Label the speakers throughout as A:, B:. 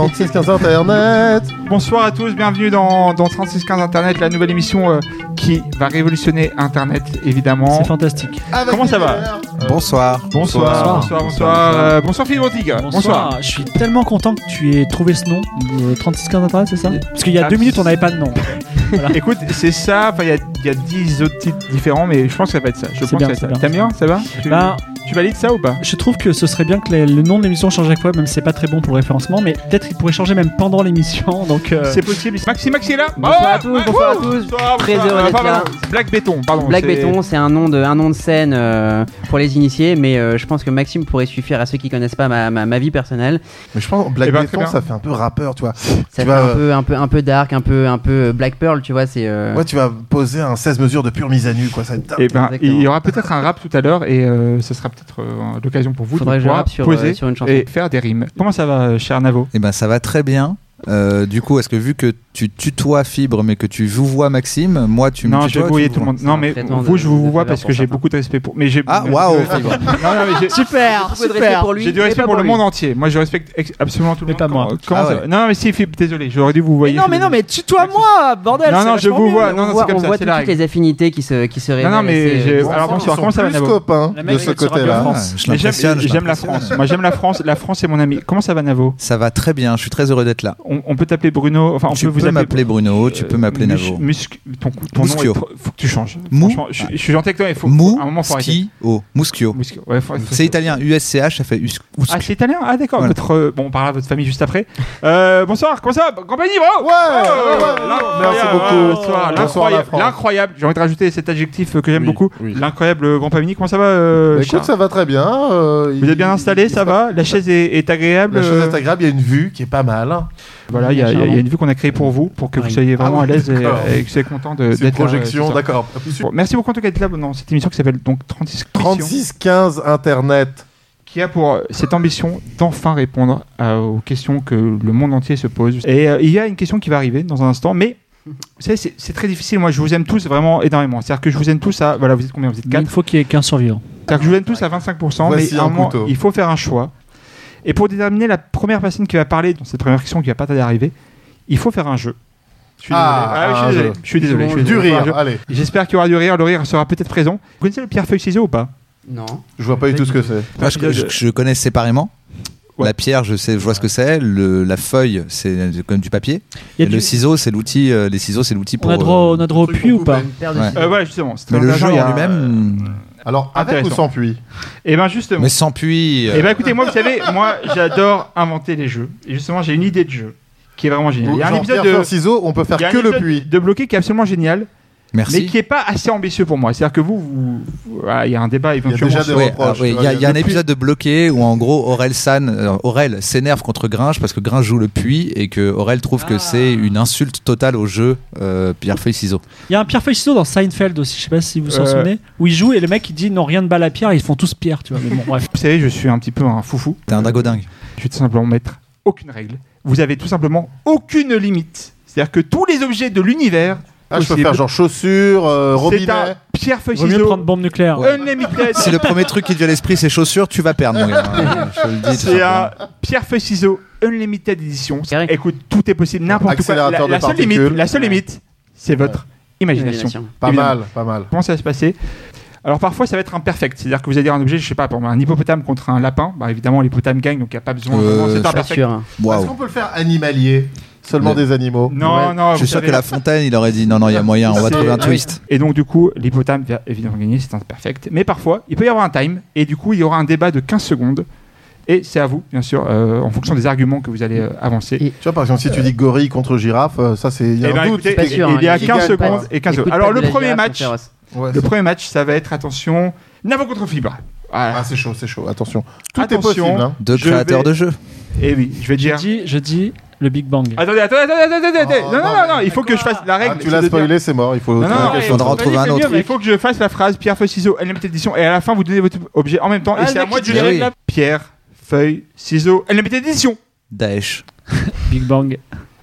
A: 3615 Internet
B: Bonsoir à tous, bienvenue dans, dans 3615 Internet, la nouvelle émission euh, qui va révolutionner Internet, évidemment.
C: C'est fantastique.
A: Avec
B: Comment ça
A: Nicolas.
B: va
D: Bonsoir.
B: Bonsoir, bonsoir, bonsoir, euh, bonsoir, Philippe Antique. Bonsoir.
C: Ah, Je suis tellement content que tu aies trouvé ce nom. euh, 3615 Internet, c'est ça Parce qu'il y a deux
B: Abs-
C: minutes, on n'avait pas de nom.
B: Écoute, c'est ça, enfin, il y a- il y a 10 autres titres différents, mais je pense que ça va être ça. Je
C: C'est
B: pense que
C: bien,
B: ça va être
C: c'est
B: ça.
C: bien.
B: T'aimes bien Ça va tu,
C: Ben,
B: tu valides ça ou pas
C: je trouve que ce serait bien que les- le nom de l'émission change à chaque fois, même si c'est pas très bon pour le référencement, mais peut-être il pourrait changer même pendant l'émission. Donc, euh,
B: C'est possible. Maxi, Maxi est là
E: Bonsoir
B: Ah,
E: à tous,
B: ouais,
E: bonsoir à
B: wouh,
E: tous.
B: bonsoir,
E: Très
B: bonsoir.
E: heureux
B: Ah,
E: d'être
B: pardon,
E: là.
B: Black Béton, pardon.
E: Black
B: c'est-
E: Béton, c'est un nom de un nom de scène euh, pour les initiés, mais euh, je pense que Maxime pourrait suffire à ceux qui connaissent pas ma, ma, ma vie personnelle.
A: Mais je pense que Black
B: Eh ben, très
A: Béton,
B: bien.
A: ça fait un peu rappeur, tu vois.
E: Ça
A: Tu
E: fait
A: vas-
E: un peu un peu un peu dark, un peu un peu Black Pearl, tu vois, c'est euh,
A: Ouais, tu vas poser un 16 mesures de pure mise à nu, quoi. Ça va être dingue.
B: Eh ben,
E: Exactement.
B: il y aura peut-être un rap tout à l'heure et euh, ce sera peut-être euh, l'occasion pour vous
E: Faudrait
B: de
E: que je
B: pouvoir
E: rappe sur,
B: poser
E: euh, sur une chanson.
B: et faire des rimes. Comment ça va, euh, cher Navo
D: Eh ben ça va très bien. Euh, du coup, est-ce que vu que tu tutoies Fibre mais que tu vous vois Maxime, moi tu me
B: Non,
D: tutoies,
B: je vais
D: tu
B: brouiller
D: me
B: tout le
D: vois
B: monde. Non, mais
E: Traitement
B: vous,
E: de-
B: je vous
E: de
B: vois
E: faveur
B: parce que
E: pour
B: j'ai
E: certains.
B: beaucoup de respect pour. Mais j'ai.
D: Ah
B: euh,
D: waouh
B: euh,
D: Fibre.
B: Non, non, mais j'ai-
E: super, super. Pour lui,
B: J'ai du
E: et
B: respect
E: pas
B: pour le
E: lui.
B: monde entier. Moi, je respecte ex- absolument tout le
C: Mais
B: monde.
C: pas moi.
B: Comment- comment
D: Ah
B: ça-
D: ouais.
B: Non, mais si, Philippe, désolé, j'aurais dû vous voir.
C: Mais non, mais non, mais tutoie-moi, bordel
B: Non,
C: c'est
B: non, je
C: vachement
B: vous
C: mieux.
B: vois.
E: on
B: Non, non,
E: voit,
B: c'est comme
E: on
B: ça,
E: voit
B: c'est
E: toutes
B: la règle.
E: les affinités qui se qui se révèlent.
B: non, mais
E: et c'est-
B: j'ai-
A: Bon,
B: euh, alors,
A: ils
B: bonsoir,
A: sont
B: comment ça va,
A: plus
B: Navo
A: copains
C: La
A: de
C: mec,
A: ce
C: elle sera bien
A: côté-là.
C: franc.
D: Ah,
C: France.
D: je
B: Mais J'aime
D: l'impressionne. je
B: j'aime la
D: l'impressionne.
B: France. Moi, j'aime la France. La France, c'est mon ami. Comment ça va, Navo
D: Ça va très bien. Je suis très heureux d'être là.
B: on, on peut t'appeler Bruno. Enfin, on
D: tu
B: peut vous
D: peux
B: appeler.
D: m'appeler Bruno, tu
B: Euh,
D: peux m'appeler
B: Mus-
D: Navo.
B: Musc- ton, cou- ton nom,
D: Muschio.
B: est trop- faut que tu changes.
D: Mou-
B: Franchement, je, je suis gentil avec toi, mais faut,
D: Mou,
B: à un moment, faut arrêter.
D: ski, oh, Muschio.
B: Muschio. Ouais, faut- faut-
D: C'est italien. USCH, ça fait us- usc-
B: Ah, c'est italien Ah, d'accord.
D: Voilà.
B: Votre, euh, bon, on parlera de votre famille juste après. Euh, bonsoir, comment ça va Compagnie, bravo
A: Ouais, ouais, ouais, ouais. Merci beaucoup.
B: Bonsoir,
A: Bonsoir, la
B: l'incroyable.
A: France.
B: L'incroyable. J'ai envie de rajouter cet adjectif euh, que j'aime
F: Oui,
B: beaucoup.
F: oui.
B: L'incroyable Grand Pamini. Comment ça va euh,
A: Bah,
B: Charles
A: Écoute, ça va très bien. euh,
B: Vous
A: il-
B: êtes bien installé, ça va La chaise est, est agréable
A: La chose
B: euh,
A: est agréable, il y a une vue qui est pas mal. hein.
B: Voilà, il y, a- il y a il y a une vue qu'on a créée pour vous, pour que vous
C: Oui.
B: soyez vraiment
A: Ah oui,
B: à l'aise et, euh,
A: d'accord.
B: et que vous soyez content
A: C'est
B: de-
A: une
B: d'être là, euh,
A: projection,
B: ce soir.
A: d'accord.
B: Bon, merci beaucoup en tout cas d'être là dans cette émission qui s'appelle donc 36 questions,
A: 36-15 Internet.
B: qui a pour euh, cette ambition d'enfin répondre à- aux questions que le monde entier se pose. Et euh, il y a une question qui va arriver dans un instant, mais vous savez, c'est c'est très difficile. Moi, je vous aime tous vraiment énormément. C'est-à-dire que je vous aime tous à. Voilà, vous êtes combien Vous êtes
C: Mais Il
B: 4
C: faut qu'il y ait qu'un survivant.
B: C'est-à-dire que je vous aime tous à 25%,
A: Voici
B: mais à un
A: un
B: moment,
A: couteau.
B: il faut faire un choix. Et pour déterminer la première personne qui va parler dans cette première question qui va pas tarder à arriver, il faut faire un jeu. Je suis
A: Ah,
B: désolé. Ah oui,
A: un
B: je suis
A: jeu.
B: désolé. Je suis désolé. je suis
A: Du
B: désolé. Faire un jeu.
A: rire, allez.
B: J'espère qu'il y aura du rire. Le rire sera peut-être présent. Vous connaissez le pierre-feuille-ciseau ou pas
E: Non.
A: Je vois pas du tout ce que c'est.
D: Moi, je, je- je connais séparément.
B: Ouais.
D: La pierre, je sais, je vois ce que c'est. Le- la feuille, c'est comme du papier.
C: Il y a
D: Et
C: du-
D: le ciseau, c'est l'outil. euh, les ciseaux, c'est l'outil pour.
C: On a droit,
D: euh,
C: au- on a droit au puits ou pas
D: Ouais.
B: Euh, voilà, justement. c'est
D: Mais
B: très
D: le jeu
B: intéressant, il y a-
D: en lui-même.
A: Alors, avec ou
B: Intéressant.
A: sans puits
B: Eh ben justement.
D: Mais sans puits. euh,
B: Eh ben écoutez, moi, vous savez, moi, j'adore inventer les jeux. Et justement, j'ai une idée de jeu qui est vraiment géniale. Il y a un
A: Genre,
B: épisode
A: pierre,
B: de.
A: feuille, ciseaux, on peut faire
B: il y a un
A: que le
B: épisode
A: puits.
B: De bloqué qui est absolument génial,
D: Merci.
B: mais qui est pas assez ambitieux pour moi. C'est-à-dire que vous, vous- vous- ah, il y a un
A: Il y
B: débat
A: a
B: éventuellement.
A: déjà des
D: Ouais,
A: reproches.
D: ah ouais,
A: tu
D: Il
A: vois,
D: y a, il y a un
A: le puits.
D: épisode de Bloqué où en gros Aurel San, euh, Aurel s'énerve contre Gringe parce que Gringe joue le puits et que Aurel trouve que
E: Ah.
D: c'est une insulte totale au jeu euh, Pierre Feuille Ciseaux.
C: Il y a un pierre feuille ciseau dans Seinfeld aussi, je sais pas si vous vous en
B: Euh.
C: souvenez, où il joue et le mec il dit non, rien de balle à pierre, ils font tous pierre, tu vois. Mais bon, bref.
B: Vous savez, je suis un petit peu un foufou.
D: T'es un dingo dingue.
B: Je vais tout simplement mettre aucune règle. Vous avez tout simplement aucune limite. C'est-à-dire que tous les objets de l'univers,
A: Ah, je peux
B: possible.
A: faire genre chaussures, euh,
B: c'est un
A: robinet.
B: pierre feuille
C: Vaut mieux prendre
B: ciseau
C: bombe nucléaire.
B: unlimited.
D: Si le premier truc qui te vient à l'esprit c'est chaussures, tu vas perdre. Mon gars. Je te le dis. tout
B: C'est
D: simplement.
B: un pierre feuille ciseaux unlimited edition.
E: Carré.
B: Écoute, tout est possible n'importe quoi. La,
A: Accélérateur
B: la
A: de
B: seule
A: particules.
B: limite, la seule limite, c'est votre imagination.
E: Imagination.
A: Pas
B: évidemment.
A: mal, pas mal.
B: Comment ça va se passer Alors parfois ça va être imperfect, c'est-à-dire que vous allez dire un objet, je sais pas, par exemple, un hippopotame contre un lapin. Bah évidemment l'hippotame gagne, donc il n'y a pas besoin.
D: Euh,
B: vraiment, c'est
D: ça
E: Pas
B: imperfect.
E: sûr.
A: Est-ce
D: Waouh.
A: qu'on peut le faire animalier Seulement
D: Le-
A: des animaux
B: Non,
E: Ouais.
B: non.
D: Je
B: vous
D: suis sûr
B: savez.
D: que La Fontaine, il aurait dit non, non, il y a moyen, on va
B: C'est-
D: trouver un
B: Ah oui.
D: twist.
B: Et donc du coup l'hippotame va évidemment gagner, c'est imperfect. Mais parfois il peut y avoir un time, et du coup il y aura un débat de 15 secondes. Et c'est à vous, bien sûr, euh, en fonction des arguments que vous allez euh, avancer.
E: Et-
A: Tu vois, par exemple, si tu dis gorille contre girafe, euh, ça c'est. Il y a
B: Eh
A: un
B: ben,
A: doute.
B: écoutez,
E: c'est pas sûr,
B: il y
E: hein,
B: a
E: il
B: 15
A: gagne pas.
B: secondes et 15
E: Les coups
B: secondes.
E: de
B: Alors
E: patte
B: le
E: de la
B: premier
E: girafe
B: match,
E: sont féroces.
A: Ouais,
B: le
A: c'est-
B: premier match, ça va être attention, Navo contre Fibre. Voilà.
A: Ah, c'est chaud, c'est chaud, attention. Tout
B: Attention.
A: est possible. hein.
D: Deux
B: Je
D: créateurs
B: vais-
D: de jeu.
B: Et oui, je vais
C: Je
B: dire. Ah,
C: dis, je dis le Big Bang.
B: Attendez, attendez, attendez, attendez, attendez.
A: Oh,
B: non, non,
A: non,
B: non,
A: mais-
B: non, il faut que je fasse la
A: Ah,
B: règle.
A: tu l'as
B: c'est de dire-
A: spoilé, c'est mort, il faut
B: Non,
A: trouver
B: non,
A: quelque
B: il
A: chose.
D: faudra en trouver un autre.
B: Il faut que je fasse la phrase pierre, feuille, ciseaux, unlimited edition. Et à la fin, vous donnez votre objet en même temps. et c'est à moi de
D: qui
B: juger.
A: Eh
D: dit- Ah
B: Pierre, feuille, ciseaux, unlimited edition.
D: Daesh.
C: Big Bang.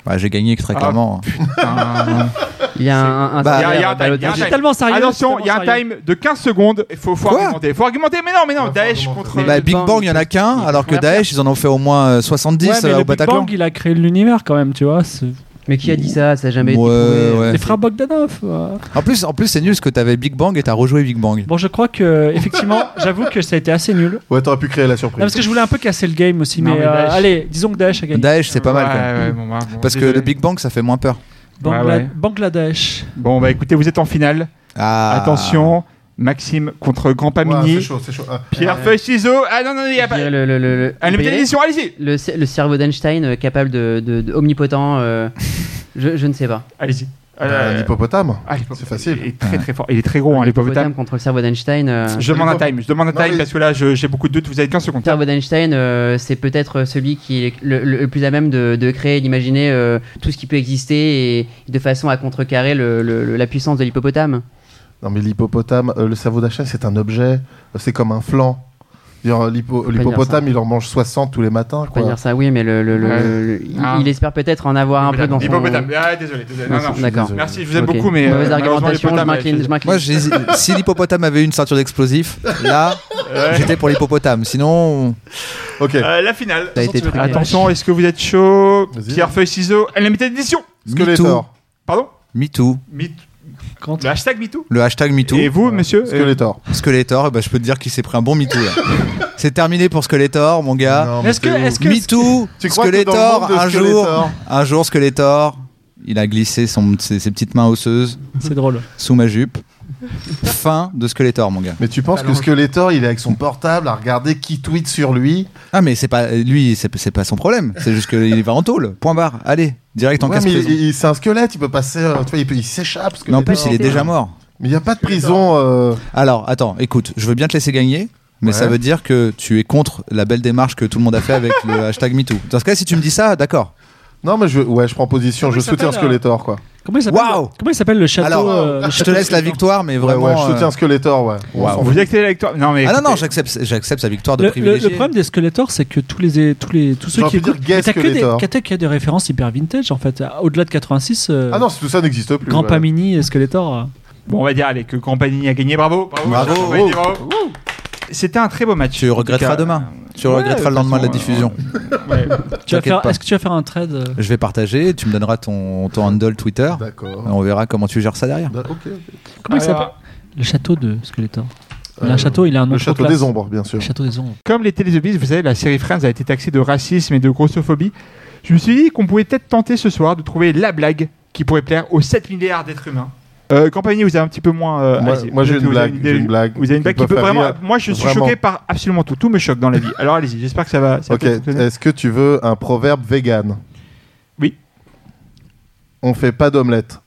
D: Bah, J'ai gagné très
B: Ah.
D: clairement.
A: Ah.
B: Putain.
E: Il y a un, un- un
D: Bah,
E: salaire
B: il y a un time,
E: ballottage.
B: il y a un time.
C: J'ai tellement sérieux.
B: Ah, Attention,
C: c'est
B: il y a un
C: tellement Ah, sérieux.
B: time de 15 secondes, il faut, faut
D: Quoi
B: argumenter. Il faut argumenter, mais non, mais non,
A: Ouais, faut
B: Daesh
A: argumenter.
B: contre.
E: Mais
D: Bah,
E: Big
D: Big
E: Bang,
D: Bang, il y en a qu'un, alors que Daesh, ils en ont fait au moins euh, 70
C: Ouais, mais
D: euh,
C: le
D: au
C: Big
D: Bataclan.
C: Bang, il a créé l'univers quand même, tu vois. c'est-
E: Mais qui a dit ça Ça a jamais
D: Ouais,
E: été prouvé.
D: ouais.
C: Les frères Bogdanov. ouais.
D: En plus, en plus c'est nul parce que t'avais Big Bang et t'as rejoué Big Bang.
C: Bon, je crois que, effectivement, j'avoue que ça a été assez nul.
A: Ouais, t'aurais pu créer la
C: Non,
A: surprise.
C: parce que je voulais un peu casser le game aussi,
B: Non,
C: mais,
B: mais
C: euh,
B: Daesh.
C: allez, disons que Daesh a gagné.
D: Daesh, c'est pas mal quand même.
B: Ouais, ouais, bon, bah, bon,
D: Parce que
B: désolé.
D: le Big Bang, ça fait moins peur.
C: Bangla-
B: Ouais, ouais.
C: Bangladesh.
B: Bon, bah écoutez, vous êtes en finale.
D: Ah.
B: Attention, Maxime contre Grand
A: Ouais,
B: Pamini.
A: c'est chaud, c'est chaud. Ah.
B: Pierre,
E: Ouais.
B: feuille, ciseaux. Ah non, non, il n'y a pas.
E: Je dirais le, le, le, le-
B: Allez, mettez
E: le-
B: l'édition, allez-y.
E: le cer- le cerveau d'Einstein euh, capable de, de- de- omnipotent. euh, je, je ne sais pas.
B: Allez-y.
A: Euh,
B: Euh,
A: L'hippopotame.
B: ah,
A: c'est facile.
B: Il est très très fort. Il est très gros, hein, l'hippopotame.
E: contre le cerveau d'Einstein. euh,
B: Je demande un time, je demande un
A: Non,
B: time
A: mais-
B: parce que là je- j'ai beaucoup de doutes, vous avez 15
E: Le
B: secondes.
E: cerveau d'Einstein, euh, c'est peut-être celui qui est le, le- le plus à même de, de créer et d'imaginer euh, tout ce qui peut exister et de façon à contrecarrer le- le- le- la puissance de l'hippopotame.
A: Non, mais l'hippopotame, euh, le cerveau d'achat, c'est un objet. euh, C'est comme un flanc. Dire, euh, l'hippo-
E: dire
A: L'hippopotame, il en mange 60 tous les matins.
E: Faut pas
A: Quoi.
E: dire ça, oui, mais le, le- le-
B: Ouais.
E: le- il,
B: Ah.
E: il espère peut-être en avoir un peu dans son.
B: Hippopotame. Ah, désolé, désolé.
E: dans
B: Non,
E: son-
B: non,
E: D'accord.
A: désolé.
B: Merci, je vous aime
E: Ok.
B: beaucoup, mais.
E: Mauvaise
B: euh,
E: argumentation, je
B: malheureusement,
E: m'incline.
B: l'hippopotame,
E: je m'incline.
D: Moi, j'ai- si l'hippopotame avait une ceinture d'explosifs, là,
B: Ouais.
D: j'étais pour l'hippopotame. Sinon,
A: Ok.
B: Euh, la finale.
D: ça a été
C: tu veux
D: très
C: gagner.
B: Attention, est-ce que vous êtes chaud
A: Vas-y.
B: Pierre, feuille, ciseaux. Unlimited édition.
A: Skeletor.
B: Pardon
D: MeToo.
B: Mythe-
C: Quand-
B: Le hashtag MeToo.
D: Le hashtag MeToo.
B: Et vous, monsieur Euh,
A: Skeletor.
D: Skeletor, bah, je peux te dire qu'il s'est pris un bon MeToo. là. C'est terminé pour Skeletor, mon gars.
A: Non, mais
C: Est-ce que,
A: c'est ouf.
C: est-ce que,
D: MeToo,
A: Tu crois que dans le
D: Skeletor,
A: monde de
D: Euh, un jour,
A: Skeletor-
D: un jour, Skeletor, il a glissé son- ses, ses petites mains osseuses
C: c'est drôle.
D: sous ma jupe. Fin de Skeletor, mon gars.
A: Mais tu penses que Skeletor, il est avec son portable à regarder qui tweet sur lui
D: Ah, mais c'est pas lui, c'est c'est pas son problème. C'est juste qu'il va en tôle. Point barre. Allez, direct en
A: Ouais,
D: casse
A: mais il-
D: prison.
A: il- c'est un squelette, il peut passer. euh, tu vois, il peut- il s'échappe.
D: Mais en plus,
A: Skeletor.
D: il est déjà mort.
A: Mais il n'y a pas de prison. euh,
D: Alors, attends, écoute, je veux bien te laisser gagner, mais
A: Ouais.
D: ça veut dire que tu es contre la belle démarche que tout le monde a fait avec le hashtag MeToo. Dans ce cas, si tu me dis ça, d'accord.
A: Non, mais je, ouais, je prends position.
C: Comment
A: Je
C: il s'appelle, euh
A: soutiens Skeletor, quoi.
C: Comment il s'appelle
D: Waouh
C: Comment il s'appelle le château
D: Alors,
C: euh, le
D: Je te
C: château
D: laisse la
C: Skeletor
D: victoire, mais
A: Ouais,
D: vraiment.
A: ouais, je soutiens
D: euh,
A: Skeletor, ouais. On
D: Waouh.
A: s'en fout.
B: Vous acceptez la victoire Non, mais.
D: Ah non, non,
B: écoutez,
D: j'accepte, j'accepte sa victoire de
C: Le, le- le
D: privilégié.
C: problème des Skeletor, c'est que tous les tous les tous ceux
A: J'ai
C: qui
A: envie de dire
C: écoutent,
A: gay
C: mais t'as que des,
A: Skeletor.
C: t'as que des références hyper vintage en fait. Au-delà de 86, euh,
A: Ah non, c'est- tout ça n'existe plus.
C: Grand
A: ouais.
C: Pamini et Skeletor. euh.
B: Bon, on va dire, allez, que Campagny a gagné. Bravo. Bravo.
D: Bravo.
B: Jean Campagny, bravo. C'était un très beau match.
D: Tu regretteras
B: En tout cas,
D: demain. Tu
B: Ouais, de
D: regretteras le
B: toute
D: lendemain de la
B: façon,
D: diffusion.
B: ouais.
C: Tu vas
D: T'inquiète
C: faire-
D: pas.
C: Est-ce que tu vas faire un trade euh,
D: Je vais partager, tu me donneras ton, ton handle Twitter. et
A: D'accord.
D: On verra comment tu gères ça derrière.
A: Da- ok, ok.
C: Comment il
B: Ah, Alors,
C: s'appelle Le château de Skeletor. Il a
A: Euh,
C: un château, il a un nom
A: Le
C: trop
A: château
C: classe.
A: des ombres, bien sûr.
C: Le château des ombres.
B: Comme les Teletubbies, vous savez, la série Friends a été taxée de racisme et de grossophobie. Je me suis dit qu'on pouvait peut-être tenter ce soir de trouver la blague qui pourrait plaire aux 7 milliards d'êtres humains. Euh, Campagny, vous avez un petit peu moins. euh,
A: Moi,
B: allez-y.
A: moi, j'ai
B: Vous-
A: une
B: vous avez
A: blague. J'ai
B: idée-
A: une blague.
B: Vous avez une blague qui peut
A: faire
B: vraiment.
A: rire.
B: Moi, je suis
A: Vraiment.
B: choqué par absolument tout. Tout me choque dans la vie. Alors allez-y, j'espère que ça va. ça va
A: Ok,
B: peut-être fonctionner.
A: est-ce que tu veux un proverbe vegan
B: Oui.
A: On fait pas d'omelette.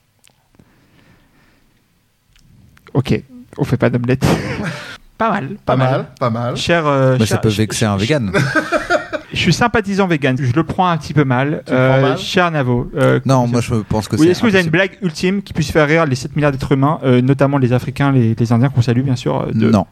B: ok, on fait pas d'omelette. pas mal. Pas,
A: pas mal.
B: Cher, euh,
D: Bah,
B: cher-
D: ça peut
B: je-
D: vexer un
B: je-
D: vegan.
B: Je suis sympathisant vegan. Je le prends un petit peu mal.
A: Tu le prends mal
B: cher Navo. euh,
D: Non, moi je pense que
B: Oui,
D: c'est.
B: est-ce que vous avez une
D: impossible.
B: blague ultime qui puisse faire rire les 7 milliards d'êtres humains, euh, notamment les Africains, les, les Indiens qu'on salue bien sûr euh, de-
D: Non,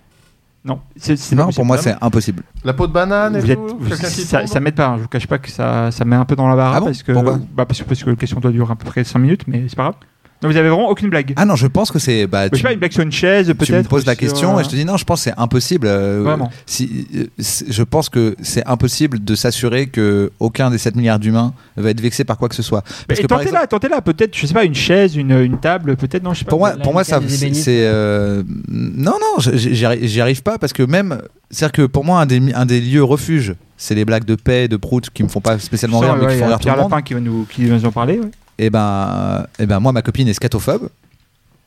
B: Non, c'est, c'est pas
D: non pour
B: possible.
D: moi c'est impossible.
A: La peau de banane et
B: Vous êtes-
A: tout,
B: vous-
A: quelqu'un qui
B: ça,
A: tombe.
B: ça m'aide pas, hein, je vous cache pas que ça, ça met un peu dans la barre.
D: Ah bon
B: parce, que,
D: Pourquoi
B: bah, parce, que, parce que la question doit durer à peu près 5 minutes, mais c'est pas grave. Non, vous avez vraiment aucune blague.
D: Ah non, je pense que c'est. Bah,
B: je
D: tu-
B: sais pas, une blague sur une chaise peut-être.
D: tu me poses la
B: sur,
D: question
B: euh,
D: et je te dis non, je pense que c'est impossible. euh,
B: Vraiment.
D: Si, euh, c'est- je pense que c'est impossible de s'assurer que aucun des 7 milliards d'humains va être vexé par quoi que ce soit.
B: Mais
D: Parce que par
B: tentez-la,
D: exemple,
B: tentez-la, peut-être, je sais pas, une chaise, une, une table, peut-être, non, je sais pas.
D: pour moi,
E: la
D: pour moi, ça,
E: mécanique des hein.
D: c'est. c'est,
E: bénis.
D: euh, non, non, j- j'y j'y arrive- j'y arrive pas parce que même, c'est-à-dire que pour moi, un des, mi- un des lieux refuge, c'est les blagues de paix, de prout qui me font pas
B: Je
D: spécialement
B: sens,
D: rire, mais
B: ouais,
D: qui
B: il y
D: font
B: a
D: rire tout
B: Pierre
D: le monde.
B: Lapin qui va nous, qui va nous en parler. Ouais,
D: Et ben, et ben, moi, ma copine est scatophobe.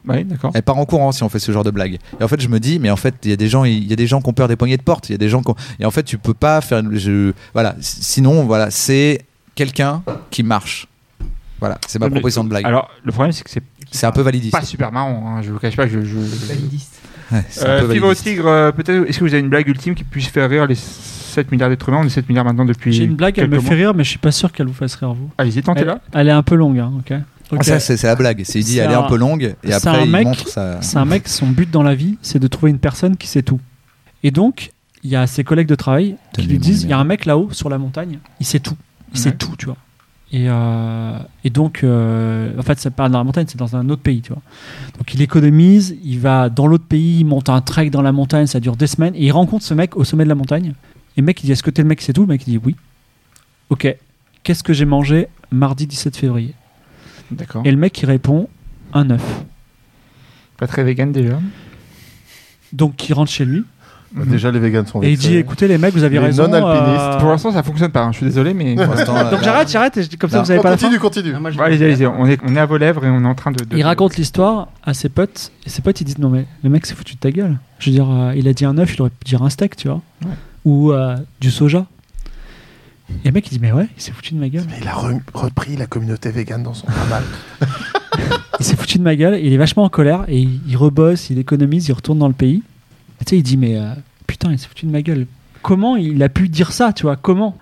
B: Ouais, d'accord.
D: Elle part en courant si on fait ce genre de blague. Et en fait, je me dis, mais en fait, il y a des gens, il y a des gens qui ont peur des poignées de porte. Il y a des gens qui ont- Et en fait, tu peux pas faire. une- Je... Voilà. S- Sinon, voilà, c'est quelqu'un qui marche. Voilà, c'est ma
B: Mais-
D: proposition de blague.
B: Alors, le problème, c'est que c'est
D: c'est un peu validiste.
B: pas super marrant, hein, je vous cache pas que je. je-
D: Ouais, c'est un
B: Euh,
D: peu
B: Fibre au
D: validiste.
B: tigre, euh, peut-être. Est-ce que vous avez une blague ultime qui puisse faire rire les 7 milliards d'êtres humains On est 7 milliards maintenant depuis.
C: J'ai une blague, elle
B: quelques
C: me
B: mois.
C: fait rire, mais je suis pas sûr qu'elle vous fasse rire vous.
B: Allez-y,
C: Elle,
B: tentez-la.
C: elle est un peu longue, hein, ok.
D: Ah,
C: Ok.
D: Ça, c'est c'est la blague. C'est il dit,
C: C'est
D: elle est un
C: un-
D: peu longue. Et
C: c'est
D: après,
C: un
D: il
C: mec-
D: montre ça.
C: C'est un mec, son but dans la vie, c'est de trouver une personne qui sait tout. Et donc, il y a ses collègues de travail qui
D: Donnez
C: lui
D: mon
C: disent il y a
D: numéro.
C: un mec là-haut sur la montagne, il sait tout. Il
B: Ouais.
C: sait tout, tu vois. Et, euh, et donc, euh, en fait, c'est pas dans la montagne, c'est dans un autre pays, tu vois. Donc, il économise, il va dans l'autre pays, il monte un trek dans la montagne, ça dure des semaines, et il rencontre ce mec au sommet de la montagne. Et le mec, il dit Est-ce que t'es le mec, c'est tout Le mec, il dit Oui. Ok. Qu'est-ce que j'ai mangé mardi 17 février
B: D'accord.
C: Et le mec, il répond Un œuf.
B: Pas très vegan déjà.
C: Donc, il rentre chez lui,
A: Bah, Déjà, les véganes sont
C: et il
A: vexés.
C: dit Écoutez, les mecs, vous aviez
A: Les
C: raison.
A: non-alpinistes.
C: euh,
B: Pour l'instant, ça fonctionne pas. hein, Je suis désolé, mais.
D: Pour l'instant, là,
C: Donc,
D: là,
C: j'arrête, j'arrête, et je dis, comme ça,
D: Non.
C: vous avez
A: Oh,
C: pas la fin.
A: continue, continue.
E: Ah, moi, je-
B: Bon, allez, allez, on est, on est à vos lèvres et on est en train de. de-
C: Il raconte l'histoire à ses potes et ses potes ils disent non mais le mec s'est foutu de ta gueule. Je veux dire, euh, il a dit un œuf, il aurait pu dire un steak, tu vois,
B: Ouais.
C: ou euh, du soja. Et le mec il dit mais ouais, il s'est foutu de ma gueule.
A: Mais il a re- repris la communauté végane dans son travail.
C: Il s'est foutu de ma gueule, et il est vachement en colère et il, il rebosse, il économise, il retourne dans le pays. Et tu sais, il dit mais euh, putain, il s'est foutu de ma gueule. Comment il a pu dire ça, tu vois Comment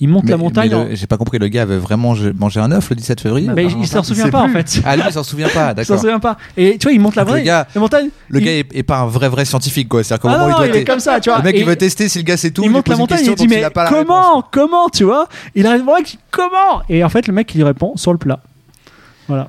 C: Il monte
D: Mais-
C: la montagne.
D: mais
C: en-
D: le- J'ai pas compris, le gars avait vraiment je- mangé un œuf le 17 février
C: Mais il,
A: Valentin,
C: il s'en
A: il
C: souvient
A: sait
C: pas en
A: plus.
C: fait.
D: Ah, lui, il s'en souvient pas,
C: Il s'en
D: d'accord.
C: souvient pas. Et tu vois, il monte la,
D: Donc, le
C: montagne,
D: gars-
C: la montagne.
D: Le
C: il-
D: gars est, est pas un vrai vrai scientifique quoi, c'est-à-dire qu'au
C: Ah
D: moment où
C: non,
D: il
C: il
D: doit
C: est
D: te-
C: comme ça, tu vois.
D: le mec
C: Ah, Et-
D: il veut tester si le gars c'est tout,
C: il monte
D: lui
C: la
D: pose une
C: montagne et il
D: question
C: dit
D: dont
C: mais
D: a pas la réponse.
C: comment comment tu vois il arrive vraiment il dit comment et en fait le mec il lui répond sur le plat voilà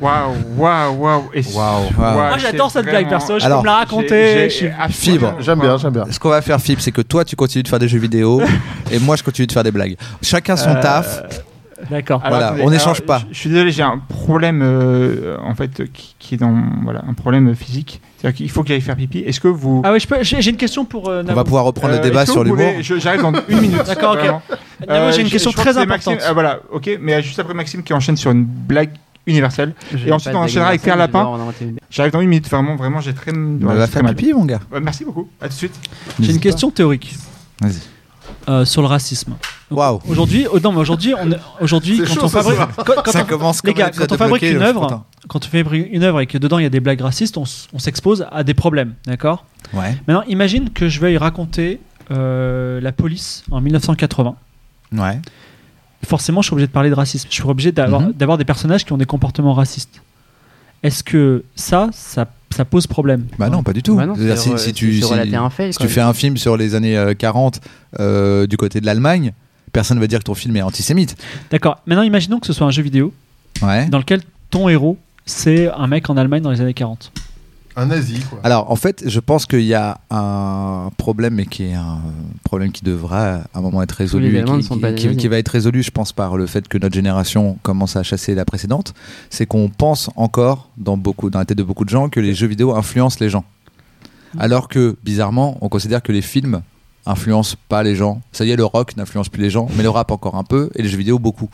B: Waouh, waouh, waouh. et-
D: Waouh, waouh.
B: waouh,
C: moi Ah, j'adore
B: Ah, c'est
C: cette blague
B: vraiment-
C: perso je
D: Alors,
C: peux me la raconter
B: J'ai-
C: je
B: j'ai
C: suis-
B: absolument-
D: Fibre.
A: J'aime bien, j'aime bien.
D: Ce qu'on va faire Philippe, c'est que toi tu continues de faire des jeux vidéo et moi je continue de faire des blagues. Chacun son
B: Euh,
D: taf.
B: Ah,
C: d'accord
D: Voilà, on n'échange
B: alors,
D: pas.
B: Je, je suis désolé, j'ai un problème euh, en fait euh, qui, qui est dans voilà un problème physique. C'est-à-dire qu'il faut que j'aille faire pipi. Est-ce que vous
C: ah oui je peux j'ai j'ai une question pour euh,
D: On
C: Navo.
D: va pouvoir reprendre
B: Euh,
D: le débat
B: est-ce que
D: sur
B: vous
D: l'humour.
B: pouvez- je- J'arrive dans une minute.
C: D'accord, ok.
B: vraiment.
C: Ah, Navo, j'ai
B: Euh,
C: une
B: je-
C: question
B: je crois
C: très
B: que c'est Maxime-
C: importante
B: ah, voilà, ok. Mais euh, juste après Maxime qui enchaîne sur une blague universelle.
E: je-
B: Et ensuite,
E: pas
B: on
E: de
B: enchaînera avec Pierre
E: Universal,
B: Lapin.
E: je vais en inventer une.
B: J'arrive dans une minute. Vraiment, vraiment, j'ai très.
D: On
B: voilà,
D: Bah, va
B: j'ai très
D: faire
B: mal.
D: pipi mon gars.
B: Ouais, merci beaucoup. À tout de suite.
C: j'ai une
D: N'hésite pas.
C: question théorique
D: Vas-y.
C: euh, sur le racisme Donc,
D: Waouh.
C: aujourd'hui oh, non mais aujourd'hui on aujourd'hui
A: C'est
C: quand
A: chaud,
C: on
A: ce
C: fabrique
A: soir.
C: quand, quand
D: Ça
C: on-
D: commence
C: les
D: comme un
C: gars
D: épisode
C: quand on
D: de
C: fabrique
D: bloqué,
C: une
D: je suis
C: œuvre
D: content.
C: quand on fabrique une œuvre et que dedans il y a des blagues racistes on s- on s'expose à des problèmes d'accord
D: Ouais.
C: Maintenant, imagine que je veuille raconter euh, la police en 1980.
D: Ouais.
C: Forcément, je suis obligé de parler de racisme. Je suis obligé d'avoir
D: Mhm.
C: d'avoir des personnages qui ont des comportements racistes. Est-ce que ça, ça, ça pose problème
D: Bah non, pas du tout.
E: Bah non,
D: C'est-à-dire,
E: c'est
D: si,
E: re-
C: euh,
D: si tu
E: c'est
D: si-
E: relater un fait,
D: si
E: quoi.
D: tu fais un film sur les années euh, 40 euh, du côté de l'Allemagne, personne ne va dire que ton film est antisémite.
C: D'accord. Maintenant, imaginons que ce soit un jeu vidéo
D: Ouais.
C: dans lequel ton héros, c'est un mec en Allemagne dans les années 40.
A: Un nazi, quoi.
D: Alors, en fait, je pense qu'il y a un problème, mais qui est un problème qui devra à un moment être
E: les
D: résolu, et
E: Allemands ne
D: qui,
E: sont
D: qui-
E: pas des
D: qui-
E: nazis.
D: qui va être résolu, je pense, par le fait que notre génération commence à chasser la précédente. C'est qu'on pense encore, dans, beaucoup, dans la tête de beaucoup de gens, que les jeux vidéo influencent les gens. Alors que, bizarrement, on considère que les films influencent pas les gens. Ça y est, le rock n'influence plus les gens, mais le rap encore un peu, et les jeux vidéo beaucoup.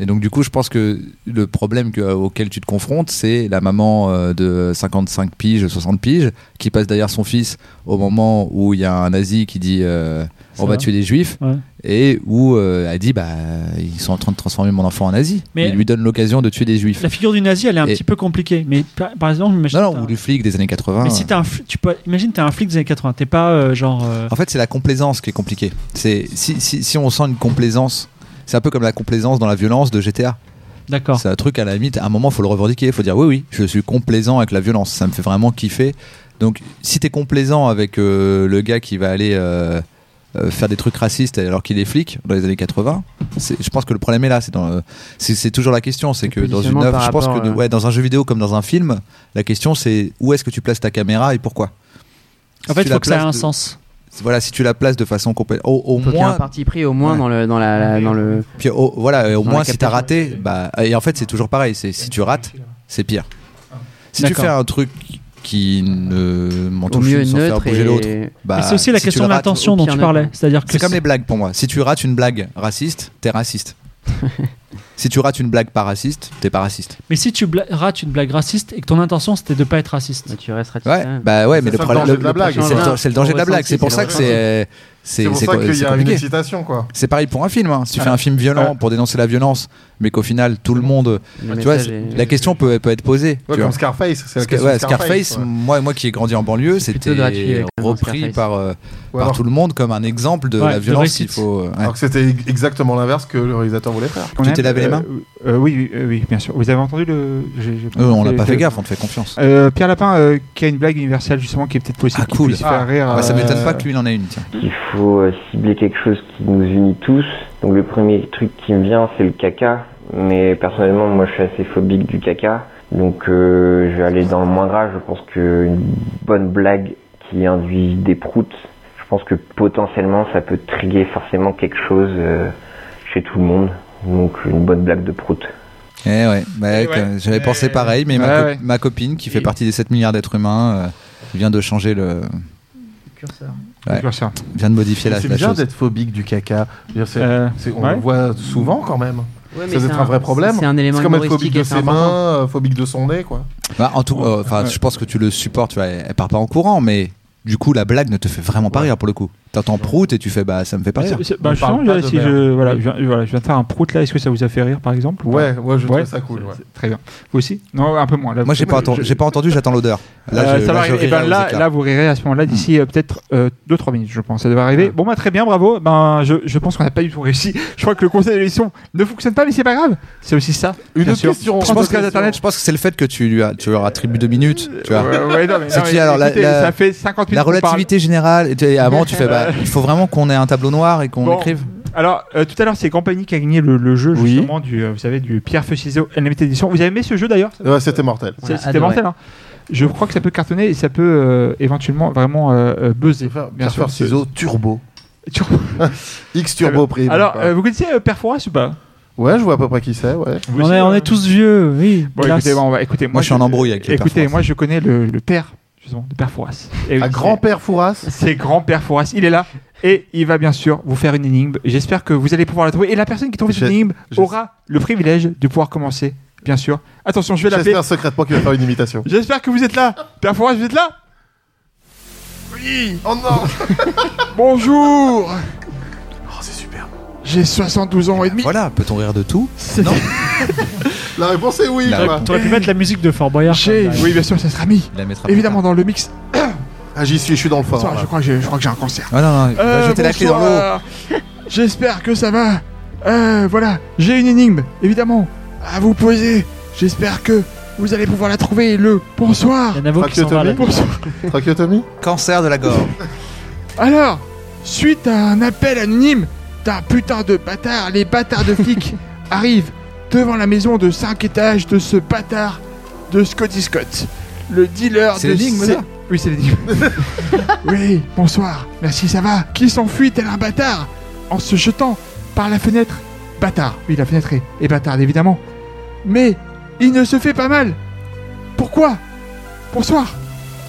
D: Et donc du coup, je pense que le problème que- euh, auquel tu te confrontes, c'est la maman euh, de 55 piges, 60 piges, qui passe derrière son fils au moment où il y a un nazi qui dit euh,
C: Ça
D: on va
C: va.
D: tuer les juifs,
C: Ouais.
D: et où euh, elle dit bah ils sont en train de transformer mon enfant en nazi.
C: Mais-
D: Mais il lui donne l'occasion de tuer des juifs.
C: La figure du nazi, elle est un
D: Et-
C: petit peu compliquée. Mais par, par exemple, imagine.
D: Non, non,
C: t'as-
D: ou du flic des années 80.
C: mais si t'as un, fl- tu peux, imagine, t'es un flic des années 80. T'es pas euh, genre. euh,
D: En fait, c'est la complaisance qui est compliquée. C'est si, si, si on sent une complaisance, c'est un peu comme la complaisance dans la violence de GTA.
C: D'accord.
D: C'est un truc à la limite, à un moment, faut le revendiquer. faut dire oui, oui, je suis complaisant avec la violence. Ça me fait vraiment kiffer. Donc, si t'es complaisant avec euh, le gars qui va aller euh, euh, faire des trucs racistes alors qu'il est flic dans les années 80, c'est- je pense que le problème est là. C'est dans, euh, c'est- c'est toujours la question. C'est
E: Le
D: que dans une
E: positionnement
D: œuvre,
E: par
D: je pense que
E: rapport,
D: de-
E: euh,
D: ouais, dans un jeu vidéo comme dans un film, la question c'est où est-ce que tu places ta caméra et pourquoi.
C: En
D: Si
C: fait,
D: tu
C: il
D: la
C: faut que ça ait
D: places
C: un
D: de-
C: sens.
D: Voilà, si tu la places de façon complète, au, au
E: Faut qu'il y ait un
D: moins
E: parti pris au moins
D: Ouais.
E: dans le dans la, la- dans le.
D: Puis au- voilà, et au
E: Dans
D: moins
E: la
D: si t'as
E: captation.
D: raté, bah, et en fait c'est toujours pareil, c'est si tu rates, c'est pire. Si tu
C: D'accord.
D: fais un truc qui ne m'en
E: au
D: touche
E: mieux
D: une sans faire
E: neutre
D: bouger l'autre,
E: et.
D: bah,
C: Mais c'est aussi la
D: si tu
C: question de
D: le rates-
C: l'intention
E: au
C: dont
E: pire,
C: tu
E: non.
C: parlais. C'est-à-dire que
D: C'est comme les blagues pour moi. Si tu rates une blague raciste, t'es raciste. si tu rates une blague pas raciste, t'es pas raciste.
C: Mais si tu bla- rates une blague raciste et que ton intention c'était de pas être raciste.
E: Bah, tu restes raciste.
D: Ouais,
E: hein.
D: bah ouais,
A: C'est
D: mais le
A: ça le
D: problème,
A: danger de la blague. hein.
D: c'est le,
E: Voilà.
D: c'est le danger de la
E: Ressenti,
D: blague. C'est pour
E: c'est
D: ça
E: le
D: que c'est, c'est,
A: C'est pour
D: c'est
A: ça
D: co-
A: qu'il
D: c'est
A: y a une
D: compliqué.
A: excitation, quoi.
D: C'est pareil pour un film. hein. Si tu fais un film
B: Ah.
D: violent pour dénoncer la violence, mais qu'au final tout le monde,
E: Le
D: tu vois,
E: message
D: c'est-
E: est-
D: la question peut, peut être posée.
A: Ouais,
D: tu vois.
A: comme Scarface, c'est la
D: Scar-
A: question
D: ouais,
A: de Scarface.
D: Scarface,
A: ouais.
D: moi, moi qui ai grandi en banlieue, c'était
E: gratuit, quand même,
D: repris
E: Scarface.
D: par, euh,
A: Ou
D: par
A: alors-
D: tout le monde comme un exemple de
C: Ouais,
D: la
C: de
D: violence
C: réussite.
D: qu'il faut. euh, ouais.
A: Alors que c'était exactement l'inverse que le réalisateur voulait faire.
B: On
D: Tu
B: aime-
D: t'es lavé les
B: euh,
D: mains
B: euh, oui, oui, euh, oui, bien sûr. Vous avez entendu le. j'ai- j'ai pas
D: Eux, Euh, on
B: entendu
D: n'a pas
B: le-
D: fait gaffe, on te fait confiance.
B: Euh, Pierre Lapin euh, qui a une blague universelle justement qui est peut-être possible.
D: Ah,
B: qui
D: cool.
B: puisse faire
A: Ah.
B: rire,
D: Bah, ça
B: euh,
D: m'étonne pas que lui il en ait une. tiens.
F: Il faut euh, cibler quelque chose qui nous unit tous Donc le premier truc qui me vient, c'est le caca. Mais personnellement, moi, je suis assez phobique du caca. Donc euh, je vais aller dans le moins grave. Je pense qu'une bonne blague qui induit des proutes, je pense que potentiellement, ça peut triguer forcément quelque chose euh, chez tout le monde. Donc une bonne blague de prout.
D: Eh ouais, bah,
B: Eh ouais.
D: que- j'avais
B: Eh
D: pensé
B: ouais.
D: pareil, mais ma,
B: Ouais,
D: co-
B: ouais.
D: ma copine, qui fait
B: Et-
D: partie des 7 milliards d'êtres humains, euh, vient de changer le.
E: Curseur.
D: Ouais.
B: Le curseur.
D: vient de modifier la,
A: C'est
D: la
A: bizarre
D: chose.
A: d'être phobique du caca. Je veux dire, c'est-
B: Euh,
A: c'est- on
B: ouais.
A: le voit souvent quand même.
E: Ouais,
A: Ça doit être un vrai problème.
E: C'est un élément
A: C'est comme être phobique
E: humoristique
A: de
E: et c'est
A: ses
E: important.
A: mains, euh, phobique de son nez, quoi.
D: Bah, en tout, euh, enfin,
B: Ouais.
D: je pense que tu le supportes, tu vois, elle, elle part pas en courant, mais du coup, la blague ne te fait vraiment pas rire pour le coup. T'entends prout et tu fais, bah, ça me fait pas
B: C'est-
D: rire.
B: c'est- bah,
A: On
B: justement,
A: parle pas
B: là,
A: de
B: si
A: merde.
B: je, voilà, je, viens, voilà, je viens de faire un prout là, est-ce que ça vous a fait rire par exemple ou pas
A: Ouais, moi je
B: Ouais.
A: trouve ça cool. ouais.
B: C'est- Très bien. Vous aussi Non, un peu moins. Là,
D: Moi, j'ai
B: vous-
D: pas, entendu-
B: je-
D: j'ai pas entendu, j'attends l'odeur.
B: Euh,
D: je-
B: ça va
D: je
B: arriver. Eh
D: rirai
B: ben
D: aux
B: là,
D: éclats.
B: là, vous rirez à ce moment-là d'ici euh, peut-être 2-3 minutes, je pense. Ça devrait arriver. Bon, bah, très bien, bravo. Ben, je, je pense qu'on n'a pas du tout réussi. Je crois que le conseil de l'émission ne fonctionne pas, mais c'est pas grave. C'est aussi ça.
A: Une
B: bien
A: autre
B: sûr.
A: question.
D: Je
A: une
D: pense
A: autre
D: que
A: question.
D: Internet, je pense que c'est le fait que tu lui as, tu leur attribues deux minutes. Tu vois.
B: Ouais, ouais, non, mais-
D: C'est
B: non,
D: qui,
B: mais
D: alors, la-
B: écoutez,
D: la-
B: Ça fait 50 minutes.
D: La
B: qu'on parle.
D: relativité générale. et tu- et avant, tu fais, bah, il faut vraiment qu'on ait un tableau noir et qu'on
B: Bon.
D: écrive.
B: Alors, euh, tout à l'heure, c'est Campagnie qui a gagné le, le jeu,
A: Oui.
B: justement, du, euh, vous savez, du Pierre Feu Ciseaux Unlimited Edition. Vous avez aimé ce jeu d'ailleurs
A: Ouais, C'était mortel.
E: On
B: C'est-
E: l'a
B: C'était
E: adoré.
B: mortel. hein. Je crois que ça peut cartonner et ça peut euh, éventuellement vraiment euh, euh, buzzer.
A: Bien sûr,
B: c'est-
A: ciseaux turbo.
B: Tu-
A: X turbo prime.
B: Alors,
A: Ouais.
B: euh, vous connaissez euh, Perforas ou pas
A: ouais, je vois à peu près qui c'est. Ouais.
B: Vous
C: On,
B: aussi,
C: est, on
B: euh,
C: est tous vieux, oui.
B: Bon,
C: hélas.
B: écoutez, bon, on va- écoutez, moi,
D: je suis en embrouille avec le père
B: Écoutez,
D: Fouras.
B: moi je connais le, le père justement de père Fouras. Et
A: Un
B: oui,
A: grand-père Fouras.
B: c'est- C'est grand-père Fouras, il est là et il va bien sûr vous faire une énigme. J'espère que vous allez pouvoir la trouver et la personne qui trouve cette
A: Je-
B: énigme
A: je-
B: aura le privilège de pouvoir commencer, bien sûr. Attention, je vais l'appeler.
A: J'espère secrètement qu'il va faire une imitation.
B: J'espère que vous êtes là. Père Fouras, vous êtes là
A: Oh non
B: Bonjour.
A: Oh, c'est superbe.
B: J'ai 72 ans et demi.
D: Voilà, peut-on rire de tout Non.
A: La réponse est oui.
D: La
A: Thomas.
D: réponse-
C: T'aurais pu mettre la musique de Fort Boyard.
B: J'ai-
C: comme, euh,
B: oui bien sûr, ça sera mis.
D: Il la mettra plus
B: Évidemment dans le mix.
A: Ah, j'y suis, je suis dans le fort.
B: Attends,
A: là.
B: je crois que j'ai- je crois que j'ai un cancer.
D: tard. Ah non, non, il va jeter la clé dans l'eau.
B: Euh, bonsoir. J'espère que ça va. Euh, voilà, j'ai une énigme, évidemment, à vous poser. J'espère que vous allez pouvoir la trouver. Le bonsoir.
C: Il y en a beaucoup qui s'en va, là.
A: Trachéotomie
B: Bonsoir.
A: Trachéotomie
D: Cancer de la gorge.
B: Alors, suite à un appel anonyme d'un putain de bâtard, les bâtards de flics arrivent devant la maison de 5 étages de ce bâtard de Scotty Scott, le dealer
D: C'est
B: de
D: l'énigme,
B: sé-
D: ça
B: Oui, c'est l'énigme. oui, bonsoir, merci, ça va. Qui s'enfuit tel un bâtard en se jetant par la fenêtre Bâtard, oui, la fenêtre est, est bâtarde, évidemment. Mais il ne se fait pas mal. Pourquoi Bonsoir.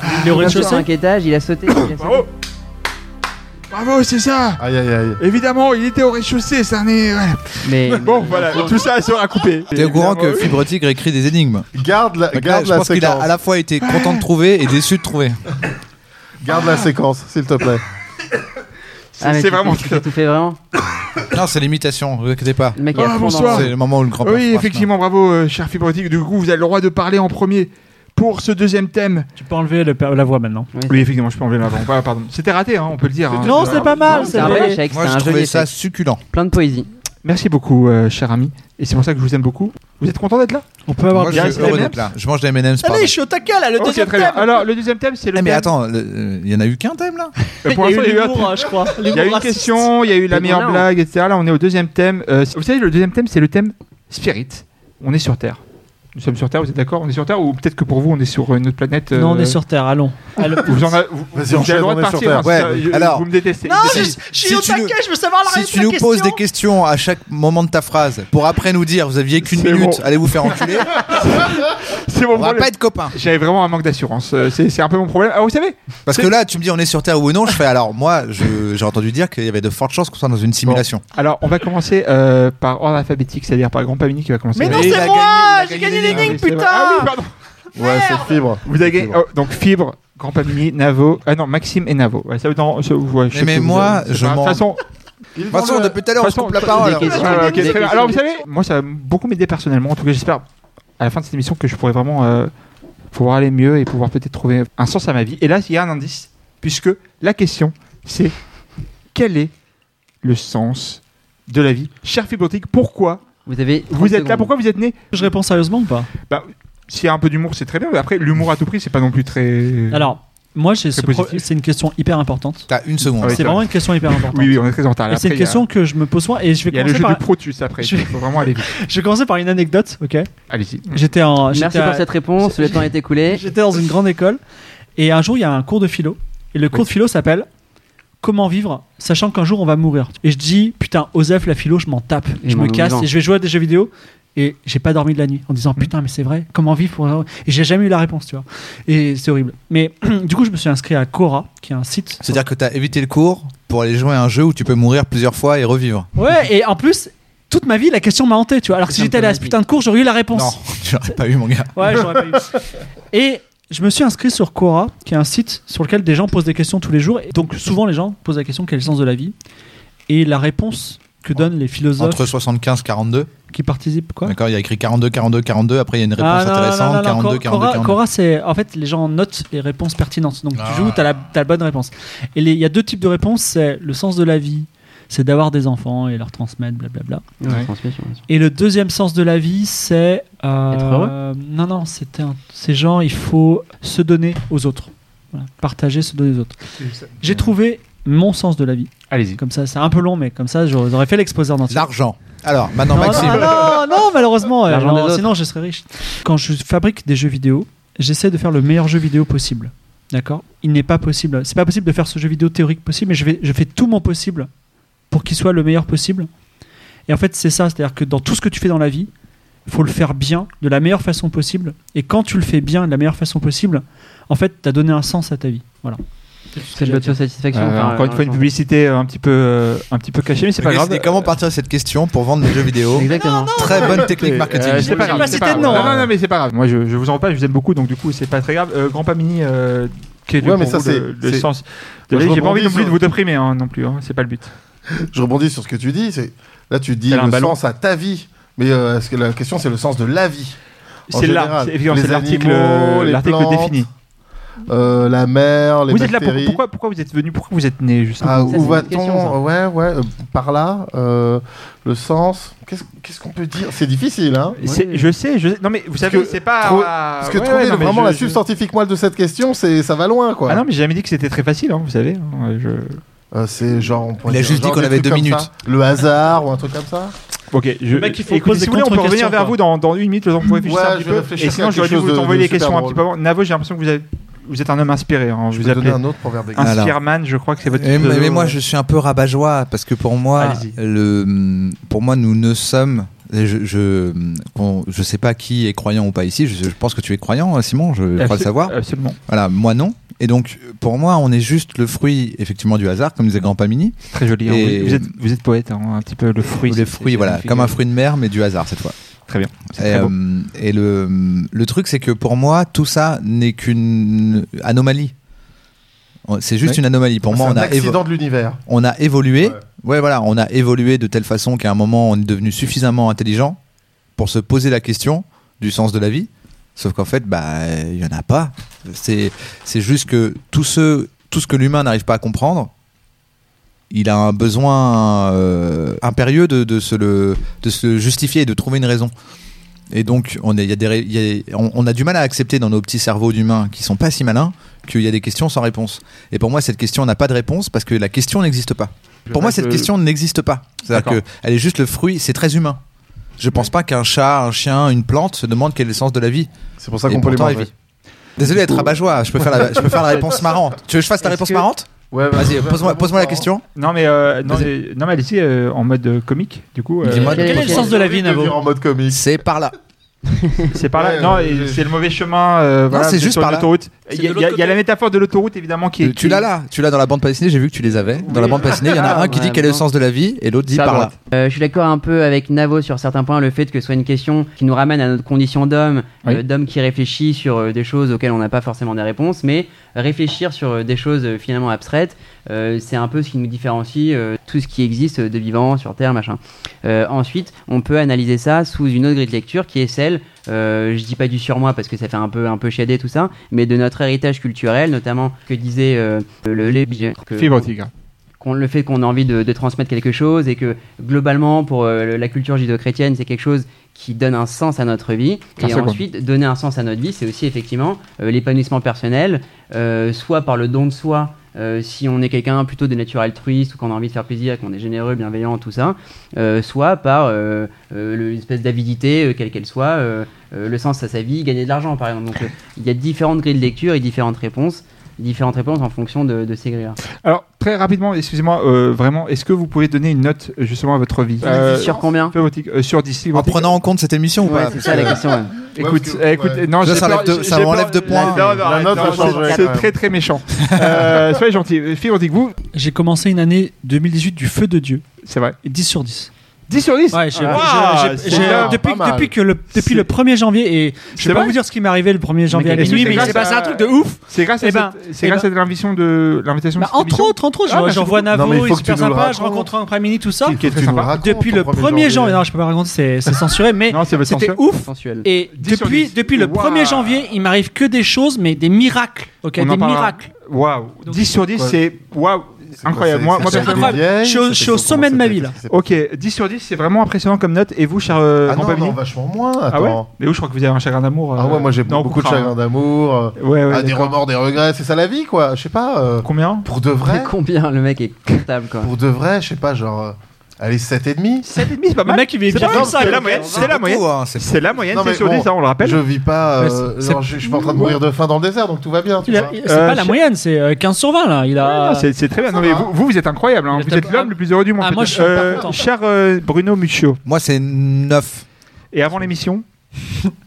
C: Le
E: Il a sauté
C: rez-de-chaussée.
E: cinq étages, il a sauté. il a sauté.
B: Bravo Bravo, c'est ça
A: Aïe aïe aïe.
B: Évidemment, il était au rez-de-chaussée, ça n'est.
E: Mais
B: Bon, voilà, tout ça sera coupé.
D: T'es au courant que Fibre Tigre écrit des énigmes
A: Garde la,
D: Donc là,
A: garde
D: Je
A: la
D: pense qu'il a
A: séquence.
D: à la fois été content de trouver et déçu de trouver.
A: Garde la séquence, s'il te plaît.
E: Ah, mais
B: c'est
E: tu-
B: vraiment
E: tu t'es tout fait vraiment.
D: Non, c'est l'imitation, vous inquiétez pas.
E: Le mec il a
B: Ah,
E: fond dans-
B: bonsoir.
D: C'est le moment où le grand
B: Oui, effectivement, bravo, euh, cher Fibrotique. Du coup, vous avez le droit de parler en premier pour ce deuxième thème.
C: Tu peux enlever le per- la voix maintenant.
B: Oui, effectivement, je peux enlever l'avant. Ah, Pardon, c'était raté, hein, on peut le dire. hein.
C: Non, c'est pas mal.
E: C'est un bel
C: vrai.
E: échec, c'est
D: Moi, je
E: un joli
D: trouvais ça
E: échec.
D: succulent.
E: Plein de poésie.
B: Merci beaucoup, euh, cher ami. Et c'est pour ça que je vous aime beaucoup. Vous êtes content d'être là
C: On peut avoir
D: Moi, je
B: bien
D: suis
B: resté
D: heureux
B: les
D: d'être là. Je mange des M&M's. pardon.
C: suis au taquet là, le
B: Ok, très bien. Alors, le deuxième thème, c'est le
D: Eh, mais
B: thème-
D: attends, le- euh, il y en a eu qu'un thème
C: Oh,
D: là
B: Euh, pour l'instant, il y a eu un thème.
C: je crois.
B: Il y a eu une question, il y a eu la
E: Mais
B: meilleure
E: voilà, on-
B: blague, etc. Là, on est au deuxième thème. Euh, vous savez, le deuxième thème, c'est le thème spirit. On est sur Terre. Nous sommes sur Terre, vous êtes d'accord On est sur Terre Ou peut-être que pour vous, on est sur une autre planète euh,
C: Non, on est sur Terre, allons.
B: Vous, en avez- vous, vous
A: Vas-y,
B: avez
A: enchaîne,
B: le droit
A: on
B: de
A: est sur
B: partir.
A: Terre.
B: hein,
D: Ouais,
B: ça, je-
D: alors-
B: vous me détestez.
D: Si- si tu nous-
G: je veux savoir
D: Si tu nous poses des questions à chaque moment de ta phrase pour après nous dire vous aviez qu'une
B: C'est
D: minute,
B: bon.
D: allez vous faire enculer,
B: C'est
D: on
B: mon
D: va
B: problème.
D: pas être copains.
B: J'avais vraiment un manque d'assurance. Euh, C'est c'est un peu mon problème. Ah, vous savez
D: Parce que là, tu me dis on est sur Terre ou non, je fais alors moi, je- j'ai entendu dire qu'il y avait de fortes chances qu'on soit dans une simulation.
B: Alors, on va commencer euh, par ordre alphabétique, c'est-à-dire par Grand Pamini qui va commencer.
G: Mais non,
D: Et il a
G: c'est
D: gagné- il
G: moi
D: a
G: J'ai
D: gagné
G: gagné
D: les-
G: l'énigme,
B: c'est vrai. Ah oui,
G: putain
B: pardon.
A: Ouais, c'est fibre.
B: Vous avez gagné.
A: Fibre.
B: oh, donc, Fibre, Grand Pamini, Navo. Ah non, Maxime et Navo. Ouais, ça, non, ça, ouais, je sais
D: Mais
B: que vous-
D: moi,
B: c'est
D: je
B: pas- De
D: m'en-
B: toute façon,
A: Ils
D: De toute
A: vont
D: façon,
A: le-
D: depuis tout à l'heure, on se
B: façon,
D: coupe la
B: des
D: parole. alors.
E: questions.
B: Ouais, ouais, ok, très
E: Des
B: bien.
E: questions.
B: Alors vous savez, moi ça va beaucoup m'aider personnellement. En tout cas, j'espère à la fin de cette émission que je pourrai vraiment euh, pouvoir aller mieux et pouvoir peut-être trouver un sens à ma vie. Et là, il y a un indice, puisque la question c'est quel est le sens de la vie, cher Fibrotique Pourquoi
E: Vous avez.
B: vous
E: 30
B: êtes là
E: secondes.
B: Pourquoi vous êtes né
C: Je réponds sérieusement ou pas
B: S'il y a un peu d'humour, c'est très bien. mais Après, l'humour à tout prix, c'est pas non plus très.
C: Alors, moi, j'ai ce pro-
B: positif.
C: c'est une question hyper importante.
D: T'as une seconde.
B: Ah oui, ça-
C: c'est vraiment une question hyper importante.
B: Oui, oui, on est très en retard.
C: Et
B: Après,
C: c'est une
B: il y a-
C: question que je me pose souvent et je vais,
B: Il y a le
C: commencer
B: jeu
C: par...
B: du Protus après.
C: Je-
B: Il faut vraiment aller vite.
C: je vais commencer par une anecdote. Ok.
B: Allez-y.
C: J'étais en.
E: Merci
C: j'étais à-
E: pour cette réponse, le temps est écoulé.
C: J'étais dans une grande école et un jour il y a un cours de philo et le cours de philo s'appelle Comment vivre sachant qu'un jour on va mourir. Et je dis putain Osef la philo je m'en tape,
E: Et
C: je me
E: mon
C: casse
E: vivant.
C: et je vais jouer à des jeux vidéo et j'ai pas dormi de la nuit en disant putain mais c'est vrai comment vivre pour et j'ai jamais eu la réponse tu vois et c'est horrible. Mais du coup je me suis inscrit à Quora qui est un site.
D: C'est-à-dire que t'as évité le cours pour aller jouer à un jeu où tu peux mourir plusieurs fois et revivre.
C: Ouais et en plus toute ma vie la question m'a hanté tu vois alors que si j'étais allé à ce putain de cours j'aurais eu la réponse.
D: Non, tu l'aurais pas eu, mon gars.
C: Ouais, j'aurais pas eu. Et je me suis inscrit sur Quora, qui est un site sur lequel des gens posent des questions tous les jours. Et donc souvent les gens posent la question quel est le sens de la vie Et la réponse que donnent les philosophes
D: Entre 75 42.
C: qui participent quoi
D: D'accord, il y a écrit 42 42 42 après il y a une réponse
C: Ah, non, non,
D: intéressante
C: non, non, non, Quora-
D: 42
C: Quora,
D: 42 42.
C: Quora, c'est en fait les gens notent les réponses pertinentes. Donc
D: Ah.
C: tu joues, t'as la, t'as la bonne réponse. Et les- il y a deux types de réponses. C'est le sens de la vie, c'est d'avoir des enfants et leur transmettre, blablabla.
B: Ouais.
E: Transmission, bien sûr.
C: Et le deuxième sens de la vie, c'est euh,
E: Être heureux
C: Non, non, c'était un- ces gens, il faut se donner aux autres, Voilà, partager, se donner aux autres. J'ai trouvé mon sens de la vie.
B: Allez-y.
C: Comme ça, c'est un peu long, mais comme ça, j'aurais j'aurais fait l'exposé en entier.
D: L'argent. Alors, maintenant
C: non,
D: Maxime.
C: non, non, non, malheureusement, euh,
E: L'argent
C: non,
E: des autres.
C: sinon je serais riche. Quand je fabrique des jeux vidéo, j'essaie de faire le meilleur jeu vidéo possible. D'accord Il n'est pas possible. C'est pas possible de faire ce jeu vidéo théorique possible, mais je, vais, je fais tout mon possible pour qu'il soit le meilleur possible. Et en fait, c'est ça. C'est-à-dire que dans tout ce que tu fais dans la vie, faut le faire bien, de la meilleure façon possible. Et quand tu le fais bien, de la meilleure façon possible, en fait, t'as donné un sens à ta vie. Voilà.
E: C'est de l'autosatisfaction.
B: Euh,
E: enfin,
B: encore une
E: euh,
B: fois, une publicité euh, un petit peu, euh, un petit peu cachée, mais c'est
D: Le
B: pas
D: gars s'est
B: grave.
D: dit, comment partir de cette question pour vendre des jeux vidéo
E: Exactement.
D: Très bonne technique
B: Euh,
D: marketing.
B: c'est pas
C: J'ai
B: grave.
C: pas
B: c'est
C: cité
B: pas grave.
C: de nom,
B: Non,
C: hein.
B: non, non, mais c'est pas grave. Moi, je, je vous en parle, je vous aime beaucoup, donc du coup, c'est pas très grave. Euh, Grand Pamini, euh, quel est
A: Ouais,
B: pour
A: mais
B: vous
A: ça, c'est-
B: le, le
A: c'est-
B: sens de
A: Moi, je
B: la vie J'ai pas envie
A: rebondis
B: non plus
A: sur-
B: de vous déprimer, hein, non plus. hein, c'est pas le but.
A: Je rebondis sur ce que tu dis. C'est là tu dis
B: Elle a un
A: le
B: ballon.
A: sens à ta vie, mais euh, est-ce que la question c'est le sens de la vie, En
B: C'est là,
A: général,
B: c'est évidemment,
A: les
B: c'est l'article,
A: animaux, les
B: l'article
A: plantes,
B: défini.
A: Euh, la mer, les
B: Vous êtes là
A: bactéries.
B: pour pourquoi, pourquoi vous êtes venu, pourquoi vous êtes né justement
A: Ah,
E: Ça, c'est
A: où
E: une bonne question, ça.
A: va-t-on Ouais, ouais, euh, par là, euh, le sens. Qu'est-ce qu'est-ce qu'on peut dire C'est difficile, hein
B: C'est-
E: Ouais.
B: Je sais, je sais. Non mais vous savez,
A: que
B: c'est pas.
A: trou-
B: ah,
A: Parce que
B: ouais,
A: trouver
B: ouais, non,
A: le-
B: mais
A: vraiment
B: je-
A: la
B: je-
A: substantifique moelle de cette question, c'est ça va loin, quoi.
B: Ah non, mais j'ai jamais dit que c'était très facile, hein, vous savez. hein, je-
A: Euh, c'est genre. On pourrait
D: Il a
A: dire
D: juste dit
A: genre
D: qu'on
A: des
D: avait
A: trucs
D: deux
A: comme
D: minutes.
A: ça. Le hasard ou un truc comme ça.
B: Ok, je.
C: mec, il faut
B: écoutez,
C: poser
B: si vous voulez, on peut
C: contre-question,
B: revenir vers
C: quoi.
B: vous dans, dans une minute, le temps que vous réfléchissez
A: Ouais,
B: un petit
A: je vais
B: peu.
A: réfléchir
B: Et
A: à
B: sinon,
A: quelque
B: j'aurais dû
A: chose
B: vous
A: de-
B: envoyer
A: de
B: des questions
A: super
B: un petit peu avant. Navo, j'ai l'impression que vous, avez- vous êtes un homme inspiré. hein,
A: Je
B: vous
A: vais donner
B: appelez
A: un autre proverbe. des
D: Alors.
B: Inspirman, je crois que c'est votre.
D: Eh, mais,
B: pseudo,
D: mais moi,
B: euh,
D: je suis un peu rabat-joie parce que pour moi,
B: Allez-y.
D: le, pour moi, nous ne sommes. et Je, je, qu'on- je sais pas qui est croyant ou pas ici. Je, je pense que tu es croyant, hein, Simon. Je crois le
B: absolu-
D: savoir.
B: Absolument.
D: Voilà, moi non. Et donc, pour moi, on est juste le fruit, effectivement, du hasard, comme disait Grand Pamini.
B: C'est très joli. hein,
D: Et-
B: Vous, vous êtes, vous êtes poète, hein, un petit peu le fruit.
D: Ou
B: c'est-
D: les fruits,
B: c'est
D: voilà,
B: magnifique.
D: comme un fruit de mer, mais du hasard cette fois.
B: Très bien.
D: Et,
B: C'est très beau.
D: euh, et le, le truc, c'est que pour moi, tout ça n'est qu'une anomalie. C'est juste
B: Oui. Ah,
D: une anomalie. Pour
A: C'est
D: moi,
A: un
D: on a, évo-
A: accident de l'univers.
D: on a évolué.
A: Ouais.
D: Ouais. voilà, on a évolué de telle façon qu'à un moment, on est devenu suffisamment intelligent pour se poser la question du sens de la vie. Sauf qu'en fait, bah, il y en a pas. C'est, c'est juste que tout ce, tout ce que l'humain n'arrive pas à comprendre, il a un besoin euh, impérieux de, de se le, de se le justifier et de trouver une raison. Et donc, on, est- il y a des, ré- il y a- on, on a du mal à accepter dans nos petits cerveaux d'humains qui sont pas si malins qu'il y a des questions sans réponse. Et pour moi, cette question n'a pas de réponse parce que la question n'existe pas. Pour moi, cette question n'existe pas. C'est-à-dire
B: D'accord.
D: qu'elle est juste le fruit, c'est très humain. Je pense pas qu'un chat, un chien, une plante se demande quel est le sens de la vie.
A: C'est pour ça
D: Et
A: qu'on peut les
D: pourtant, elle
A: manger.
D: vit. Désolé d'être rabat-joie, je peux faire la, je peux faire la réponse marrante. Tu veux que je fasse ta
B: Est-ce
D: réponse
B: que-
D: marrante
A: Ouais, ouais,
D: Vas-y,
A: ouais,
D: pose-moi
A: ouais,
D: pose la
A: ouais.
D: question.
B: Non mais euh, non,
D: Vas-y.
B: mais- non, mais allez-y euh, en mode euh, comique du coup. euh,
D: Dis-moi de-
C: Quel est le
E: Ok.
C: sens de la vie,
A: Envie
C: Navo
A: dire en mode comique.
D: C'est par là.
B: C'est par là.
A: Ouais,
B: non,
A: euh,
B: et
A: je-
B: c'est le mauvais chemin. euh, voilà,
D: c'est
B: vous êtes
D: juste
B: sur
D: par là.
B: l'autoroute.
G: C'est
B: Il y, a-
G: de l'autre
B: il y a- il y a
G: côté.
B: la métaphore de l'autoroute évidemment qui est.
D: Tu l'as là, tu l'as dans la bande dessinée, j'ai vu que tu les avais. Dans la bande dessinée, il y en a
E: Ah,
D: un qui
E: ouais,
D: dit quel est le
E: bon.
D: sens de la vie et l'autre dit
B: C'est à
D: par là.
B: droite.
E: Euh, je suis d'accord un peu avec Navo sur certains points, le fait que ce soit une question qui nous ramène à notre condition d'homme,
B: Oui.
E: euh, d'homme qui réfléchit sur euh, des choses auxquelles on n'a pas forcément des réponses, mais réfléchir sur euh, des choses euh, finalement abstraites, euh, c'est un peu ce qui nous différencie euh, tout ce qui existe euh, de vivant sur Terre, machin. Euh, ensuite, on peut analyser ça sous une autre grille de lecture qui est celle, euh, je dis pas du surmoi parce que ça fait un peu un peu chiadé tout ça, mais de notre héritage culturel, notamment que disait euh, le Lébige, que-
B: Fibre au tigre.
E: qu'on qu'on- le fait qu'on a envie de, de transmettre quelque chose et que globalement pour euh, la culture judéo-chrétienne c'est quelque chose qui donne un sens à notre vie
B: Car
E: et
B: c'est quoi
E: ensuite donner un sens à notre vie c'est aussi effectivement euh, l'épanouissement personnel euh, soit par le don de soi euh, si on est quelqu'un plutôt de nature altruiste ou qu'on a envie de faire plaisir, qu'on est généreux, bienveillant, tout ça, euh, soit par euh, euh, le- l'espèce d'avidité, euh, quelle qu'elle soit, euh, euh, le sens à sa vie, gagner de l'argent par exemple. Donc euh, il y a différentes grilles de lecture et différentes réponses, différentes réponses en fonction de, de ces grilles-là.
B: Alors, très rapidement, excusez-moi, euh, vraiment, est-ce que vous pouvez donner une note euh, justement à votre vie Euh,
E: sur combien
B: sur votre- euh, sur 10
D: En prenant en compte cette émission ou
E: Ouais,
D: pas Euh,
E: c'est ça la question. ouais.
B: Écoute, euh,
A: parce que-
B: écoute,
A: ouais.
B: non,
D: Ça,
B: j'ai
D: ça
B: peur-
D: enlève de-
B: j'ai
D: ça
B: peur-
D: enlève de points.
B: Non, non,
A: La note
B: non,
A: a
B: c'est-
A: changé.
B: C'est très très méchant. Euh, Soyez gentil. Phil, on dit que vous,
C: J'ai commencé une année 2018 du feu de Dieu.
B: c'est vrai.
C: 10 sur 10.
B: 10 sur 10
C: Ouais, j'ai-
B: Ah,
C: j'ai-
B: c'est
C: j'ai-
A: bien,
C: depuis,
A: pas mal.
C: depuis, que le, depuis
B: C'est-
C: le 1er janvier, et je
B: C'est
C: vais pas
B: vrai
C: vous dire ce qui m'est arrivé le 1er janvier à
B: Mais qu'est-ce que
C: minuit,
B: c'est
C: mais il
B: grâce
C: s'est passé
B: à-
C: un truc de ouf.
B: C'est grâce à
C: Eh ben,
B: cette- c'est
C: eh
B: grâce à l'invitation de l'invitation de
C: Bah,
B: cette
C: entre
B: émission.
C: autres, entre autres,
B: Ah,
C: je-
B: merci
C: j'envoie
A: beaucoup. Non, mais
C: Navo,
A: il
C: il
A: faut
C: est
A: que tu
C: super
A: nous le
C: sympa, je
A: racontes.
C: rencontre un après-midi, tout ça.
A: Qui- qui-
B: très
A: tu nous
B: sympa.
A: racontes
C: Depuis
A: ton
C: le
A: premier
C: 1er
A: janvier.
C: janvier, non, je peux pas raconter, c'est c'est censuré, mais
B: Non, c'est votre
C: c'était
B: censure.
C: ouf.
E: Sensuel.
C: Et
B: 10 sur
C: depuis,
B: 10.
C: depuis le
B: Waouh.
C: 1er janvier, il m'arrive que des choses, mais des miracles. Ok,
B: On en
C: des
B: parlera.
C: miracles.
B: Waouh.
C: Donc,
B: 10 sur 10,
A: quoi
B: c'est waouh, incroyable. Moi, moi
C: c'est-
B: personnellement,
C: incroyable. Je suis au- je suis au sommet de ma vie, là.
B: Ok, 10 sur 10, c'est vraiment impressionnant comme note. Et vous, cher euh,
A: Ah
B: grand
A: non,
B: Pavini
A: non, vachement moins.
B: Ah ouais
A: Attends.
B: Mais où je crois que vous avez un chagrin d'amour.
A: Ah
B: euh,
A: ouais, moi j'ai
B: non,
A: beaucoup de
B: on comprend,
A: chagrin d'amour, euh,
B: hein. Ouais, ouais.
A: ah, des
B: d'accord.
A: remords, des regrets, c'est ça la vie quoi. Je sais pas. euh,
B: Combien
A: Pour de
E: Mais
A: vrai,
E: combien le mec est comptable quoi.
A: pour de vrai, je sais pas, genre. euh, Allez, 7,5
B: 7,5, c'est pas
C: Le
B: mal.
C: mec, il est
B: C'est
C: bien
B: pas
C: comme
B: mal,
C: ça.
B: C'est la
C: quoi.
B: moyenne. C'est la moyenne.
D: Beaucoup, hein, c'est-
B: C'est la moyenne,
A: Non,
B: c'est
A: mais
B: sur
A: bon,
B: 10, hein, on le rappelle.
A: Je vis pas. euh,
C: Ouais, c'est-
A: genre, je je suis pas en train de mourir de faim dans le désert, donc tout va bien. tu
C: Il a-
A: vois.
C: C'est
B: Euh,
C: pas la
B: je-
C: moyenne, c'est euh, 15 sur 20 là. Il a.
B: Ah, c'est c'est très bien. Non, mais vous, vous, vous êtes incroyable. hein.
C: Il
B: Vous
C: tape-
B: êtes l'homme le plus heureux du monde.
C: Ah, moi, je suis
B: peut-être.
C: pas
B: Euh,
C: content.
B: Cher euh, Bruno Muccio,
D: Moi, c'est 9.
B: et avant l'émission,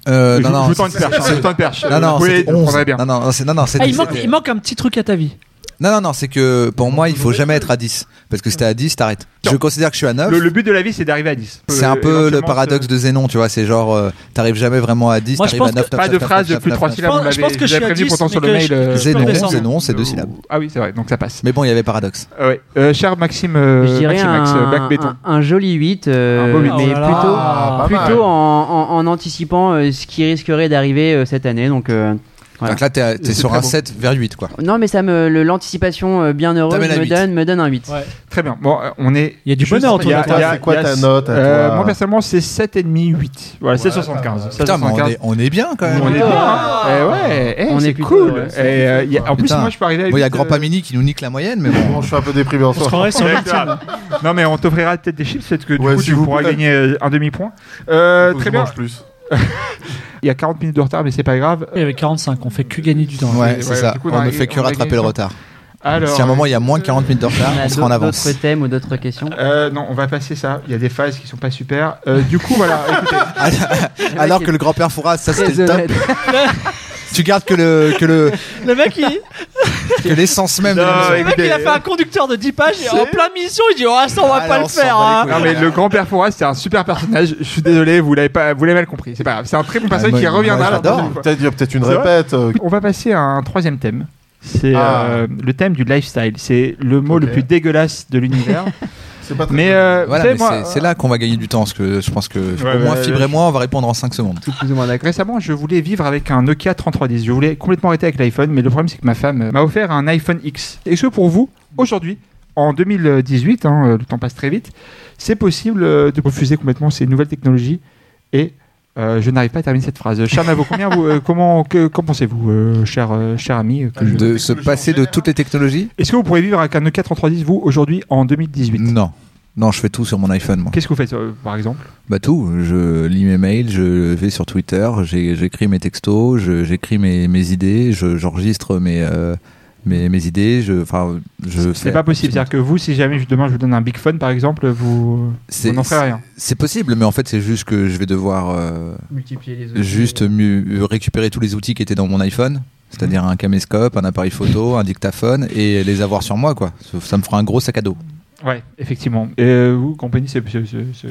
D: Euh,
B: je
D: non,
B: je
D: non,
B: vous tends une
D: c'est-
B: perche.
D: c'est-
B: hein, Je vous tends une perche.
D: Non, non,
B: Vous pouvez-
D: c'était
B: vous
D: 11.
B: prendrez bien.
D: Non, non, c'est- non, non, c'est-
C: Ah, il, manque,
D: c'était-
C: il manque un petit truc à ta vie.
D: Non, non, non, c'est que pour moi, il faut jamais être à 10. Parce que si t'es à 10, t'arrêtes. Je
B: Non.
D: considère que je suis à 9.
B: Le, le but de la vie, c'est d'arriver à 10.
D: C'est
B: Euh,
D: un peu le
B: éventuellement,
D: paradoxe de Zénon, tu vois. C'est genre, euh, t'arrives jamais vraiment à 10,
C: Moi, je
D: t'arrives à
C: pense
D: 9,
B: Pas de phrase de plus de 3
D: 9.
B: syllabes.
C: syllabes.
B: on
C: Je pense
B: l'avait-
C: que je suis à
B: l'avais prévenu
C: 10,
B: pourtant sur
C: mais
B: le
C: que je-
B: mail. euh,
C: que je peux
D: Zénon,
C: descendre.
D: Zénon, c'est deux syllabes.
B: Ah oui, c'est vrai, donc ça passe.
D: Mais bon, il y avait paradoxe.
B: Ah ouais. Euh, cher Maxime, euh,
E: Je dirais
B: Maxime,
E: un,
B: Max, euh, Black Béton.
E: un- un joli 8, euh,
B: Un beau 8.
E: mais
C: Oh là là.
E: plutôt,
A: Ah, pas mal.
E: plutôt en, en- en anticipant euh, ce qui risquerait d'arriver euh, cette année. Donc, euh, Voilà.
D: Donc là, t'es t'es
B: C'est
D: sur
B: très
D: un
B: beau.
D: 7 vers 8, quoi.
E: Non, mais ça me le- l'anticipation euh, bien heureuse
D: T'amènes à
E: me
D: huit.
E: donne, me donne un 8.
C: Ouais.
B: Très bien. Bon, euh, on est.
C: Il y a du
B: juste-
C: bonheur autour
B: il y a-
C: de toi.
B: il y a-
A: C'est quoi
B: il y a-
A: ta note à
B: euh,
A: toi
B: Moi, personnellement, c'est 7,5, 8. Voilà, c'est
A: Ouais,
B: 75.
D: Putain, mais on
B: 75.
D: est, on est bien quand
B: On est
D: même.
B: bien.
E: Ah.
B: hein. Eh ouais, eh,
E: On
B: c'est
E: est plutôt,
B: cool.
E: ouais,
B: Eh, euh, il y a- en plus,
D: Putain.
B: moi, je peux arriver à.
D: Bon, il y a
B: huit,
D: Grand
B: euh,
D: Pamini qui nous nique la moyenne, mais bon.
A: Bon, je suis un peu déprimé en
C: On se
A: soi.
C: croirait sur le-
B: non, mais on t'offrira peut-être des chips, peut-être que du
A: Ouais,
B: coup,
A: si
B: tu
A: vous
B: pourras
A: pouvez.
B: gagner euh, un demi-point. Euh,
A: Faut que je
B: très bien.
A: mange plus.
B: Il y a 40 minutes de retard, mais c'est pas grave.
C: Il y avait 45, on fait que gagner du temps.
B: ouais,
D: Ouais, c'est ça.
B: du coup, on
D: On
B: a-
D: ne fait que
B: on a
D: rattraper
B: gagné
D: le
B: ça.
D: retard.
B: Alors.
D: Si à un moment, il y a moins de 40 minutes de retard,
E: On a
D: on sera en
E: d'autres
D: avance.
E: d'autres thèmes ou d'autres questions
B: euh, non, on va passer ça. Il y a des phases qui sont pas super. Euh, du coup, voilà. écoutez,
D: Alors que le grand-père Fouras, ça
E: Très
D: c'était le top.
E: honnête.
D: Tu gardes que le que le
C: Le mec, il,
D: que l'essence même. de
B: Non,
D: l'émission.
B: écoutez,
C: le mec, il a fait un conducteur de 10 pages et en plein mission, il dit Oh, ça, on va pas
D: Ah, là,
C: le
D: on s'en
C: faire.
D: bat
C: hein.
D: les couilles.
B: Non mais le grand père Fouras c'est un super personnage. Je suis désolé, vous l'avez pas, vous l'avez mal compris. C'est pas grave. C'est un très bon personnage
D: Ah, moi,
B: qui
D: moi,
B: reviendra. la
D: j'adore.
B: prochaine fois.
A: Peut-être, il y a peut-être une
B: C'est vrai
A: répète. euh,
B: On va passer à un troisième thème. C'est
A: Ah.
B: euh, le thème du lifestyle. C'est le mot
A: Ok.
B: le plus dégueulasse de l'univers.
A: C'est pas très.
B: mais euh,
D: Voilà,
B: vous savez,
D: mais
B: moi,
D: c'est- c'est là qu'on va gagner du temps, parce que je pense que
B: Ouais,
D: au moins
B: ouais,
D: Fibre
B: ouais.
D: et moi, on va répondre en 5 secondes.
E: Tout plus ou moins d'accord.
B: Récemment, je voulais vivre avec un Nokia 3310. Je voulais complètement arrêter avec l'iPhone, mais le problème, c'est que ma femme euh, m'a offert un iPhone X. Est-ce que pour vous, aujourd'hui, en 2018, hein, euh, le temps passe très vite, c'est possible euh, de refuser complètement ces nouvelles technologies Et euh, je n'arrive pas à terminer cette phrase. Cher Navo, combien vous, euh, comment, que- qu'en pensez-vous, euh, cher, euh, cher ami euh, que je-
D: De se passer de toutes les technologies
B: Est-ce que vous pourrez vivre avec un E Nokia 3310, vous, aujourd'hui, en 2018
D: Non. Non, je fais tout sur mon iPhone, moi.
B: Qu'est-ce que vous faites, euh, par exemple
D: Bah tout, je lis mes mails, je vais sur Twitter, j'ai- j'écris mes textos, je- j'écris mes, mes idées, je- j'enregistre mes, euh, mes mes idées, je enfin je
B: C'est
D: fais-
B: pas possible. C'est-à-dire que vous, si jamais je- demain je vous donne un Big Phone, par exemple, vous,
D: C'est-
B: vous n'en ferez rien.
D: C'est possible, mais en fait, c'est juste que je vais devoir euh,
E: Multiplier les autres.
D: juste mieux euh, récupérer tous les outils qui étaient dans mon iPhone, c'est-à-dire un caméscope, un appareil photo, un dictaphone, et les avoir sur moi, quoi. Ça- Ça me fera un gros sac à dos.
B: Ouais, effectivement. Et euh, vous, compagnie, c'est. c'est- c'est-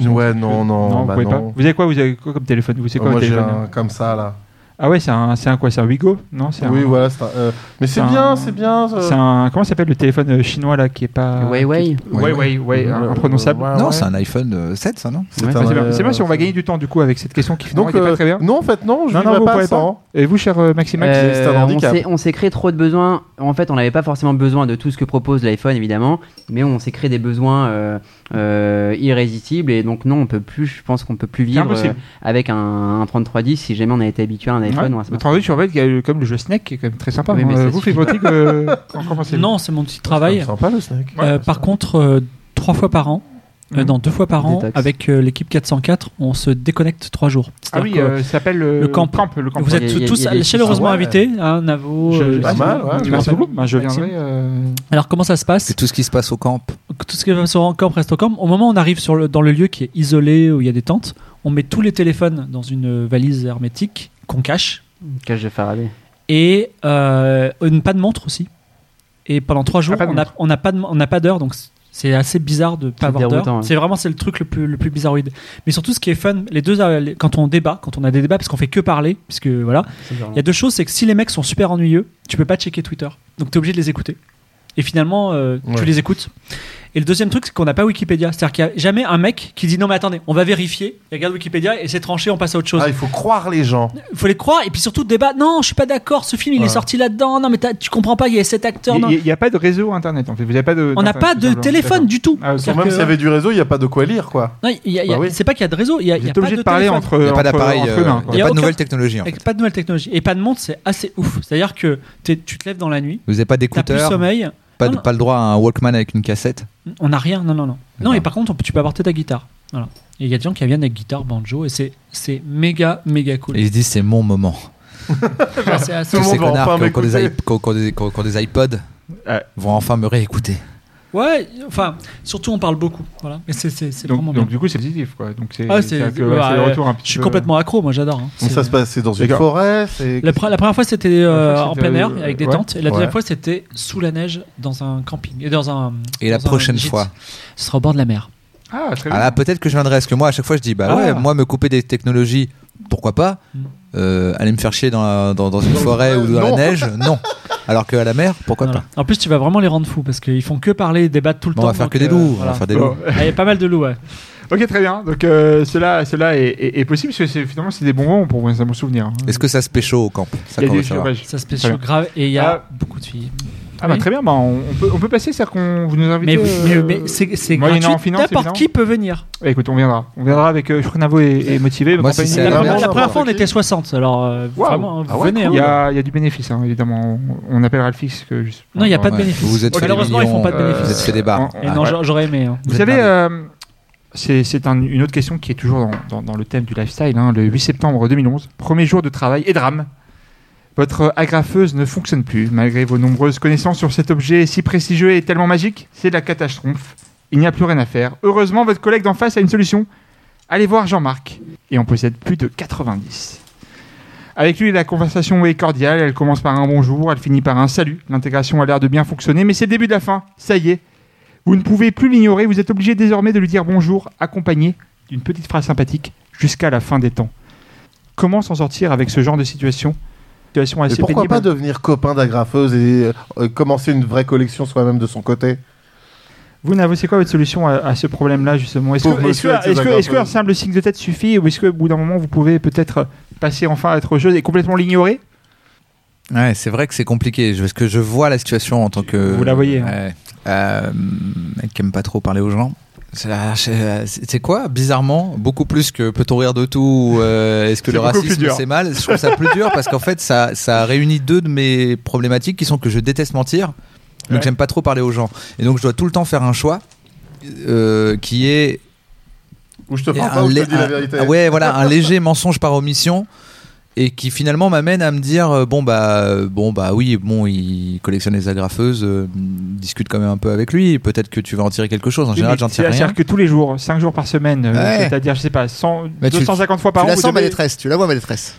B: c'est-
A: Ouais, non, non,
B: euh, vous
A: bah
B: pouvez
A: non. Euh,
B: pas. Vous avez quoi Vous avez quoi comme téléphone Vous c'est quoi
A: Moi,
B: votre
A: j'ai
B: téléphone
A: un comme ça là.
B: Ah ouais, c'est un, c'est un quoi C'est un Wigo Non, c'est
A: Oui,
B: un,
A: voilà. c'est un- euh, mais c'est
B: c'est
A: bien,
B: un-
A: c'est bien. euh, ça.
B: c'est un- comment ça s'appelle le téléphone euh, chinois là qui est pas.
E: Huawei.
B: Ouais, ouais, ouais,
A: Euh,
B: imprononçable.
A: ouais,
D: non,
A: ouais.
D: c'est un iPhone euh, 7, ça, non
A: C'est
B: Ouais,
A: un-
B: c'est bien.
A: euh,
B: C'est bien si on va gagner du temps du coup avec cette question qui finalement
A: Donc,
B: était pas
A: euh,
B: très bien.
A: non, en fait, non, je
B: Non, non,
A: vivrai
B: vous
A: pas
B: pouvez
A: sans.
B: Et vous, cher euh, Maximax
A: Euh, c'est un
E: on
A: handicap.
E: s'est- on s'est créé trop de besoins. En fait, on n'avait pas forcément besoin de tout ce que propose l'iPhone, évidemment, mais on s'est créé des besoins euh, euh, irrésistibles. Et donc, non, on peut plus. Je pense qu'on peut plus vivre
B: impossible.
E: euh, avec un, un 3310 si jamais on a été habitué à un iPhone ou un
B: Ouais.
E: smartphone.
B: Attendez, sur Red, il y a eu comme le jeu Snake qui est quand même très sympa.
E: Oui,
B: hein.
E: mais ça
B: vous,
E: suffit.
B: faites votre euh, quand commencez-vous
C: Non, c'est mon petit
A: C'est
C: travail.
A: sympa le snack.
C: Euh, par contre, euh, trois fois par an, euh,
D: Hum.
B: Mhm.
C: non, deux fois par an,
E: Détaxe.
C: avec euh, l'équipe 404, on s'en- on se déconnecte trois jours.
B: Ah
C: C'est-à-dire
B: oui,
C: que
B: euh, ça s'appelle euh,
C: le camp.
B: le camp.
C: vous
E: Il y a- il y
C: êtes
E: a- il
C: tous
E: y a des-
C: chaleureusement
A: Ah ouais.
C: invités, hein, Navo.
B: Je-
C: euh,
A: Pas mal, ouais.
B: Merci beaucoup. Ben, je
C: Maxime.
B: viendrai. euh,
C: Alors, comment ça se passe
D: C'est tout ce qui se passe au camp.
C: tout ce qui va sur camp reste au camp. Au moment où on arrive sur le- dans le lieu qui est isolé, où il y a des tentes, on met tous les téléphones dans une valise hermétique qu'on cache.
E: Cache de Faraday.
C: Et euh, une, pas de montre aussi. Et pendant trois jours,
B: pas de
C: on n'a
B: montre.
C: on n'a pas de- on n'a pas d'heure, donc c'est- c'est assez bizarre de
E: C'est
C: pas avoir d'heure.
E: déroutant, ouais.
C: C'est vraiment c'est le truc le plus, le plus bizarroïde. Mais surtout, ce qui est fun, les deux, euh, les- quand on débat, quand on a des débats, parce qu'on fait que parler, puisque voilà, il y a deux choses, c'est que si les mecs sont super ennuyeux, tu peux pas checker Twitter. Donc tu es obligé de les écouter. Et finalement, euh,
A: Ouais.
C: tu les écoutes. Et le deuxième truc, c'est qu'on n'a pas Wikipédia. C'est-à-dire qu'il n'y a jamais un mec qui dit non mais attendez, on va vérifier, il regarde Wikipédia et c'est tranché, on passe à autre chose.
A: Ah, il faut croire les gens.
C: Il faut les croire et puis surtout débat. Non, je suis pas d'accord, ce film il
A: Ouais.
C: est sorti là-dedans, non mais t'as- tu comprends pas, il y a cet acteur. non.
B: Il n'y a pas de réseau internet en fait. Vous avez pas de.
C: On n'a
B: d'internet,
C: pas
B: tout
C: de
B: simplement.
C: téléphone du tout.
B: Ah,
A: Quand
B: ok.
C: C'est-à-dire
A: même,
C: que-
A: s'il y avait du réseau, il n'y a pas de quoi lire, quoi.
C: Non, il y a- il y a-
A: Bah oui.
C: C'est pas qu'il y a de réseau, il y a, il
B: Vous
C: y a
B: êtes
C: pas
B: obligé
C: de
B: de parler
C: téléphone.
B: entre.
D: Il n'y a pas d'appareil,
B: entre-
D: euh,
B: entre humains,
D: il
B: quoi.
D: n'y
C: Y
D: a
C: a
D: pas de
C: aucun-
D: nouvelle technologie. en fait.
C: Avec pas de nouvelle technologie. Et pas de montre, c'est assez ouf. C'est-à-dire que t'es- tu te lèves dans la nuit,
D: Vous n'avez pas
C: t'as plus
D: d'écouteurs,
C: sommeil,
D: pas,
C: Non,
D: de-
C: non.
D: pas le droit à un Walkman avec une cassette.
C: On n'a rien, non, non, non. Non,
D: D'accord.
C: et par contre, on peut- tu peux apporter ta guitare. Voilà. Et il y a des gens qui viennent avec guitare, banjo, et c'est c'est méga, méga cool.
D: Et ils se disent c'est mon moment.
C: Enfin, c'est assez-
A: Tout
D: Tous
A: le
D: ces
A: monde va
D: connards
A: enfin
D: qui ont- qui ont des
A: m'écouter.
D: iP- qui ont- qui ont des- qui ont- qui ont des iPods
B: Ouais.
D: vont enfin me réécouter.
C: Ouais, enfin, surtout on parle beaucoup. Voilà. Mais c'est c'est- c'est vraiment
B: Donc,
C: bien.
B: donc, du coup, c'est positif quoi. Donc c'est
C: Ah,
B: c'est
C: c'est-
B: un peu- ouais,
C: bah,
B: c'est le
C: euh,
B: retour un
C: Je
B: petit
C: suis
B: peu-
C: complètement accro, moi j'adore.
A: Donc
C: hein. C'est-
A: ça se passe, c'est dans une
B: D'accord.
A: forêt, c'est.
C: La, pre- la première fois c'était euh,
B: La première fois,
C: en
B: c'était,
C: plein air
B: euh,
C: avec des
B: ouais.
C: tentes et la deuxième
A: Ouais.
C: fois c'était sous la neige dans un camping et dans un
D: Et la
C: dans un
D: prochaine
C: gîte.
D: fois.
C: ce sera au bord de la mer.
B: Ah, très
D: Ah
B: bien.
D: là, peut-être que je viendrai. Parce que moi, à chaque fois, je dis bah
B: Ah.
D: ouais, moi, me couper des technologies, pourquoi pas
C: Mm.
D: Euh, Aller me faire chier dans, la- dans, dans une
A: Dans le-
D: forêt ou dans
A: non.
D: la neige, non. Alors qu'à la mer, pourquoi
C: Voilà.
D: pas
C: En plus tu vas vraiment les rendre fous parce qu'ils font que parler, débattre tout le
D: Bon,
C: temps.
D: On va faire
C: donc,
D: que des
C: euh,
D: loups. On
C: voilà.
D: va faire des
B: Bon.
D: loups.
C: Ah, Il y a pas mal de loups. Ouais.
B: Ok, très bien. Donc euh, cela, cela est, est- est possible parce que c'est- finalement c'est des bons moments pour moi, ça me souvenir. hein.
D: Est-ce que ça se pécho au camp
B: Il
D: Ça
B: y a
D: qu'on
B: des
D: veut savoir.
B: chauvages.
C: Ça se
B: Très
C: passe
B: bien.
C: grave et il y a
B: Ah.
C: beaucoup de filles.
B: Ah bah
C: Oui.
B: très bien. Bah, on, on peut on peut passer ça qu'on vous nous invitez.
C: Mais, mais,
B: euh,
C: mais c'est c'est
B: moyennant en
C: gratuit.
B: finance,
C: N'importe
B: évidemment.
C: qui peut venir.
B: Ouais, écoute, on viendra. On viendra avec euh, je crois que Navo est, est motivé.
D: Moi,
B: ma
D: si
B: compagnie-
D: c'est à
C: La,
A: la
C: première-
A: merde,
C: la première
A: n'importe
C: fois, on
A: qui.
C: était 60. Alors, euh,
B: Waouh.
C: vraiment,
A: Ah
C: vous
A: ouais,
C: venez.
B: Il
A: cool.
B: y,
C: hein.
B: a, il y a du bénéfice, hein, évidemment. On, on appellera le euh, fixe. Que je-
C: Non, il n'y a pas de
D: Ouais.
C: bénéfice.
D: Vous vous êtes fait
C: Malheureusement,
D: des
C: ils font
D: millions,
C: pas de
B: euh,
D: Vous
C: bénéfice.
D: êtes fait des barres.
B: Et
C: Et
D: Ah,
C: non,
D: ouais.
C: j'a- j'aurais aimé. hein.
D: Vous
B: Vous
D: êtes
B: savez,
D: blindés.
B: euh, c'est c'est un- une autre question qui est toujours dans, dans- dans le thème du lifestyle. hein. le 8 septembre 2011, premier jour de travail et drame. Votre agrafeuse ne fonctionne plus, malgré vos nombreuses connaissances sur cet objet si prestigieux et tellement magique. C'est de la catastrophe. Il n'y a plus rien à faire. Heureusement, votre collègue d'en face a une solution. Allez voir Jean-Marc. Et on possède plus de 90. Avec lui, la conversation est cordiale. Elle commence par un bonjour, elle finit par un salut. L'intégration a l'air de bien fonctionner, mais c'est le début de la fin. Ça y est, vous ne pouvez plus l'ignorer, vous êtes obligé désormais de lui dire bonjour, accompagné d'une petite phrase sympathique, jusqu'à la fin des temps. Comment s'en sortir avec ce genre de situation Situation
A: Mais
B: assez
A: pourquoi
B: pénible.
A: pas devenir copain d'agrafeuse et euh, commencer une vraie collection soi-même de son côté
B: Vous, Navo, c'est quoi votre solution à, à ce problème-là, justement Est-ce
A: Pauvre
B: que, est-ce que,
A: monsieur avec ses
B: est-ce que-
A: agrafes.
B: est-ce qu'un simple signe de tête suffit Ou est-ce qu'au bout d'un moment, vous pouvez peut-être euh, passer enfin à autre chose et complètement l'ignorer
D: Ouais, c'est vrai que c'est compliqué. Je- Parce que je vois la situation en tant que.
B: Vous la voyez, hein.
D: Ouais. Euh, mec qui aime pas trop parler aux gens. C'est la- C'est c'est quoi Bizarrement, beaucoup plus que peut-on rire de tout ou, euh, Est-ce que
B: C'est
D: le
B: beaucoup plus
D: racisme
B: dur.
D: c'est mal Je trouve ça plus dur parce qu'en fait ça, ça réunit deux de mes problématiques qui sont que je déteste mentir, donc
B: Ouais.
D: j'aime pas trop parler aux gens. Et donc je dois tout le temps faire un choix euh, qui est
A: Ou je te
D: et
A: parle
D: un
A: pas, ou je te
D: lé-
A: dis la
D: un-
A: vérité
D: ah ouais, voilà, un léger mensonge par omission et qui finalement m'amène à me dire euh, bon bah euh, bon bah oui bon il collectionne les agrafeuses euh, discute quand même un peu avec lui peut-être que tu vas en tirer quelque chose en général j'en tire rien
B: C'est-à-dire que tous les jours, 5 jours par semaine, euh,
G: Ouais.
B: c'est-à-dire, je sais pas, 100,
G: Mais tu-
B: 250 fois par
G: tu
B: an,
G: la
B: vous
G: sens ma
B: devez-
G: détresse, tu la vois ma détresse.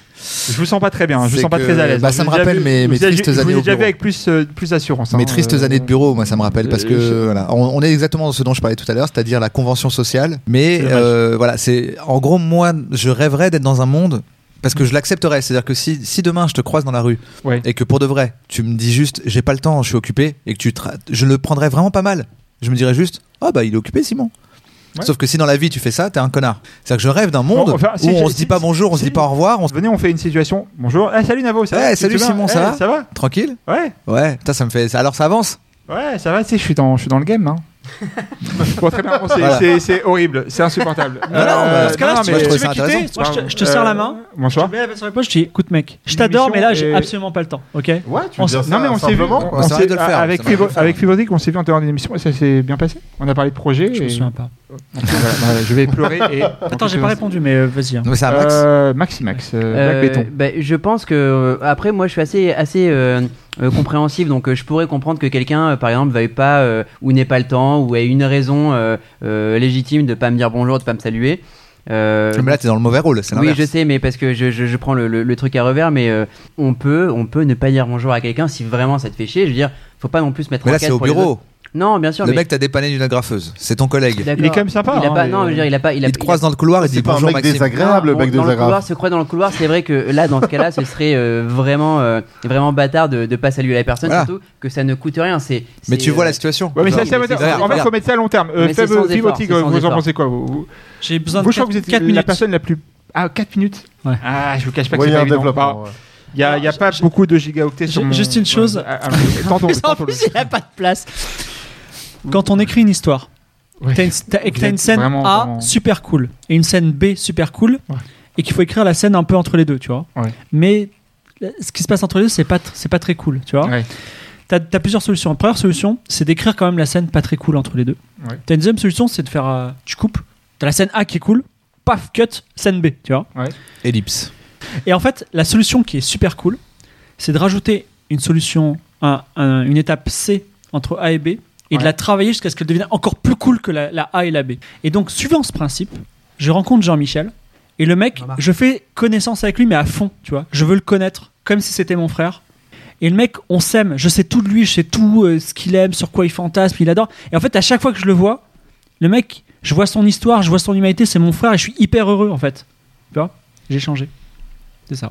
B: je vous sens pas très bien, je vous
G: C'est
B: sens pas
G: que-
B: très à l'aise.
G: bah, ça
B: Je vous
G: me
B: ai déjà
G: rappelle
B: vu-
G: mes-
B: je vous
G: mes
B: ai-
G: tristes
B: Je vous
G: années
B: ai
G: au
B: déjà vu
G: bureau.
B: avec plus, euh, plus d'assurance.
G: Mes
B: hein,
G: tristes
B: euh,
G: années de bureau, moi ça me rappelle parce
B: euh,
G: que
B: je-
G: voilà, on, on est exactement dans ce dont je parlais tout à l'heure, c'est-à-dire la convention sociale. Mais
B: C'est dommage.
D: euh, voilà, c'est en gros moi je rêverais d'être dans un monde Parce que je l'accepterais. C'est-à-dire que si, si demain je te croise dans la rue
B: Ouais.
D: et que pour de vrai, tu me dis juste j'ai pas le temps, je suis occupé et que tu te ra- je le prendrais vraiment pas mal. Je me dirais juste ah bah il est occupé Simon.
B: Ouais.
D: Sauf que si dans la vie tu fais ça, t'es un connard. C'est-à-dire que je rêve d'un monde
B: Bon, enfin, si,
D: où on
B: si,
D: se dit
B: si,
D: pas
B: si,
D: bonjour, on se
B: si.
D: dit pas au revoir, on se
B: Venez, on fait une situation. Bonjour. Eh, salut Navo, ça
D: Eh,
B: va Tu
D: salut
B: vas
D: Simon,
B: Eh,
D: ça va
B: Ça va
D: tranquille.
B: Ouais.
D: Ouais, putain, ça me fait. Alors ça avance.
B: Ouais, ça va, tu sais, je suis dans, je suis dans le game. Hein. bon, très bien, bon, c'est
D: Voilà.
B: c'est- c'est horrible, c'est insupportable. Euh,
D: Non, non, bah,
C: Dans ce cas-là,
D: non,
C: si
D: mais
C: tu-
D: je
C: tu veux
D: trouvais ça
C: quitter,
D: intéressant.
C: moi, je te- je te serre la main. Je
B: Bonsoir.
C: te mets la main sur l'épaule, je dis écoute mec, je
B: Une
C: t'adore, mais là
B: émission
C: j'ai
B: et-
C: absolument pas le temps, ok
A: Ouais, tu veux
C: On s-
A: dire ça
B: Non mais on s'est vu,
A: simplement, quoi.
B: on
D: Ça
B: s'est-
D: arrête de le
B: avec
D: faire, ça arrête de le
B: Fibre- avec Fibric, on s'est vu en dehors d'une émission et ça s'est bien passé. On a parlé de projet.
C: Je me
B: et-
C: souviens pas.
B: Donc, voilà, voilà, je vais pleurer. Et...
C: Attends, j'ai pas répondu, mais euh, vas-y. hein.
D: Non, mais ça avance.
B: Euh, Maximax, euh,
E: Euh,
B: Black Béton.
E: bah, je pense que euh, après moi je suis assez assez euh, euh, compréhensif donc euh, je pourrais comprendre que quelqu'un euh, par exemple veuille pas euh, ou n'ait pas le temps ou ait une raison euh, euh, légitime de pas me dire bonjour de pas me saluer. Euh,
D: Mais là, t'es dans le mauvais rôle. C'est
E: oui,
D: l'inverse.
E: je sais, mais parce que je, je- je prends le, le- le truc à revers, mais euh, on peut on peut ne pas dire bonjour à quelqu'un si vraiment ça te fait chier. Je veux dire, faut pas non plus se mettre
D: Mais
E: en
D: là,
E: quête
D: c'est au
E: pour les
D: bureau.
E: autres. Non, bien sûr.
D: Le
E: mais-
D: mec t'a dépanné d'une agrafeuse. C'est ton collègue.
E: D'accord.
B: Il est quand même sympa,
E: Il a
B: hein,
E: pas,
B: mais-
E: non, mais je veux dire, il a pas. Il a,
D: Il te
E: il a-
D: croise dans le couloir et dit
A: C'est pas un
D: bonjour
A: mec
D: Maxime.
A: désagréable, le
B: Ah,
E: Non,
A: mec
E: on- dans le couloir,
A: désagréable.
E: se croire dans le couloir, c'est vrai que là, dans ce cas-là, ce serait euh, vraiment, euh, vraiment bâtard de ne pas saluer la personne,
D: Voilà.
E: surtout que ça ne coûte rien. C'est,
D: Mais
E: c'est,
D: tu vois
E: euh,
D: la situation.
B: Ouais, mais ça,
E: oui,
B: ça
E: mais
B: veut dire-
E: c'est
B: en fait,
D: vrai.
B: faut mettre ça à long terme. Euh,
E: Mais c'est
B: Faible
E: sans effort,
B: Fibre,
E: c'est sans
B: vous en
E: effort.
B: pensez quoi vous, vous-
C: J'ai besoin
B: Vous,
C: de
B: je crois que vous êtes
C: 4
B: la
C: minutes.
B: personne la plus. Ah, 4 minutes
C: Ouais.
B: Ah, je vous cache pas que
A: Oui, il y a
B: c'est pas
A: un
B: évident. Bah,
A: développement. ouais.
B: Il n'y a, il y a pas beaucoup de gigaoctets sur
C: ju-
B: mon...
C: juste une chose.
B: Ouais, ah, ah, mais tantôt,
C: Mais en
B: tantôt,
C: plus, il n'y a pas de place. Quand on écrit une histoire,
B: Ouais.
C: t'as une- t'as- et que
B: Vous
C: t'as
B: êtes
C: une scène
B: vraiment,
C: A
B: vraiment-
C: super cool et une scène B super cool,
B: Ouais.
C: et qu'il faut écrire la scène un peu entre les deux, tu vois.
B: Ouais.
C: Mais euh, ce qui se passe entre les deux, c'est pas tr- c'est pas très cool, tu vois.
B: Ouais.
C: T'as as plusieurs solutions. La première solution, c'est d'écrire quand même la scène pas très cool entre les deux.
B: Ouais.
C: T'as une deuxième solution, c'est de faire, euh, tu coupes. T'as la scène A qui est cool, paf cut, scène B, tu vois.
D: Ellipse.
C: Et en fait, la solution qui est super cool, c'est de rajouter une solution, un- un- une étape C entre A et B, et de
B: Ouais.
C: la travailler jusqu'à ce qu'elle devienne encore plus cool que la, la A et la B. Et donc, suivant ce principe, je rencontre Jean-Michel, et le mec,
E: Remarque.
C: je fais connaissance avec lui, mais à fond, tu vois. Je veux le connaître, comme si c'était mon frère. Et le mec, on s'aime, je sais tout de lui, je sais tout euh, ce qu'il aime, sur quoi il fantasme, il adore. Et en fait, à chaque fois que je le vois, le mec, je vois son histoire, je vois son humanité, c'est mon frère, et je suis hyper heureux, en fait. Tu vois, j'ai changé. C'est ça.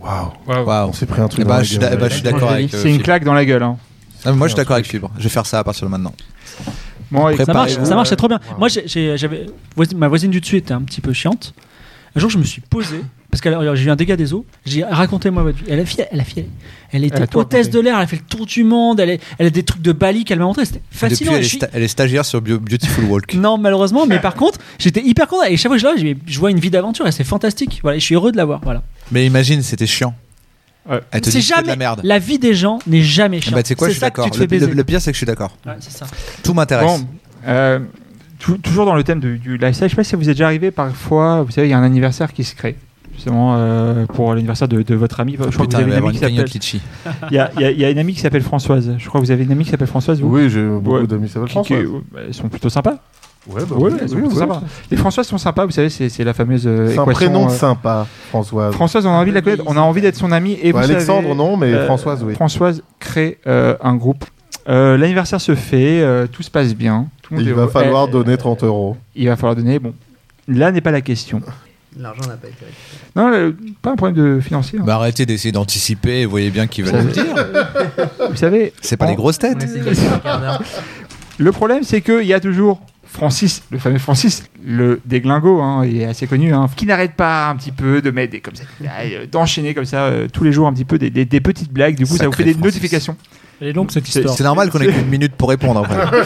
A: Waouh.
D: Waouh.
A: Ah, On s'est pris un truc.
D: Eh
A: dans
D: bah,
A: la
D: je suis
A: gueule.
D: d'a- bah, je suis d'accord
E: C'est
D: avec. euh,
B: C'est une
D: Fibre.
B: claque dans la gueule. Hein.
D: Ah, mais moi, je suis d'accord avec Fibre. Je vais faire ça à partir de maintenant.
B: Bon, et-
C: Ça marche,
D: Préparez-vous.
C: ça marche, c'est trop bien.
A: Wow.
C: Moi, j'ai- j'ai- j'avais voisi- ma voisine du dessus était un petit peu chiante. Un jour, je me suis posé parce que j'ai eu un dégât des eaux. J'ai dit, racontez-moi votre vie. Elle a fille, elle a fille, elle était
B: Elle a tout
C: hôtesse
B: raconté.
C: de l'air, elle a fait le tour du monde, elle, est- elle a des trucs de Bali qu'elle m'a montré. C'était
D: Depuis,
C: fascinant.
D: elle
C: Et
D: est,
C: je suis-
D: sta- elle est stagiaire sur Bio- Beautiful Walk.
C: Non, malheureusement, mais par contre, j'étais hyper content. Et chaque fois que je la vois, je- je vois une vie d'aventure et c'est fantastique. Voilà, et je suis heureux de la voir. Voilà.
D: Mais imagine, c'était chiant.
B: Ouais.
D: Elle te
C: C'est
D: dit que c'est
C: jamais
D: de la merde.
C: la vie des gens n'est jamais
D: Ah
C: chiante.
D: Bah, tu sais quoi, je
C: c'est
D: suis
C: ça que
D: d'accord.
C: tu te
D: Le,
C: fais baiser.
D: le- le pire, c'est que je suis d'accord.
C: Ouais, c'est ça.
D: Tout m'intéresse.
B: Bon, euh, tou- toujours dans le thème de- du lifestyle, je sais pas si vous êtes déjà arrivé parfois, vous savez, il y a un anniversaire qui se crée. Justement, euh, pour l'anniversaire de, de votre ami, je crois que vous
D: Putain, il
B: avez
D: va y
B: une
D: avoir
B: amie qui
D: une
B: s'appelle.
D: cagnotte litchi.
B: Il y, a- il y a- il y a une amie qui s'appelle Françoise. Je crois que vous avez une amie qui s'appelle Françoise. Vous
A: Oui, j'ai beaucoup
B: Ouais.
A: d'amis, ça va le
B: Qui-
A: François.
B: qui- euh, bah, elles sont plutôt sympas.
A: Ouais, bah,
B: Ouais,
A: oui,
B: elles sont
A: oui,
B: plutôt
A: oui.
B: sympas. Les Françoises sont sympas, vous savez, c'est c'est la fameuse euh,
A: C'est un
B: équation.
A: prénom
B: euh,
A: sympa, Françoise.
B: Françoise, on a envie de la connaître, on a envie d'être son amie. Et
A: Bah,
B: vous savez-
A: Alexandre, non, mais
B: euh,
A: Françoise, oui.
B: Françoise crée euh, un groupe. Euh, L'anniversaire se fait, euh, tout se passe bien. Tout le monde
A: Il
B: est
A: va
B: heureux.
A: falloir
B: Eh,
A: donner 30 euros.
B: Il va falloir donner. Bon, là n'est pas la question.
E: L'argent n'a pas été.
B: Non, le- pas un problème de financier. hein.
D: Bah, arrêtez d'essayer d'anticiper. Vous voyez bien qu'il va
B: Vous
D: le
B: savez-
D: dire. Bah.
B: Vous savez,
D: C'est pas
B: on-
D: les grosses
E: On
D: têtes.
E: essaie de gagner un quart d'heure.
B: le problème, c'est qu'il y a toujours Francis, le fameux Francis, le déglingo, hein, il est assez connu, hein, qui n'arrête pas un petit peu de mettre des comme ça, euh, d'enchaîner comme ça euh, tous les jours un petit peu des, des- des petites blagues. Du coup, ça vous fait
D: Sacré
B: des
D: Francis.
B: notifications.
C: Elle est longue cette
B: C'est-
C: histoire.
D: C'est normal qu'on ait qu'une minute pour répondre après.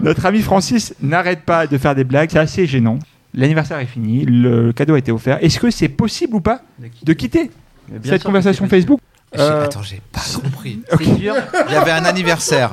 B: Notre ami Francis n'arrête pas de faire des blagues, c'est assez gênant. L'anniversaire est fini, le cadeau a été offert. Est-ce que c'est possible ou pas de quitter
E: Mais bien
B: cette
E: sûr que c'est
B: conversation
E: possible.
B: Facebook
D: J'ai-
B: Euh,
D: Attends, j'ai pas compris.
E: C'est dur.
D: Il y avait un anniversaire.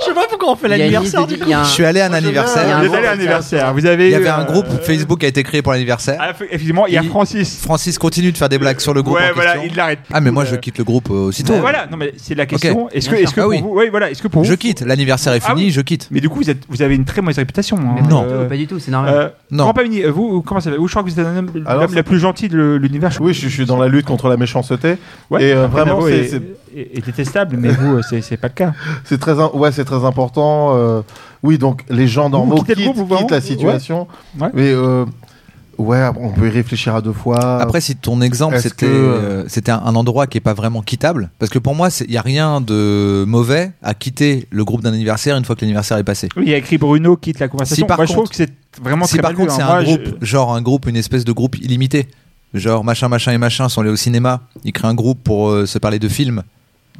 C: Je sais pas pourquoi on fait
E: Il y a une
C: l'anniversaire
E: liste de-
C: du coup.
A: Ah.
E: il y a un-
D: Je suis allé à un
E: il y a
D: anniversaire.
B: Vous êtes allé
E: un
B: à
E: groupe,
B: l'anniversaire, vous avez.
D: Il y avait un
B: euh,
D: groupe Facebook qui a été créé pour l'anniversaire.
B: ah, Effectivement, il y a
D: Il-
B: Francis.
D: Francis continue de faire des blagues sur le groupe
B: Ouais,
D: en
B: voilà,
D: question.
B: il l'arrête.
D: Ah mais moi je
B: Euh,
D: quitte le groupe euh, aussitôt.
B: Voilà, non mais c'est la question. Est-ce que,
E: Bien
B: est-ce que pour
D: sûr. Ah oui.
B: vous, oui, voilà, est-ce que pour
D: Je
B: vous-
D: quitte, l'anniversaire est
B: Ah
D: fini,
B: oui.
D: je quitte.
B: Mais du coup, vous êtes, vous avez une très mauvaise réputation. hein.
E: Mais pas
D: Non.
E: du tout,
B: Euh,
E: Pas du tout, c'est normal.
B: euh,
D: Non.
B: Grand Pavini, euh, vous, comment ça va Vous, je crois que vous êtes un homme-
A: Alors,
B: l'homme
A: ça-
B: la plus gentille de l'univers.
A: Ah Oui, je, je suis dans la lutte contre la méchanceté.
B: Ouais,
A: et euh, vraiment,
B: Navo
A: c'est-
B: est,
A: c'est
B: est- est détestable, mais vous, euh, c'est c'est pas le cas.
A: c'est très, im- ouais, c'est très important. euh, oui, donc les gens normaux
B: quittez le
A: quittent,
B: groupe, vous,
A: quittent la
B: vraiment
A: situation.
B: Ouais.
A: Mais euh, ouais, on peut y réfléchir à deux fois.
D: Après, si ton exemple
A: Ah. Est-ce
D: c'était
A: que-
D: euh, c'était un, un endroit qui est pas vraiment quittable, parce que pour moi, il y a rien de mauvais à quitter le groupe d'un anniversaire une fois que l'anniversaire est passé.
B: Oui, il y a écrit Bruno quitte la conversation.
D: Si par
B: Moi, je trouve
D: contre-
B: que c'est vraiment
D: si
B: très
D: par
B: mal vu,
D: contre
B: hein.
D: c'est un
B: Moi, je-
D: groupe, genre un groupe, une espèce de groupe illimité, genre machin, machin et machin sont allés au cinéma, ils créent un groupe pour euh, se parler de films,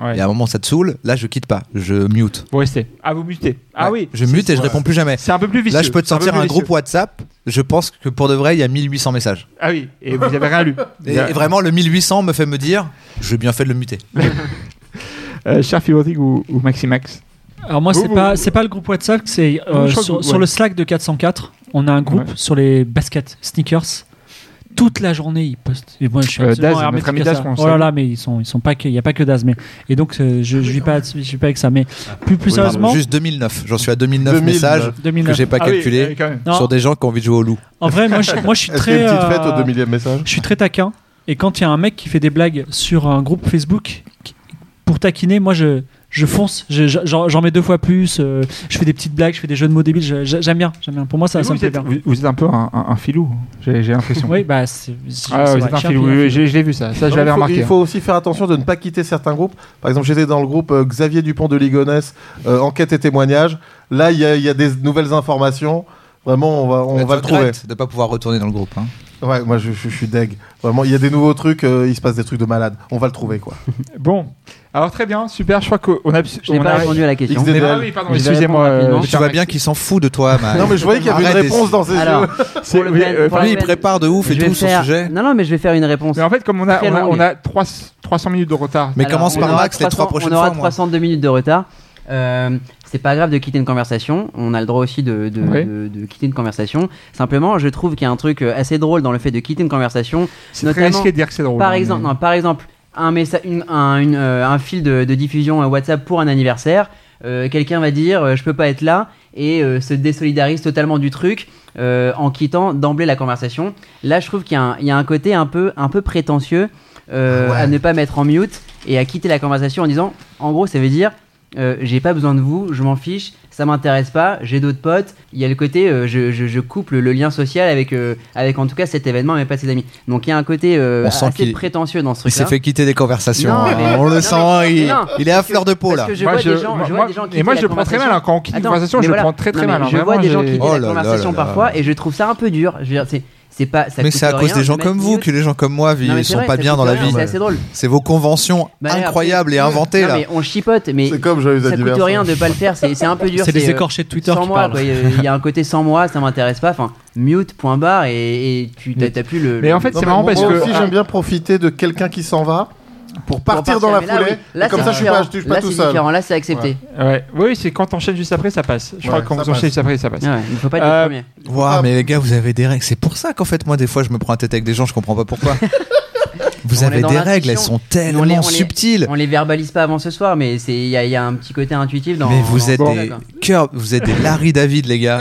B: Ouais.
D: et à un moment ça te saoule, là je quitte pas, je mute.
B: Vous restez. Ah, vous mutez. Ah
D: Ouais,
B: oui.
D: Je mute et je
B: Ouais.
D: réponds plus jamais.
B: C'est un peu plus vicieux.
D: Là je peux te
B: C'est peu
D: sortir
B: plus
D: un groupe
B: vicieux.
D: WhatsApp, je pense que pour de vrai il y a 1800 messages.
B: Ah oui, et vous avez rien lu.
D: Et, et vraiment le 1800 me fait me dire, j'ai bien fait de le muter.
B: Euh, cher Filotique ou, ou Maximax
C: Alors moi,
B: Vous,
C: c'est
B: vous-
C: pas c'est pas le groupe WhatsApp, c'est euh,
B: Je crois que
C: sur,
B: vous-
C: sur
B: ouais.
C: le Slack de 404. On a un groupe
B: Ouais.
C: sur les baskets, sneakers. Toute la journée, ils postent. Et moi, je suis
B: Euh,
C: absolument
B: Daz,
C: hermétique
B: notre ami
C: à
B: Daz
C: ça.
B: qu'on
C: Oh là
B: salue.
C: là, mais ils sont ils sont pas que- il y a pas que Daz, mais et donc euh, je je vis pas je vis pas avec ça. Mais plus plus
D: Oui,
C: sérieusement,
D: pardon, juste 2009, j'en suis à 2009,
A: 2009.
D: messages que
C: 2009.
D: j'ai pas
B: Ah oui,
D: calculé
B: euh, quand même.
C: Non,
D: sur des gens qui ont envie de jouer au loup.
C: En vrai, moi, je, moi, je suis
A: Est-ce qu'il y
C: très
A: a une petite fête
C: euh,
A: au 2000 e message
C: je suis très taquin. Et quand il y a un mec qui fait des blagues sur un groupe Facebook qui- pour taquiner, moi je, je fonce, Je- je- j'en j'en mets deux fois plus, euh, je fais des petites blagues, je fais des jeux de mots débiles, je- je- j'aime bien, j'aime bien. Pour moi ça,
B: Mais
C: ça
B: vous,
C: me
B: vous,
C: plaît
B: êtes,
C: bien.
B: vous, vous êtes un peu un, un- un filou, j'ai j'ai l'impression.
C: Oui, bah c'est
B: Ah,
C: c'est
B: vous
C: vrai,
B: êtes un
C: je suis un
B: filou,
C: peu-
B: oui, oui, j'ai j'ai vu ça, ça je
A: Non,
B: l'avais
A: il faut-
B: remarqué.
A: Il faut aussi faire attention de ne pas quitter certains groupes. Par exemple, j'étais dans le groupe euh, Xavier Dupont de Ligonnès, euh, enquête et témoignage. Là, il y, a- il y a des nouvelles informations. Vraiment, on va, on va
D: Bah, tu
A: le trouver.
D: regrettes de pas pouvoir retourner dans le groupe. hein.
A: Ouais, moi, je, je- je suis deg. Vraiment, il y a des nouveaux trucs. euh, il se passe des trucs de malade. On va le trouver, quoi.
B: Bon, alors très bien, super, je crois qu'on a...
E: Je n'ai
B: on
E: pas
B: a-
E: répondu à la question.
A: XD.
B: Ah oui, pardon,
E: Je vais
B: excusez-moi.
E: répondre
B: euh,
E: rapidement.
D: Tu vois bien qu'il s'en fout de toi, man.
A: Non, mais je voyais qu'il y avait
D: Arrête,
A: une réponse
D: et-
A: dans ces
E: Alors,
A: jeux.
B: c'est-
E: pour le
B: oui,
E: peine-
B: euh,
E: pour
D: Lui,
E: la
D: il
E: peine-
D: prépare de ouf et
E: je vais
D: tout son
E: faire-
D: sujet.
E: Non, non, mais je vais faire une réponse.
B: Mais en fait, comme on a,
E: Très
B: on a,
E: longue.
B: on a 300, 300 minutes de retard.
D: Mais
E: Alors,
D: commence
E: on
D: par
E: aura
D: Max les
E: 300
D: trois prochaines
E: On aura
D: fois, moi.
E: 302 minutes de retard. Euh, c'est pas grave de quitter une conversation. On a le droit aussi de, de,
B: Ouais.
E: de- de quitter une conversation. Simplement, je trouve qu'il y a un truc euh, assez drôle dans le fait de quitter une conversation.
B: C'est très
E: notamment-
B: risqué de dire que c'est drôle.
E: Par
B: hein,
E: exemple,
B: mais-
E: non, par exemple, un, messa- une- un, une, euh, un fil de, de diffusion euh, WhatsApp pour un anniversaire. Euh, Quelqu'un va dire euh, je peux pas être là et euh, se désolidarise totalement du truc euh, en quittant d'emblée la conversation. Là, je trouve qu'il y, a un- il y a un côté un peu, un peu prétentieux euh,
A: Ouais.
E: à ne pas mettre en mute et à quitter la conversation en disant en gros, ça veut dire euh, j'ai pas besoin de vous, je m'en fiche, ça m'intéresse pas, j'ai d'autres potes. Il y a le côté, euh, je, je- je coupe le, le lien social avec, euh, avec en tout cas cet événement, mais pas ses amis. Donc il y a un côté euh,
D: On sent
E: assez
D: qu'il-
E: prétentieux dans ce
D: Il s'est
E: truc-là.
D: fait quitter des conversations.
E: Non,
D: hein.
E: mais-
D: On le
E: non,
D: sent,
E: mais-
D: il...
E: mais non,
D: il est à fleur de peau là.
E: Parce que je
B: Moi,
E: vois
B: je-
E: des gens, je vois
B: moi-
E: des gens
B: Et
E: quitter
B: moi,
E: la
B: je le prends très mal.
E: conversation.
B: hein, Quand on quitte une
E: Attends,
B: conversation,
E: mais
B: je le
E: voilà.
B: prends très
E: Non,
B: très
E: mais
B: mal. hein,
E: Je vois
B: vraiment,
E: des gens
B: j'ai-
E: qui quittent
D: Oh là
E: la
D: là
E: conversation
D: là là.
E: parfois et je trouve ça un peu dur. Je veux dire, c'est, c'est pas. Ça
D: Mais
E: coûte
D: c'est à cause
E: rien
D: des
E: de
D: gens
E: mettre
D: comme
E: une
D: vous
E: minute.
D: que les gens comme moi
E: Non, mais
D: ils
E: c'est
D: sont
E: vrai,
D: pas
E: ça
D: bien
E: coûte
D: dans la
E: rien,
D: vie.
E: C'est assez drôle.
D: C'est vos conventions
E: Bah, après-
D: incroyables et inventées
E: Non,
D: là.
E: mais on chipote, mais
A: C'est comme joyeux
E: ça coûte
A: anniversaire.
E: rien de pas le faire. C'est, c'est un peu dur.
C: C'est les
E: euh,
C: écorchés de Twitter
E: sans
C: qui
E: moi,
C: parlent.
E: quoi. Il y a- il y a un côté sans moi, ça m'intéresse pas. Enfin, mute, point barre, et, et tu t'as, t'as plus le.
B: Mais
E: le-
B: en fait,
A: Non,
B: c'est
A: mais
B: marrant
A: moi
B: parce que.
A: aussi,
B: ah,
A: j'aime bien profiter de quelqu'un qui s'en va pour
E: pour
A: partir dans la
E: mais là,
A: foulée.
E: oui. Là,
A: Et comme
E: c'est
A: ça, je suis pas,
E: différent.
A: je suis
E: Là,
A: pas tout
E: c'est
A: seul.
E: différent. Là, c'est accepté.
B: ouais. Oui, c'est quand t'enchaînes juste après, ça passe. Je crois
A: Ouais,
B: que quand
A: ça
B: vous enchaînez
A: passe.
B: juste après, ça passe.
E: Ouais, il faut pas être
B: Euh,
E: le premier.
D: Waouh, mais les gars, vous avez des règles. C'est pour ça qu'en fait, moi, des fois, je me prends la tête avec des gens, je comprends pas pourquoi. Vous
E: On est
D: avez
E: dans
D: des
E: l'intuition.
D: règles, elles sont
E: On les- on
D: tellement
E: les-
D: subtiles.
E: On les verbalise pas avant ce soir, mais c'est- il y, a- il y a un petit côté intuitif dans.
D: Mais vous
E: dans-
D: êtes
E: dans ça,
D: des
E: quoi.
D: cœurs, vous êtes des Larry David, les gars.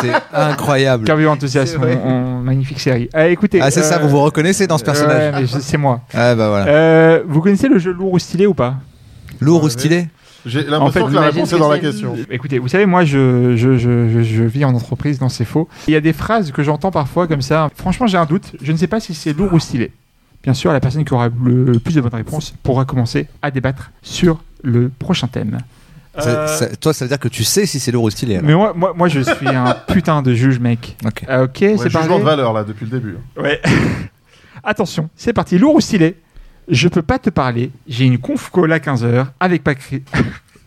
D: C'est incroyable.
B: Curvio enthousiasme, on- on- magnifique série. Ah, écoutez,
D: Ah, c'est ça,
B: euh,
D: vous vous reconnaissez dans ce personnage.
B: ouais, mais je- c'est moi.
D: Ah, bah voilà.
B: Euh, vous connaissez le jeu lourd ou stylé ou pas
D: Lourd ou stylé
A: J'ai l'impression
B: En fait,
A: que la
E: j'imagine
A: réponse
E: que
A: est dans la
E: c'est-
A: question.
B: Écoutez, vous savez, moi, je, je, je, je, je vis en entreprise, non, c'est faux. Il y a des phrases que j'entends parfois comme ça. Franchement, j'ai un doute. Je ne sais pas si c'est lourd ou stylé. Bien sûr, la personne qui aura le, le plus de bonnes réponses pourra commencer à débattre sur le prochain thème. euh,
D: Ça- ça- Toi, ça veut dire que tu sais si c'est lourd ou stylé. alors.
B: Mais moi, moi, moi, je suis un putain de juge, mec.
D: Ok.
B: Ah, ok,
A: Ouais,
B: c'est
A: jugement
B: parti.
A: de valeur, là, depuis le début.
B: Ouais. Attention, c'est parti. Lourd ou stylé Je peux pas te parler. J'ai une conf call à 15h avec Patrick.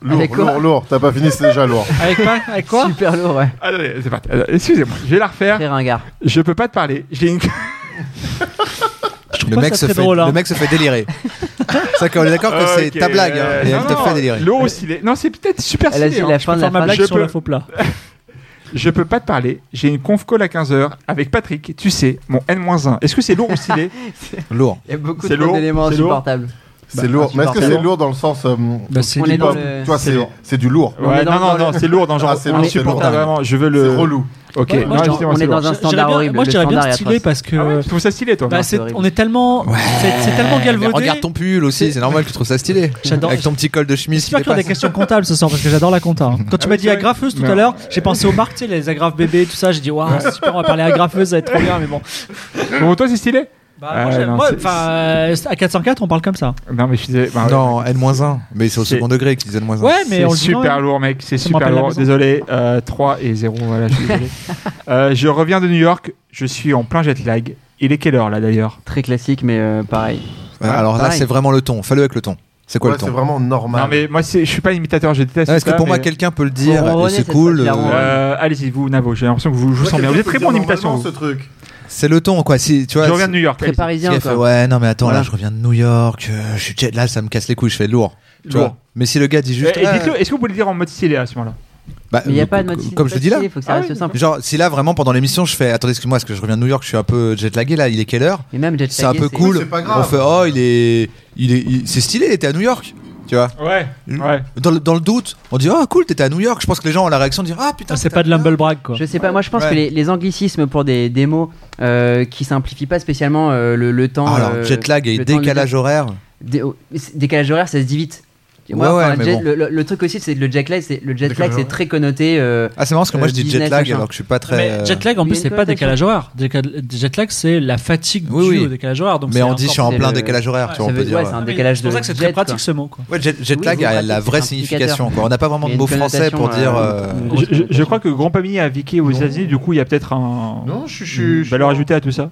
A: Lourd,
E: Avec quoi
A: lourd, lourd. T'as pas fini, c'est déjà lourd.
C: Avec pas avec quoi
E: Super lourd, ouais.
B: Attendez, c'est parti. Attends, Excusez-moi, je vais la refaire.
E: Très ringard.
B: Je peux pas te parler. J'ai une.
C: Je trouve
D: Le
C: pas
D: mec,
C: ça
D: se
C: très
D: fait,
C: drôle. hein.
D: le mec se fait délirer. ça, qu'on est d'accord que c'est
B: Ok,
D: ta blague, hein,
B: euh,
D: et
B: non,
D: elle te
B: non,
D: fait délirer.
B: Lourd ou stylé Non, c'est peut-être super
E: Elle a
B: stylé.
E: dit
B: hein.
E: la fin de la
C: Faire ma
E: phrase.
C: blague
B: je
C: sur
B: peux-
C: la faux plat.
B: Je peux pas te parler. J'ai une conf call à 15h avec Patrick. Tu sais, mon N-1. Est-ce que c'est lourd ou stylé
D: Lourd.
E: Il y a beaucoup
B: C'est
E: trop
B: lourd,
E: d'éléments
B: c'est lourd.
E: insupportables.
A: C'est lourd. Mais est-ce que c'est
E: insupportable.
A: lourd dans le sens. euh,
C: Bah, c'est
E: On est
A: hip-hop
E: dans le-
A: Toi,
B: c'est
A: c'est
B: lourd.
A: c'est du lourd.
E: On est
B: Ouais,
E: dans
B: non,
E: le-
B: non, non, c'est lourd dans le genre.
A: Ah, c'est
B: on
A: lourd,
B: supporte
A: c'est lourd.
B: vraiment. Je veux
A: C'est
B: le.
A: relou.
B: Ok.
C: Ouais, moi,
B: non,
C: je-
B: excusez-moi,
E: on
B: c'est
E: est
B: lourd.
E: dans un
C: Je- j'irais
E: standard
C: bien-
E: horrible.
C: Moi, je
E: le
C: dirais bien
E: standard est
C: stylé
E: atroce.
C: parce que
B: Ah ouais, tu trouves ça stylé, toi
C: bah,
E: Non,
C: c'est-
E: c'est horrible.
C: on est tellement, c'est c'est tellement
D: Mais
C: galvaudé.
D: regarde ton pull aussi, c'est normal que tu trouves ça stylé.
C: J'adore.
D: Avec ton petit col de chemise qui
C: J'espère qu'il y aura des
D: dépasse.
C: questions comptables ce soir parce que j'adore la compta. hein. Quand tu
B: Ah
C: m'as
B: oui,
C: dit
B: c'est vrai.
C: agrafeuse tout
B: Non.
C: à l'heure, j'ai pensé aux marques, tu sais, les agrafes bébés, tout ça. J'ai dit, waouh, c'est super, on va parler agrafeuse, ça va être trop bien, mais bon.
B: Bon, toi, c'est stylé
C: Bah,
B: Ah,
C: moi, j'aime-
B: non,
C: moi,
B: c'est-
C: enfin, euh, à 404, on parle comme ça.
B: Non, mais je suis désolé. Bah,
D: Non, N-1. Mais c'est au
B: C'est-
D: second degré qu'ils disent N-1.
C: Ouais, mais
B: C'est
C: on le dit quand
B: super
C: même.
B: lourd, mec. C'est
C: Ça me
B: super
C: rappelle la
B: lourd.
C: maison.
B: Désolé. euh, 3 et 0. Voilà, je suis désolé. Euh, je reviens de New York. Je suis en plein jet lag. Il est quelle heure là d'ailleurs
E: Très classique, mais euh, pareil.
D: Ouais, Alors là,
E: pareil.
D: c'est vraiment le ton. Fais-le avec le ton. C'est quoi
A: Ouais,
D: le
A: c'est
D: ton
A: vraiment normal.
B: Non, mais moi, c'est- je suis pas imitateur. Je déteste.
D: Non, Est-ce que
B: ça,
D: pour moi,
B: mais-
D: quelqu'un peut le dire
E: Bon, on
D: et
E: renaît
D: C'est
E: cette
D: cool.
E: partie-là, on-
D: euh,
B: Euh, Allez-y, vous, Navo. J'ai l'impression que vous, je vous sens bien. Vous êtes très bon en imitation. vous.
A: ce truc.
D: C'est le ton, quoi. Si, tu vois,
B: Je reviens de New York.
E: Très
B: allez-y.
D: si- si
E: parisien,
D: elle fait,
E: quoi.
D: ouais, non, mais attends, là,
E: Voilà.
D: je reviens de New York. euh, je suis jet- là, ça me casse les couilles. Je fais lourd. Tu
B: Lourd.
D: vois. Mais si le gars dit juste.
B: Eh, et
D: ah,
B: dites-le, Est-ce que vous pouvez le dire en mode stylé à ce moment-là
D: bah,
E: Mais il n'y a
D: euh,
E: pas de mode
D: Comme je te dis là.
E: Il faut que ça
B: Ah
E: reste
B: oui,
E: simple.
D: Genre, si là, vraiment, pendant l'émission, je fais Attendez, excuse-moi, est-ce que je reviens de New York Je suis un peu jetlagué là. Il est quelle heure
E: Et même jet
D: C'est un
E: lagué,
D: peu cool.
A: c'est pas grave.
D: On fait Oh, il est. il est- il- C'est stylé, il était à New York. Tu vois
B: Ouais. Ouais.
D: dans le, dans le doute, on dit Ah, cool, t'étais à New York. Je pense que les gens ont la réaction de dire Ah, putain.
C: C'est
D: t'étais
C: pas
D: à
C: de
D: New York.
C: l'humble brag, quoi.
E: Je sais pas, moi je pense
D: Ouais.
E: que les, les anglicismes pour des, des mots euh, qui simplifient pas spécialement euh, le, le temps.
D: Ah, Alors,
E: euh,
D: jet lag et
E: le temps de-
D: décalage horaire.
E: Dé- oh, c'est- décalage horaire, ça se dit vite. Et moi,
D: Ouais, ouais,
E: enfin,
D: mais
E: jet-
D: bon.
E: le, le- le truc aussi, c'est que le jet lag, c'est, le jet
A: Décalage
E: lag, c'est
A: horaire.
E: très connoté. euh,
D: Ah, c'est marrant parce que moi je dis
E: business,
D: jet lag
E: machin.
D: alors que je suis pas très.
C: Mais
D: euh,
C: jet lag en
E: il y a
C: plus,
E: une
C: c'est pas
E: connotation.
C: décalage horaire. Décal- Jet lag, c'est la fatigue
D: Oui,
C: due
D: oui.
C: au décalage horaire. Donc
D: mais
C: c'est
D: on dit je suis en
C: encore-
D: plein
E: c'est le-
D: décalage horaire, tu
E: ça
D: vois, on
E: veut-
D: peut dire.
E: ouais, c'est
D: ouais.
E: un décalage
C: C'est pour
E: de
C: ça que c'est
E: jet,
C: très
E: quoi.
C: pratique ce mot, quoi.
D: Ouais, jet, jet
E: Oui,
D: lag
E: c'est
D: a
E: pratique,
D: la
E: c'est
D: vraie
E: un
D: signification.
E: indicateur.
D: Quoi. On n'a pas vraiment
E: Il y
D: de
E: a une
D: mot français
E: connotation,
D: pour dire.
E: euh,
D: euh,
E: une grosse
B: Je, je- je
E: connotation.
B: crois que Grand Pamini a viqué aux États-Unis. Du coup, il y a peut-être un.
A: Non, je suis. je suis-
B: une
A: je
B: valeur
A: suis-
B: ajoutée à tout ça.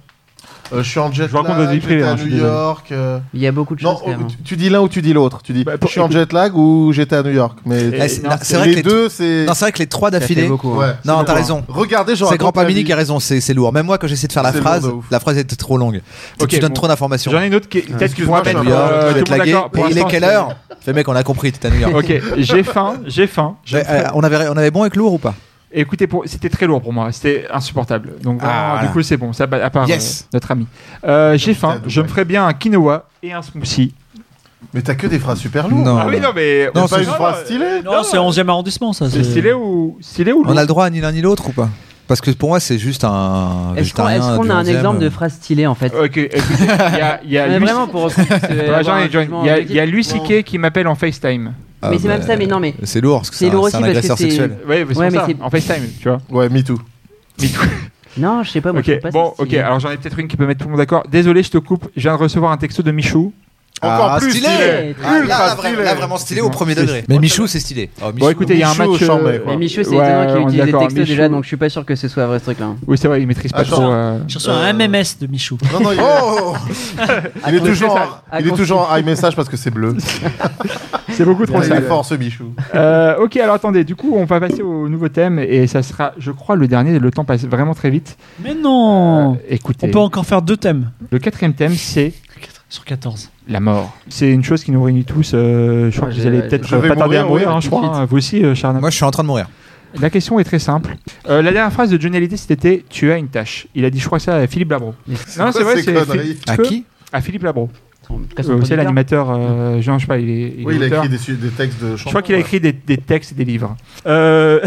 A: Euh, je suis en jet
B: bah, Je raconte votre vie
A: lag,
B: privée,
A: j'étais
B: hein,
A: à
B: je suis
A: New
B: désolé.
A: York. euh,
E: Il y a beaucoup de choses.
A: Non,
E: quand
D: hein.
E: même.
D: euh,
A: tu, tu dis l'un ou tu dis l'autre. Tu dis
B: Bah, pour-
A: je suis en jet lag ou j'étais à New York. Mais
D: eh, c'est-
B: non,
D: non,
B: c'est-
D: C'est vrai que
A: les
D: les
A: deux, c'est.
D: Non, c'est vrai que les trois
E: Ça fait
D: d'affilée.
E: beaucoup, hein.
A: Ouais, c'est
D: Non,
A: lourd,
D: t'as
A: hein.
D: raison.
A: Regardez, genre.
D: C'est Grand Pamini qui a raison, c'est c'est lourd. Même moi, quand j'essaie de faire la
A: C'est lourd
D: phrase,
A: de ouf.
D: la phrase était trop longue.
B: Ok,
D: tu donnes
B: bon.
D: trop d'informations.
B: J'en ai une autre qui est- peut-être qu'il
A: Excuse-moi,
B: pourra mettre.
A: je suis un peu-
B: euh,
D: Je vais
B: tout
D: te
B: le monde
D: laguer.
B: d'accord. Pour
D: Et Il est
B: l'instant,
D: quelle
B: c'est-
D: heure Fais mec, on a compris, t'es à New York.
B: Ok, j'ai faim, j'ai faim.
D: J'ai- euh, on, avait, on avait bon avec lourd ou pas
B: Écoutez, pour- c'était très lourd pour moi, c'était insupportable. Donc vraiment,
D: Ah,
B: du
D: voilà.
B: coup, c'est bon, ça à part
D: Yes.
B: euh, notre ami. Euh, j'ai faim,
A: putain,
B: je me ferais bien un quinoa et un smoothie.
A: Mais t'as que des phrases super lourdes.
D: Non.
B: Ah oui, non mais
A: T'as
D: Non,
A: pas
D: c'est-
A: une phrase stylée
C: Non, c'est 11 e arrondissement, ça.
B: euh, c'est stylé ou stylé ou
D: On
B: lourd
D: a le droit à ni l'un ni l'autre ou pas Parce que pour moi, c'est juste un.
E: Est-ce qu'on,
D: végétarien
E: est-ce qu'on
D: du
E: a un
D: 11e.
E: exemple de phrase stylée en fait
B: Ok, écoutez, il y a, il y a
E: Mais
B: Lucie-
E: vraiment pour. se-
B: Ouais,
E: avoir
B: j'en ai- j'en
E: un
B: ai-
E: jugement
B: il y a-
E: objectif.
B: il y a Lucie
E: Non.
B: Kay qui Euh, m'appelle en FaceTime.
D: Ah,
E: Mais c'est même ça, mais non, mais.
D: C'est lourd, parce que
E: C'est
D: c'est un,
E: lourd
D: c'est
E: aussi
D: un
E: parce que
D: agresseur
E: c'est-
D: sexuel.
B: Ouais, mais c'est
E: Ouais,
B: pour
E: mais
B: ça,
E: c'est-
B: en FaceTime, tu vois.
A: Ouais, me too.
B: Mais tout-
E: Non, je sais pas, moi je
B: ok,
E: trouve pas
B: bon,
E: ça
B: ok,
E: stylé.
B: alors j'en ai peut-être une qui peut mettre tout le monde d'accord. Désolé, je te coupe, je viens de recevoir un texto de Michou.
A: Encore
D: Ah,
A: plus
D: stylé,
A: stylé.
D: Ah, là,
A: Ultra
D: là, vra-
A: stylé.
D: là, vraiment stylé au premier
B: C'est-
D: degré. Mais Michou, c'est stylé. Oh, Michou.
B: Bon, écoutez, il y a un
A: Michou au
B: match. euh,
A: chambé, quoi.
E: Mais Michou, c'est
B: ouais,
E: étonnant
B: on est
E: qu'il utilise des
B: d'accord,
E: textos déjà,
B: Michou-
E: donc je suis pas sûr que ce soit vrai ce truc là.
B: Oui, c'est vrai, il maîtrise pas
A: Attends.
B: trop. euh,
C: Je reçois un MMS de Michou.
A: Non, non, il
D: Oh
A: il est
E: Attends,
A: toujours
E: c'est
A: en-
E: ça. Ah,
A: il est
E: confus.
A: toujours en high message parce que c'est bleu.
B: C'est beaucoup trop
A: Il
B: sale.
A: est fort ce bichou.
B: Euh, ok, alors attendez, du coup, on va passer au nouveau thème et ça sera, je crois, le dernier. Le temps passe vraiment très vite.
C: Mais non
B: Euh, écoutez,
C: On peut encore faire deux thèmes
B: le quatrième thème, c'est
C: sur 14.
B: la mort. C'est une chose qui nous réunit tous. euh, je crois
E: Ouais,
B: que vous
E: j'ai-
B: allez
E: je-
B: peut-être
A: Ah, je
B: euh,
A: vais
B: pas tarder à
A: mourir,
B: mourir, hein,
A: oui,
B: je
A: tout de
B: crois. hein, vous aussi, euh, Charles.
D: Moi, je suis en train de mourir.
B: La question est très simple. Euh, la dernière phrase de Johnny Hallyday, c'était Tu as une tâche. Il a dit, je crois, ça à Philippe Labro. Non,
A: quoi
B: c'est vrai,
A: ces
B: c'est.
A: conneries
B: tu
D: À
B: peux-
D: qui
B: À Philippe Labro.
E: Son- son
B: Euh, c'est
E: producteur.
B: l'animateur,
C: Mm.
B: euh, je sais pas, il est. est
A: Oui, il a
B: auteur.
A: écrit des, su- des textes de chansons.
B: Je crois qu'il a
A: ouais.
B: écrit des, des textes et des livres. Euh,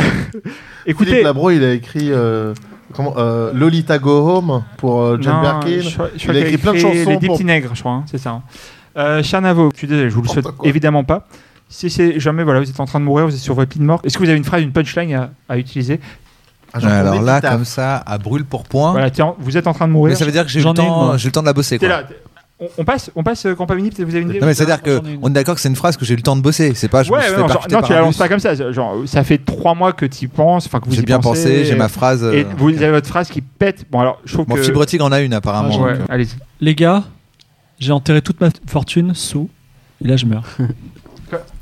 A: Philippe
B: écoutez,
A: Labro, il a écrit euh, comment, euh, Lolita Go Home pour euh, John
B: Non,
A: Birkin.
B: je crois- je
A: Il
B: crois
A: a
B: qu'il
A: écrit plein de chansons
B: Les dix
A: pour-
B: petits nègres, je crois, hein, c'est ça. hein. Euh, cher Navo, je suis désolé, je vous le souhaite
A: N'importe quoi.
B: évidemment pas. Si c'est jamais, voilà, vous êtes en train de mourir, vous êtes sur votre lit de mort, est-ce que vous avez une phrase, une punchline à, à utiliser
A: Ah, j'en
D: Alors
A: connais
D: là,
A: qui t'a-
D: comme ça, à brûle pour point.
B: Voilà, t'es en- vous êtes en train de
D: Hein Mais
B: mourir.
D: ça veut dire que j'ai eu
C: J'en
D: le
C: ai une,
D: temps,
C: moi.
D: j'ai eu le temps de la bosser.
B: T'es
D: Quoi.
B: là, t'es- on, on passe, on passe, euh, Grand Pamini, peut-être vous avez une idée
D: Non mais c'est à dire que
C: J'en ai une.
D: on est d'accord que c'est une phrase que j'ai eu le temps de bosser. C'est pas je me
B: Ouais,
D: suis
B: ouais,
D: fait
B: non, genre-
D: percuter
B: non,
D: par
B: tu la
D: un
B: lances
D: bus.
B: pas comme ça. Genre, ça fait trois mois que tu penses, enfin que vous
D: J'ai
B: y
D: bien
B: pensez,
D: pensé, j'ai ma phrase.
B: Et
D: euh,
B: vous avez votre phrase qui pète. Bon, alors, je trouve
D: Bon,
B: que. Ah,
D: Fibre Tigre en a une apparemment.
B: Ouais,
D: donc, euh,
B: allez-y.
C: Les gars, j'ai enterré toute ma fortune sous. Et là, je meurs.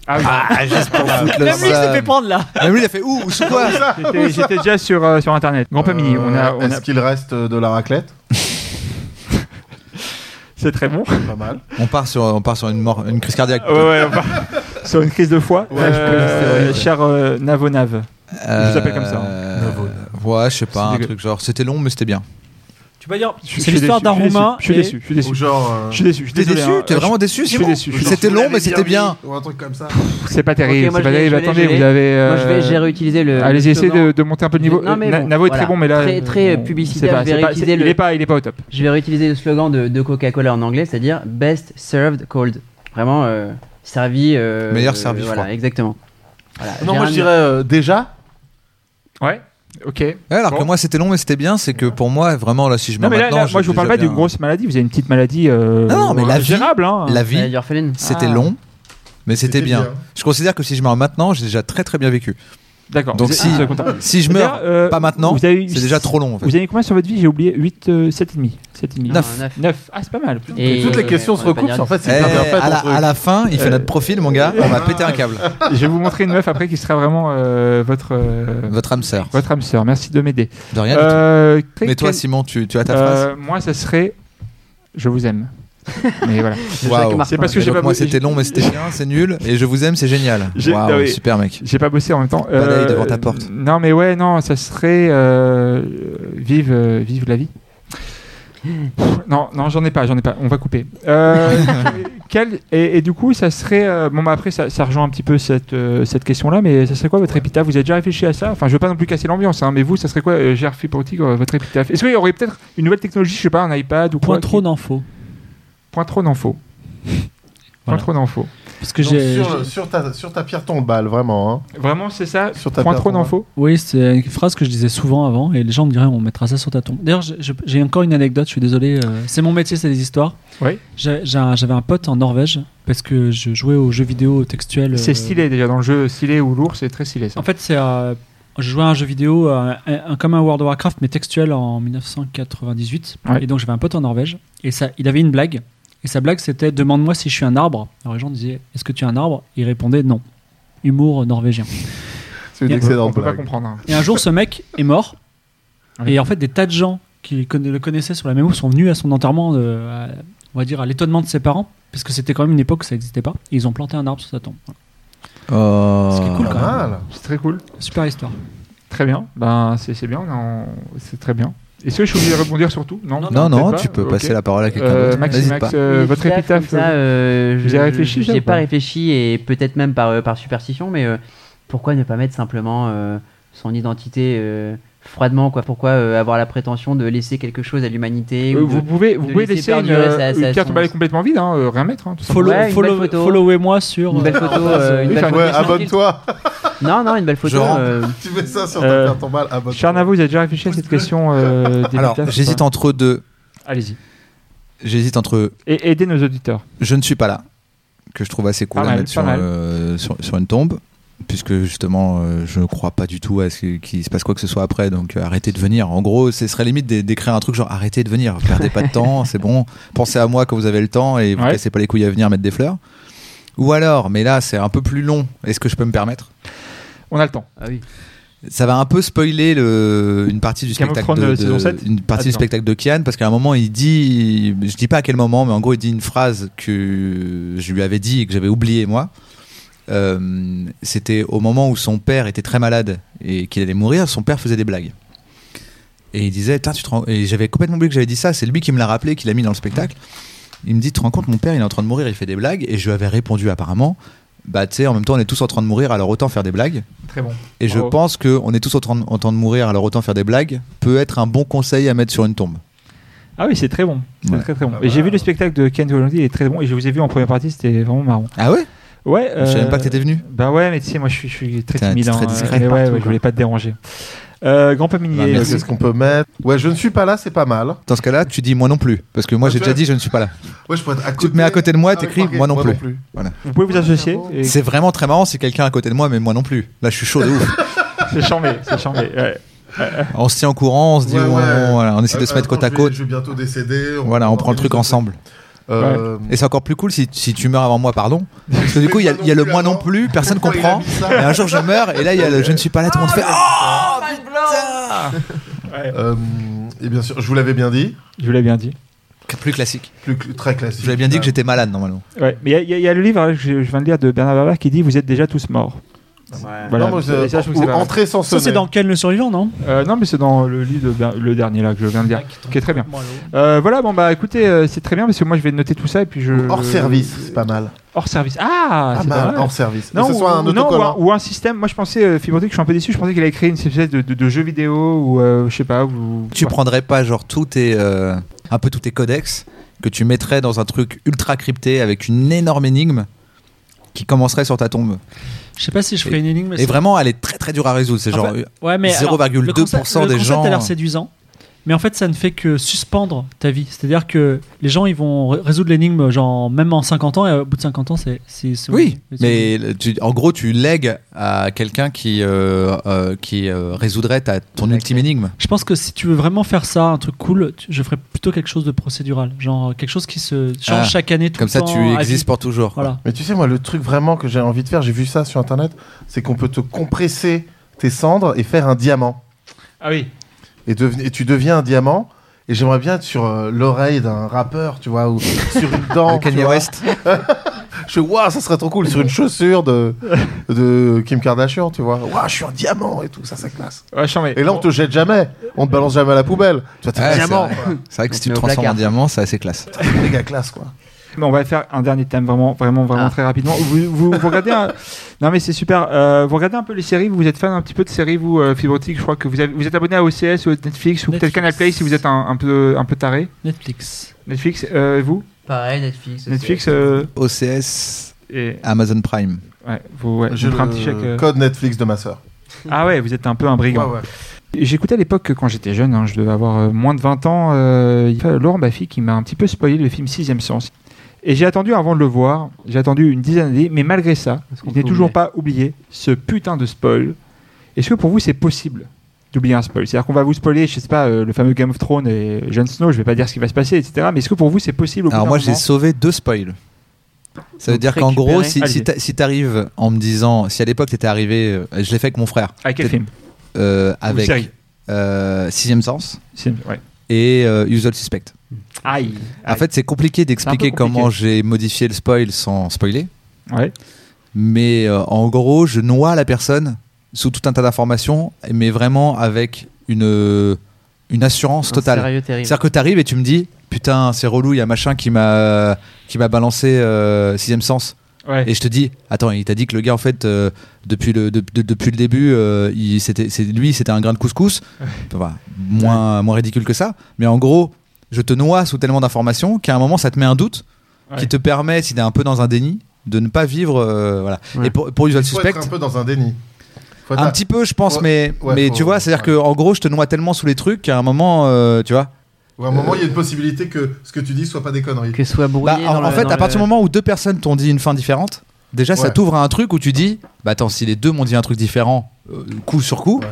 B: Ah oui.
D: Ah, juste pour foutre le
C: Même lui, il s'est
D: seum.
C: fait prendre là
D: Même lui, il a fait ouh, ou sous quoi
B: J'étais- J'étais déjà sur, euh, sur internet. Grand Pamini, on
A: Euh,
B: a. on a-
A: Est-ce qu'il reste euh, de la raclette
B: C'est très bon.
A: Pas mal.
D: On part sur, on part sur une mort, une crise cardiaque.
B: Ouais, ouais, enfin, sur une crise de foi.
A: Ouais,
B: Euh,
A: je peux- c'est vrai.
B: cher euh, Navonave.
D: Euh,
B: Je vous appelle comme ça,
D: euh, Ouais, je sais pas, un
B: C'est dégueu.
D: truc genre c'était long mais c'était bien.
C: Tu Tu vas dire,
B: Je suis
C: c'est l'histoire
B: déçu,
C: d'un
B: je suis déçu,
C: Roumain.
B: Je suis
C: et-
B: déçu, je suis déçu.
A: Ou genre. euh,
B: Je suis déçu, je suis
D: T'es
B: désolé,
D: déçu
B: hein.
D: T'es vraiment déçu
B: Je suis
D: sinon
B: déçu, je suis
D: C'était
B: déçu.
D: long, mais c'était bien.
A: Ou un truc comme ça.
B: C'est pas terrible,
E: Ok, moi,
B: c'est pas
E: je l'ai-
B: terrible.
E: je l'ai,
B: Attendez,
E: je l'ai.
B: vous avez.
E: Moi, je vais,
B: euh,
E: j'ai réutilisé le.
B: Allez-y,
E: le
B: essayez
E: slogan.
B: de, de monter un peu de niveau.
E: Non, mais
B: Na-
E: bon,
B: Navo est très
E: voilà.
B: bon, mais là.
E: Très- très, euh,
B: on-
E: publicitaire,
B: c'est pas-
E: je vais
B: c'est pas-
E: réutiliser
B: c'est- Il
E: le-
B: est pas, il est pas au top.
E: Je vais réutiliser le slogan de, de Coca-Cola en anglais, c'est-à-dire best served cold. Vraiment euh, servi. euh,
D: Meilleur servi
E: euh, Voilà,
D: froid.
E: exactement. Voilà,
A: Non,
E: j'ai
A: moi
E: un-
A: je dirais euh, déjà.
B: Ouais. Ok.
D: Ouais, alors
B: Bon.
D: que moi c'était long mais c'était bien, c'est que pour moi vraiment là si je me
B: Non mais là,
D: maintenant,
B: là, moi je vous parle pas
D: déjà
B: d'une
D: bien-
B: grosse maladie. Vous avez une petite maladie. euh,
D: Non, non, mais la vie-
B: ingérable, hein.
D: La
E: La
D: vie,
E: d'orpheline.
D: c'était
B: Ah.
D: long, mais c'était bien. Je considère que si je meurs maintenant, j'ai déjà très très bien vécu.
B: D'accord.
D: Donc
B: Vous êtes-
D: si-
B: vous êtes content.
D: Si je
B: D'ailleurs,
D: meurs
B: euh,
D: pas maintenant,
B: vous avez eu-
D: c'est déjà trop long en fait.
B: Vous avez combien sur votre vie J'ai oublié euh, 8, 7,5. 7,5.
E: Ah,
D: Neuf.
E: un neuf.
B: 9. Ah, c'est pas mal. putain.
E: Et-
A: Toutes
D: euh,
A: les questions
E: ouais,
A: se
E: on va pas
A: recoupent,
E: dire-
A: en fait,
D: Eh,
A: c'est hyper bien fait,
D: à,
A: ton
D: la,
A: truc.
D: à la fin,
B: Euh,
D: il fait notre profil, mon gars. On va péter un câble.
B: Je vais vous montrer une meuf après qui sera vraiment euh, votre, euh,
D: Votre âme sœur.
B: votre âme sœur. Merci de m'aider.
D: De rien. du tout.
B: Euh,
D: Mais toi,
B: quel-
D: Simon, tu, tu as ta
B: euh, Moi, ça serait Je vous aime. Mais voilà.
D: phrase.
E: Jacques
D: Waouh.
E: Martin.
B: C'est parce que
D: Et
B: j'ai
D: donc,
B: pas
D: moi,
B: bossé.
D: c'était long, mais c'était bien, c'est nul. Et je vous aime, c'est génial.
B: J'ai-
D: Waouh,
B: non, mais-
D: super mec.
B: J'ai pas bossé en même temps. Euh,
D: Balaye devant ta porte.
B: Non, mais ouais, non, ça serait euh, vive, euh, vive la vie. Non, non, j'en ai pas, j'en ai pas. On va couper. Euh, quel, et, et du coup, ça serait. euh, bon, bah après, ça, ça rejoint un petit peu cette, euh, cette question-là, mais ça serait quoi votre épitaphe Vous avez déjà réfléchi à ça Enfin, je veux pas non plus casser l'ambiance, hein, mais vous, ça serait quoi, euh, Gerfi Portico, euh, votre épitaphe Est-ce qu'il y aurait peut-être une nouvelle technologie, je sais pas, un iPad ou quoi
C: Point trop
B: qui-
C: d'infos.
B: Point trop d'infos. Point
C: Voilà.
B: trop d'infos.
C: Parce que
A: Donc,
C: j'ai.
A: sur, sur ta, sur ta pierre tombale, vraiment. Hein.
B: Vraiment, c'est ça
A: Sur ta
B: Point
A: paire,
B: trop
A: on va.
B: d'infos
C: Oui, c'est une phrase que je disais souvent avant et les gens me diraient on mettra ça sur ta tombe. D'ailleurs, je- je- j'ai encore une anecdote, je suis désolé, euh, c'est mon métier, c'est des histoires.
B: Oui.
C: J'ai- j'ai un- J'avais un pote en Norvège parce que je jouais aux jeux vidéo textuels. euh,
B: C'est stylé déjà dans le jeu, stylé ou lourd, c'est très stylé ça.
C: En fait, c'est. euh, je jouais à un jeu vidéo euh, un- un- comme un World of Warcraft, mais textuel en 1998.
B: Ouais.
C: Et donc, j'avais un pote en Norvège. Et ça, il avait une blague. Et sa blague, c'était Demande-moi si je suis un arbre. Alors, les gens disaient Est-ce que tu es un arbre Il répondait Non. Humour norvégien.
A: C'est une
C: On peut-
A: excellente
B: on peut pas
A: blague.
B: comprendre. hein.
C: Et un jour, ce mec est mort.
B: Ouais.
C: Et en fait, des tas de gens qui conna- le connaissaient sur la même route sont venus à son enterrement, euh, à- on va dire à l'étonnement de ses parents, parce que c'était quand même une époque où ça n'existait pas. Et ils ont planté un arbre sur sa tombe. Voilà. Ce
D: Oh.
C: qui est cool
A: Pas
C: quand même.
A: mal.
B: C'est très cool.
C: Super histoire.
B: Très bien. Ben c'est c'est bien. on est en- C'est très bien. Est-ce que je suis obligé de rebondir sur tout Non.
D: Non, non,
B: peut-être
D: tu
B: hein, pas
D: peux
B: Ok.
D: passer la parole à quelqu'un
B: Euh,
D: d'autre.
B: Max,
D: N'hésite
B: Max,
D: pas.
B: euh,
E: Une
B: votre
E: épitaphe comme
B: épitaphe.
E: ça, euh,
B: vous
E: je-
B: y avez réfléchi,
E: J'ai
B: ça, ou
E: pas
B: pas
E: réfléchi et peut-être même par, euh, par superstition, mais euh, pourquoi ne pas mettre simplement euh, son identité euh, froidement quoi Pourquoi euh, avoir la prétention de laisser quelque chose à l'humanité
B: Euh,
E: ou de-
B: vous pouvez, vous
E: de
B: pouvez laisser
E: laisser
B: une,
E: perdurer sa-
B: euh,
E: sa-
B: une carte
E: son-
B: balai complètement vide, hein, euh, rien mettre. hein, tout simplement.
C: Follow-
E: Ouais, une
C: follow-
E: belle photo.
C: Followez-moi sur.
E: Une belle
C: euh,
E: photo, euh, une
B: Oui,
E: belle
B: enfin,
E: photo.
A: Ouais,
E: sans filtre.
A: abonne-toi.
E: Non, non, une belle photo.
D: Genre.
E: euh,
A: tu mets ça sur ta
B: Euh,
A: pierre tombale, abonne-toi.
B: Charnavo, vous avez déjà réfléchi à cette question euh, des
D: Alors,
B: épitaphes,
D: j'hésite
B: ou
D: entre deux.
B: pas Allez-y.
D: J'hésite entre
B: Et aidez nos auditeurs.
D: Je ne suis pas là, que je trouve assez cool
B: Pas
D: à
B: mal,
D: mettre
B: pas
D: sur,
B: mal.
D: euh, sur, sur une tombe, puisque justement, euh, je ne crois pas du tout à ce qui- qu'il se passe quoi que ce soit après, donc euh, arrêtez de venir. En gros, ce serait limite d'é- d'écrire un truc genre arrêtez de venir, perdez pas de temps, c'est bon, pensez à moi quand vous avez le temps et vous
B: Ouais.
D: cassez pas les couilles à venir mettre des fleurs. Ou alors, mais là c'est un peu plus long, est-ce que je peux me permettre
B: On a le temps.
E: Ah oui.
D: ça va un peu spoiler le- une partie du
B: Game of Thrones,
D: spectacle
B: euh,
D: de, de-
B: saison sept
D: une partie
B: Ah,
D: du
B: non.
D: spectacle de Kian parce qu'à un moment il dit je dis pas à quel moment mais en gros il dit une phrase que je lui avais dit et que j'avais oublié moi Euh, c'était au moment où son père était très malade et qu'il allait mourir son père faisait des blagues et il disait Tain, tu te rends- et j'avais complètement oublié que j'avais dit ça c'est lui qui me l'a rappelé qui l'a mis dans le spectacle il me dit tu te rends compte mon père il est en train de mourir il fait des blagues et je lui avais répondu apparemment bah tu sais en même temps on est tous en train de mourir alors autant faire des blagues
B: Très bon.
D: et je
B: Bravo.
D: pense que on est tous en train, de, en train de mourir, alors autant faire des blagues peut être un bon conseil à mettre sur une tombe.
B: Ah oui, c'est très bon. C'est
D: Ouais.
B: très très bon.
A: Ah
B: et j'ai
A: bah.
B: vu le spectacle de Ken Volandi, il est très bon. Et je vous ai vu en première partie, c'était vraiment marrant.
D: Ah ouais
B: Ouais.
D: Je savais même pas
B: euh,
D: que t'étais venu.
B: Bah ouais, mais tu sais, moi je suis, je suis très
D: T'es un-
B: timide.
D: t'es
B: hein,
D: très
B: euh,
D: discret
B: mais ouais,
E: partout,
B: ouais, je
E: quoi.
B: voulais pas te déranger. Euh, grand
D: Bah,
B: Paminier.
D: merci.
A: Qu'est-ce qu'on peut mettre Ouais, je ne suis pas là, c'est pas mal.
D: Dans ce cas-là, tu dis moi non plus, parce que moi
A: Ah,
D: j'ai
A: tu
D: déjà
A: vois.
D: dit je ne suis pas là.
A: Ouais, je pourrais être à Ah,
D: Tu te mets à côté de moi,
A: avec
D: t'écris
A: Marguerite,
D: moi non plus.
B: Vous pouvez vous associer. et-
D: C'est vraiment très marrant si quelqu'un est à côté de moi, mais moi non plus. Là, je suis chaud de ouf.
B: C'est charmé, c'est charmé. ouais.
D: on se tient au courant, on se dit
A: Ouais,
D: on,
A: ouais.
D: on- voilà, on essaie de
A: Euh,
D: se mettre
A: attends,
D: côte à
A: je vais-
D: côte.
A: Je vais bientôt décéder.
D: Voilà, on prend le truc ensemble.
A: Euh,
D: Et c'est encore plus cool si, si tu meurs avant moi, pardon. Parce que du coup, il y a, il y a le moi non plus, personne
A: Pourquoi il a
D: comprend.
A: mis ça
D: Et un jour, je meurs, et là, il y a le je ne suis pas là, tout le monde fait
C: Ah,
D: Oh
A: euh, Et bien sûr, je vous l'avais bien dit.
B: Je vous l'ai bien dit.
D: Plus classique.
A: Plus cl- très classique.
D: Je vous avais bien dit que j'étais malade normalement.
B: Ouais. Mais il y a- il y, a- il y a le livre hein, que je, je viens de lire de Bernard Barber qui dit Vous êtes déjà tous morts. Voilà.
A: Non, moi, je-
B: Et ça, je trouve que
A: ou
B: c'est pas mal.
A: entrer sans
C: Ça,
A: sonner.
C: c'est dans Ken le survivant, non
B: Euh, non, mais c'est dans le lit de Ber- le dernier là que je viens de dire, qui est très bien. Euh, voilà, bon bah écoutez, euh, c'est très bien parce que moi je vais noter tout ça et puis je
A: Hors service, c'est pas bah, mal.
B: hors service. Ah,
A: Pas
B: c'est pas
A: mal,
B: mal.
A: hors service.
B: Non,
A: que ce
B: ou,
A: soit un
B: ou- non, ou, un,
A: autocollant.
B: ou un système. Moi, je pensais, euh, Fibrotech, je suis un peu déçu. Je pensais qu'il allait créer une espèce de, de, de jeu vidéo ou euh, je sais pas. Ou,
D: Tu prendrais pas genre tous tes euh, un peu tous tes codex que tu mettrais dans un truc ultra crypté avec une énorme énigme qui commencerait sur ta tombe.
C: Je sais pas si je ferais une énigme. mais Ah bah,
D: Et vraiment, elle est très très dure à résoudre. C'est
C: En
D: genre euh,
C: Ouais, mais alors, le
D: 0,2%
C: concept- le
D: des
C: concept
D: gens- euh,
C: a l'air séduisant, mais en fait, ça ne fait que suspendre ta vie. C'est-à-dire que les gens, ils vont ré- résoudre l'énigme, genre même en 50 ans, et au bout de 50 ans, c'est. c'est- c'est-
D: Oui,
C: c'est-
D: mais le- tu- en gros, tu lègues à quelqu'un qui, euh, euh, qui euh, résoudrait ta, ton ultime énigme.
C: Je pense que si tu veux vraiment faire ça, un truc cool, tu- je ferais plutôt quelque chose de procédural, genre quelque chose qui se change
D: Ah,
C: chaque année tout
D: Comme
C: le
D: ça,
C: temps,
D: tu
C: à
D: existes
C: vie.
D: pour toujours. quoi.
C: Voilà.
A: Mais tu sais, moi, le truc vraiment que j'ai envie de faire, j'ai vu ça sur internet, c'est qu'on peut te compresser tes cendres et faire un diamant.
B: Ah oui.
A: Et, deven- et tu deviens un diamant. Et j'aimerais bien être sur euh, l'oreille d'un rappeur, tu vois, ou sur une dent.
D: Le Kanye
A: tu vois.
D: West.
A: Je fais, waouh, ça serait trop cool, sur une chaussure de, de Kim Kardashian, tu vois. Waouh, je suis un diamant et tout, ça, c'est classe.
B: Ouais, je
A: Et là, on te jette jamais, on te balance jamais à la poubelle. Tu vois, t'es
D: Ah,
A: un
D: c'est
A: diamant,
D: vrai. C'est vrai que si
E: On
D: tu
E: met
D: te
E: au
D: transformes en
E: placard.
D: diamant, c'est assez classe.
A: quoi. méga classe, quoi.
B: Mais on va faire un dernier thème vraiment, vraiment, vraiment
E: Ah.
B: très rapidement. Vous, vous, vous regardez. un- Non mais c'est super. Euh, vous regardez un peu les séries. Vous êtes fan un petit peu de séries, vous euh, Fibrotic. Je crois que vous, avez- vous êtes abonné à OCS ou à Netflix ou peut-être
C: Netflix.
B: Canal Play si vous êtes un, un peu, un peu taré.
C: Netflix.
B: Netflix, euh, vous
E: Pareil, Netflix. ça,
B: Netflix
E: c'est-
B: euh,
D: OCS,
B: et
D: Amazon Prime.
B: ouais, vous, ouais,
A: J'ai
B: vous ferez un
A: le
B: petit chèque. euh.
A: code Netflix de ma sœur.
B: Ah ouais, vous êtes un peu un brigand.
A: Ouais, ouais.
B: J'écoutais à l'époque, quand j'étais jeune, hein, je devais avoir euh, moins de 20 ans, euh, il y a Laurent Baffy qui m'a un petit peu spoilé le film Sixième Sens. Et j'ai attendu avant de le voir, j'ai attendu une dizaine d'années, mais malgré ça,
E: Est-ce qu'on
B: je n'ai
E: peut
B: toujours
E: oublier
B: pas oublié ce putain de spoil. Est-ce que pour vous c'est possible d'oublier un spoil C'est-à-dire qu'on va vous spoiler, je sais pas, euh, le fameux Game of Thrones et Jon Snow, je vais pas dire ce qui va se passer, etc. Mais est-ce que pour vous c'est possible au bout
D: Alors
B: d'un
D: moi,
B: moment
D: j'ai sauvé deux spoils. Ça veut
E: Donc,
D: dire qu'en
E: récupérer-
D: gros, si,
B: Allez.
D: si t'a- si t'arrives en me disant, si à l'époque t'étais arrivé, euh, je l'ai fait avec mon frère,
B: Avec quel film
D: euh,
B: Ou série
D: avec euh, Sixième Sens
B: C'est- ouais.
D: et euh, Usual Suspect.
B: Aïe.
D: En fait, c'est compliqué d'expliquer
B: compliqué.
D: comment j'ai modifié le spoil sans spoiler,
B: Ouais.
D: mais euh, en gros, je noie la personne sous tout un tas d'informations, mais vraiment avec une, euh, une assurance
E: un
D: totale.
E: Sérieux terrible.
D: C'est-à-dire que t'arrives et tu me dis, putain, c'est relou, il y a machin qui m'a qui m'a balancé euh, sixième sens.
B: Ouais.
D: Et je te dis, attends, il t'a dit que le gars, en fait, euh, depuis, le, de- de- depuis le début, euh, il- c'était, c'est, lui, c'était un grain de couscous. Enfin, moins, moins ridicule que ça. Mais en gros, je te noie sous tellement d'informations qu'à un moment, ça te met un doute
B: Ouais.
D: qui te permet, si t'es un peu dans un déni, de ne pas vivre. euh, voilà.
E: Ouais.
D: Et pour, pour Usual
A: Il faut
D: Suspect.
A: être un peu dans un déni. Faut être
D: Un petit peu, je pense,
A: Faut-
D: mais,
A: ouais,
D: mais
A: faut-
D: tu vois, c'est-à-dire
A: ouais.
D: que en gros, je te noie tellement sous les trucs qu'à un moment, euh, tu vois,
A: Ou à un moment, il y a une possibilité que ce que tu dis soit pas des conneries.
E: Que soit
D: Bah,
E: brouillé.
D: en,
E: dans
D: en
E: le-
D: fait,
E: dans
D: à partir
E: le-
D: du moment où deux personnes t'ont dit une fin différente, déjà ça
A: Ouais.
D: t'ouvre à un truc où tu dis, bah attends, si les deux m'ont dit un truc différent, euh, coup sur coup,
A: Ouais.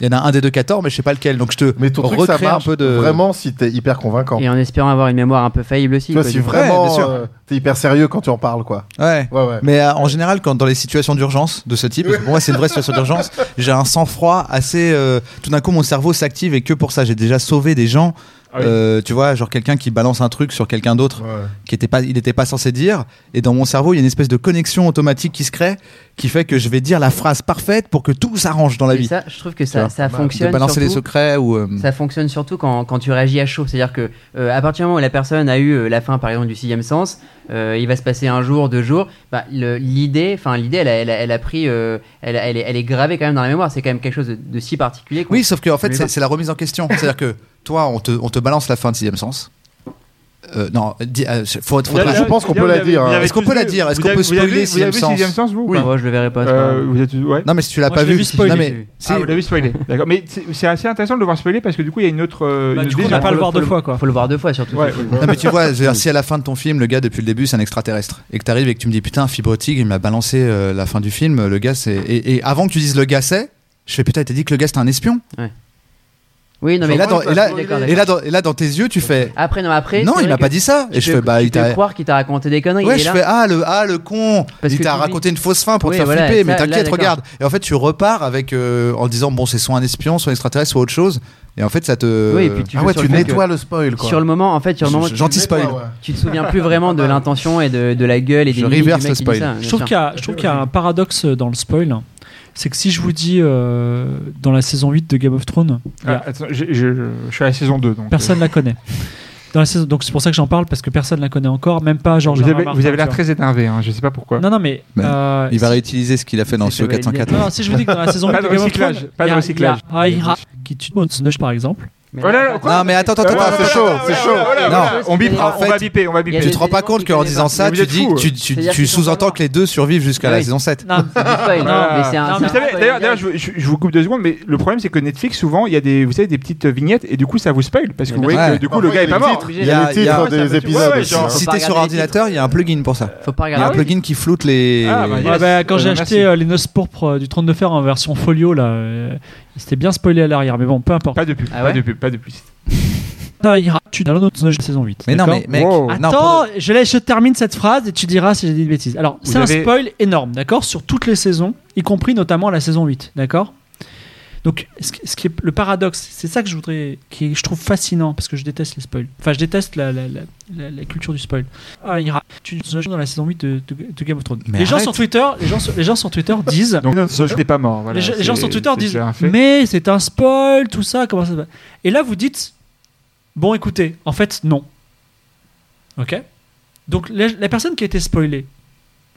D: il y en a un des deux qui a tort, mais je sais pas lequel. Donc je te
A: Mais ton truc, ça
D: recrée un
A: marche
D: peu de.
A: vraiment si t'es hyper convaincant.
E: Et en espérant avoir une mémoire un peu faillible aussi.
A: Tu vois,
E: quoi,
A: si
E: du coup.
D: Ouais, bien
A: vraiment
D: sûr.
A: euh, t'es hyper sérieux quand tu en parles, quoi.
D: Ouais.
A: Ouais, ouais.
D: Mais euh, en général, quand dans les situations d'urgence de ce type, parce que pour moi c'est une vraie situation d'urgence, j'ai un sang-froid assez. euh, tout d'un coup, mon cerveau s'active et que pour ça, j'ai déjà sauvé des gens.
B: Ah oui.
D: euh, tu vois, genre quelqu'un qui balance un truc sur quelqu'un d'autre.
A: Ouais.
D: qui était pas, il était pas censé dire. Et dans mon cerveau, il y a une espèce de connexion automatique qui se crée, qui fait que je vais dire la phrase parfaite pour que tout s'arrange dans la
E: Et
D: vie.
E: ça, je trouve que
D: Tu
E: ça,
D: vois,
E: ça
A: bah,
E: fonctionne.
D: de balancer les
E: surtout-
D: secrets ou. euh,
E: Ça fonctionne surtout quand, quand tu réagis à chaud. C'est-à-dire que euh, à partir du moment où la personne a eu euh, la fin, par exemple, du sixième sens, euh, il va se passer un jour, deux jours. bah, le- l'idée, enfin l'idée, elle, a- elle, a- elle a pris, euh, elle, a- elle est, elle est gravée quand même dans la mémoire. C'est quand même quelque chose de, de si particulier. qu'on-
D: Oui, sauf que en fait,
E: Mais
D: c'est
E: non.
D: c'est la remise en question. C'est-à-dire que toi, on te, on te balance la fin de sixième sens. Euh, non, dis- euh, faut, faut-
A: Ouais,
D: faut-
A: je pense qu'on peut la dire, hein.
D: Est-ce qu'on peut la dire Est-ce qu'on peut spoiler
B: Vous avez vu
D: Sixième
B: Sixième Sens, vous ou
E: Enfin,
B: pas
E: moi, je le verrai pas. c'est pas
B: Euh,
E: grave.
B: Vous êtes ouais.
D: Non, mais si tu l'as
C: Moi,
D: pas
C: je l'ai
D: vu,
C: vu spoiler.
D: non, mais si,
B: Ah, vous l'avez spoilé. D'accord. Mais c'est c'est assez intéressant de le voir spoiler parce que du coup, il y a une autre. euh,
C: Bah,
B: une autre
C: du coup, on
B: vision.
C: n'a pas le voir deux fois, quoi.
E: Faut le voir deux fois surtout.
B: Ouais,
E: c'est cool.
B: ouais.
D: Non mais tu vois, je veux dire, si à la fin de ton film, le gars depuis le début c'est un extraterrestre, et que t'arrives et que tu me dis putain, Fibrotig il m'a balancé euh, la fin du film, le gars c'est. Et, et avant que tu dises le gars c'est, je fais putain, il t'a dit que le gars c'était un espion.
E: Oui, non mais
D: Et là, dans- et là-
E: D'accord, d'accord.
D: Et là, dans, et là dans tes yeux tu fais.
E: Après, non, après.
D: non, il
E: c'est vrai
D: m'a
E: que
D: pas dit ça. Et
E: tu
D: je
E: peux-
D: fais bah
E: tu
D: il
E: peux
D: t'a.
E: croire qu'il t'a raconté des conneries.
D: Ouais,
E: et
D: je
E: là,
D: fais ah le ah le con.
E: Parce
D: il
E: que
D: t'a
E: tu
D: raconté une fausse fin pour te
E: Oui,
D: faire
E: voilà,
D: flipper, mais
E: ça, là,
D: t'inquiète,
E: d'accord.
D: regarde. Et en fait tu repars avec euh, en disant bon c'est soit un espion, soit un extraterrestre, soit autre chose. Et en fait ça te.
E: Oui, et puis tu
A: Ah
E: joues
A: ouais,
E: sur
A: tu
E: le fait que-
A: nettoies le spoil, quoi.
E: Sur le moment, en fait, sur le moment, tu-
D: Gentil spoil.
E: tu te souviens plus vraiment de l'intention et de, de la gueule et des
D: Je
E: mimiques du
D: reverse
E: mec
D: le
E: qui dit
D: spoil.
E: ça, bien
C: Je trouve
E: sûr.
C: qu'il y, a- je trouve qu'il y a un paradoxe dans le spoil. c'est que si je vous dis euh, dans la saison 8 de Game of Thrones, il y a-
B: Ah, attends, je, je- je suis à la saison 2. Donc, euh,
C: personne la connaît. Dans la saison, donc c'est pour ça que j'en parle parce que personne la connaît encore, même pas
B: euh,
C: George.
B: vous
C: R.
B: avez,
C: R.
B: vous avez
C: Martin,
B: l'air
C: tu vois.
B: très énervé, hein, je sais pas pourquoi.
C: Non, non, mais.
D: Ben,
C: euh,
D: Il va réutiliser ce qu'il a fait dans
E: C'est
D: SEO
E: ce que j'allais
D: 404.
C: non, non, si je vous dis que dans la saison
B: Pas de
C: 8 de Game of
B: recyclage,
C: Thrones,
B: pas de
C: il y a-
B: recyclage.
C: il y a Aira qui tue Monsonoche par exemple.
E: Mais
B: Oh là là,
E: attends,
B: quoi
D: Non, mais attends, attends,
B: Ouais,
D: attends,
B: ouais,
D: attends.
B: ouais,
A: c'est chaud,
B: ouais,
A: c'est
B: ouais,
A: chaud.
B: ouais, ouais,
D: Non.
B: ouais. Ah, on bipera,
D: En
B: on
D: fait,
B: va biper, on va
E: il y a
B: biper.
D: Tu
E: des
D: te rends pas
E: éléments
D: compte
E: qui
D: qu'en
E: connaissent
D: disant
E: pas.
D: ça,
B: Mais
D: tu
B: vous êtes
D: dis,
B: fous,
D: tu, tu-
E: C'est-à-dire
D: tu
E: qu'ils sont
D: sous-entends
E: pas
D: que les deux survivent jusqu'à la
E: Oui.
D: saison 7.
B: Ah,
C: Non,
B: bah,
E: c'est du spoil,
B: Voilà.
E: non, mais c'est un-
C: Non,
E: c'est
B: Mais
E: un
B: vous savez, d'ailleurs,
E: spoil, il y a-
B: d'ailleurs, je, je- je vous coupe deux secondes, mais le problème c'est que Netflix, souvent, il y a des, vous savez, des petites vignettes et du coup, ça vous spoil parce que vous voyez que
D: Ouais.
B: du coup, le gars est pas mort.
A: Il y a les
D: Il y a-
A: titres
B: il y a-
A: des
B: Ouais,
A: épisodes
B: ouais,
A: aussi.
B: genre-
A: hein.
D: Si
E: pas
D: t'es sur
E: regarder les
D: ordinateur, il y a un plugin pour ça.
E: Faut pas
D: Il y a un
E: regarder.
D: plugin qui floute les.
B: Ah, bah,
D: les-
B: yes.
C: Ah bah, quand j'ai
B: Euh, merci.
C: acheté euh, les noces pourpres euh, du trône de fer en version folio, là, euh, c'était bien spoilé à l'arrière, mais bon, peu importe. Ah,
B: Pas de pub,
E: Ah
B: pas
E: ouais
B: de pub, pas de pub.
C: Putain, il tu dans l'autre de la saison 8.
D: Mais non,
C: d'accord
D: mais mec.
B: Wow.
D: Oh, non,
C: Attends, je, laisse- je termine cette phrase et tu diras si j'ai dit une bêtise. Alors,
B: Vous
C: c'est
B: avez-
C: un spoil énorme, d'accord Sur toutes les saisons, y compris notamment la saison 8, d'accord Donc, ce, qui- ce qui est le paradoxe, c'est ça que je voudrais, qui est- je trouve fascinant, parce que je déteste les spoils. Enfin, je déteste la, la- la- la- la culture du spoil. Ah, il y aura- tu tu- dans la saison 8 de, de- de Game of Thrones.
D: Mais
C: les, gens
D: arrête.
C: sur Twitter, les, gens sur, les gens sur Twitter disent
B: Donc, je n'étais pas mort. voilà,
C: les, gens- les
B: c'est-
C: gens sur Twitter
B: c'est
C: disent
B: déjà un fait.
C: mais c'est un spoil tout ça comment ça va et là vous dites bon écoutez en fait non ok donc la, la personne qui a été spoilée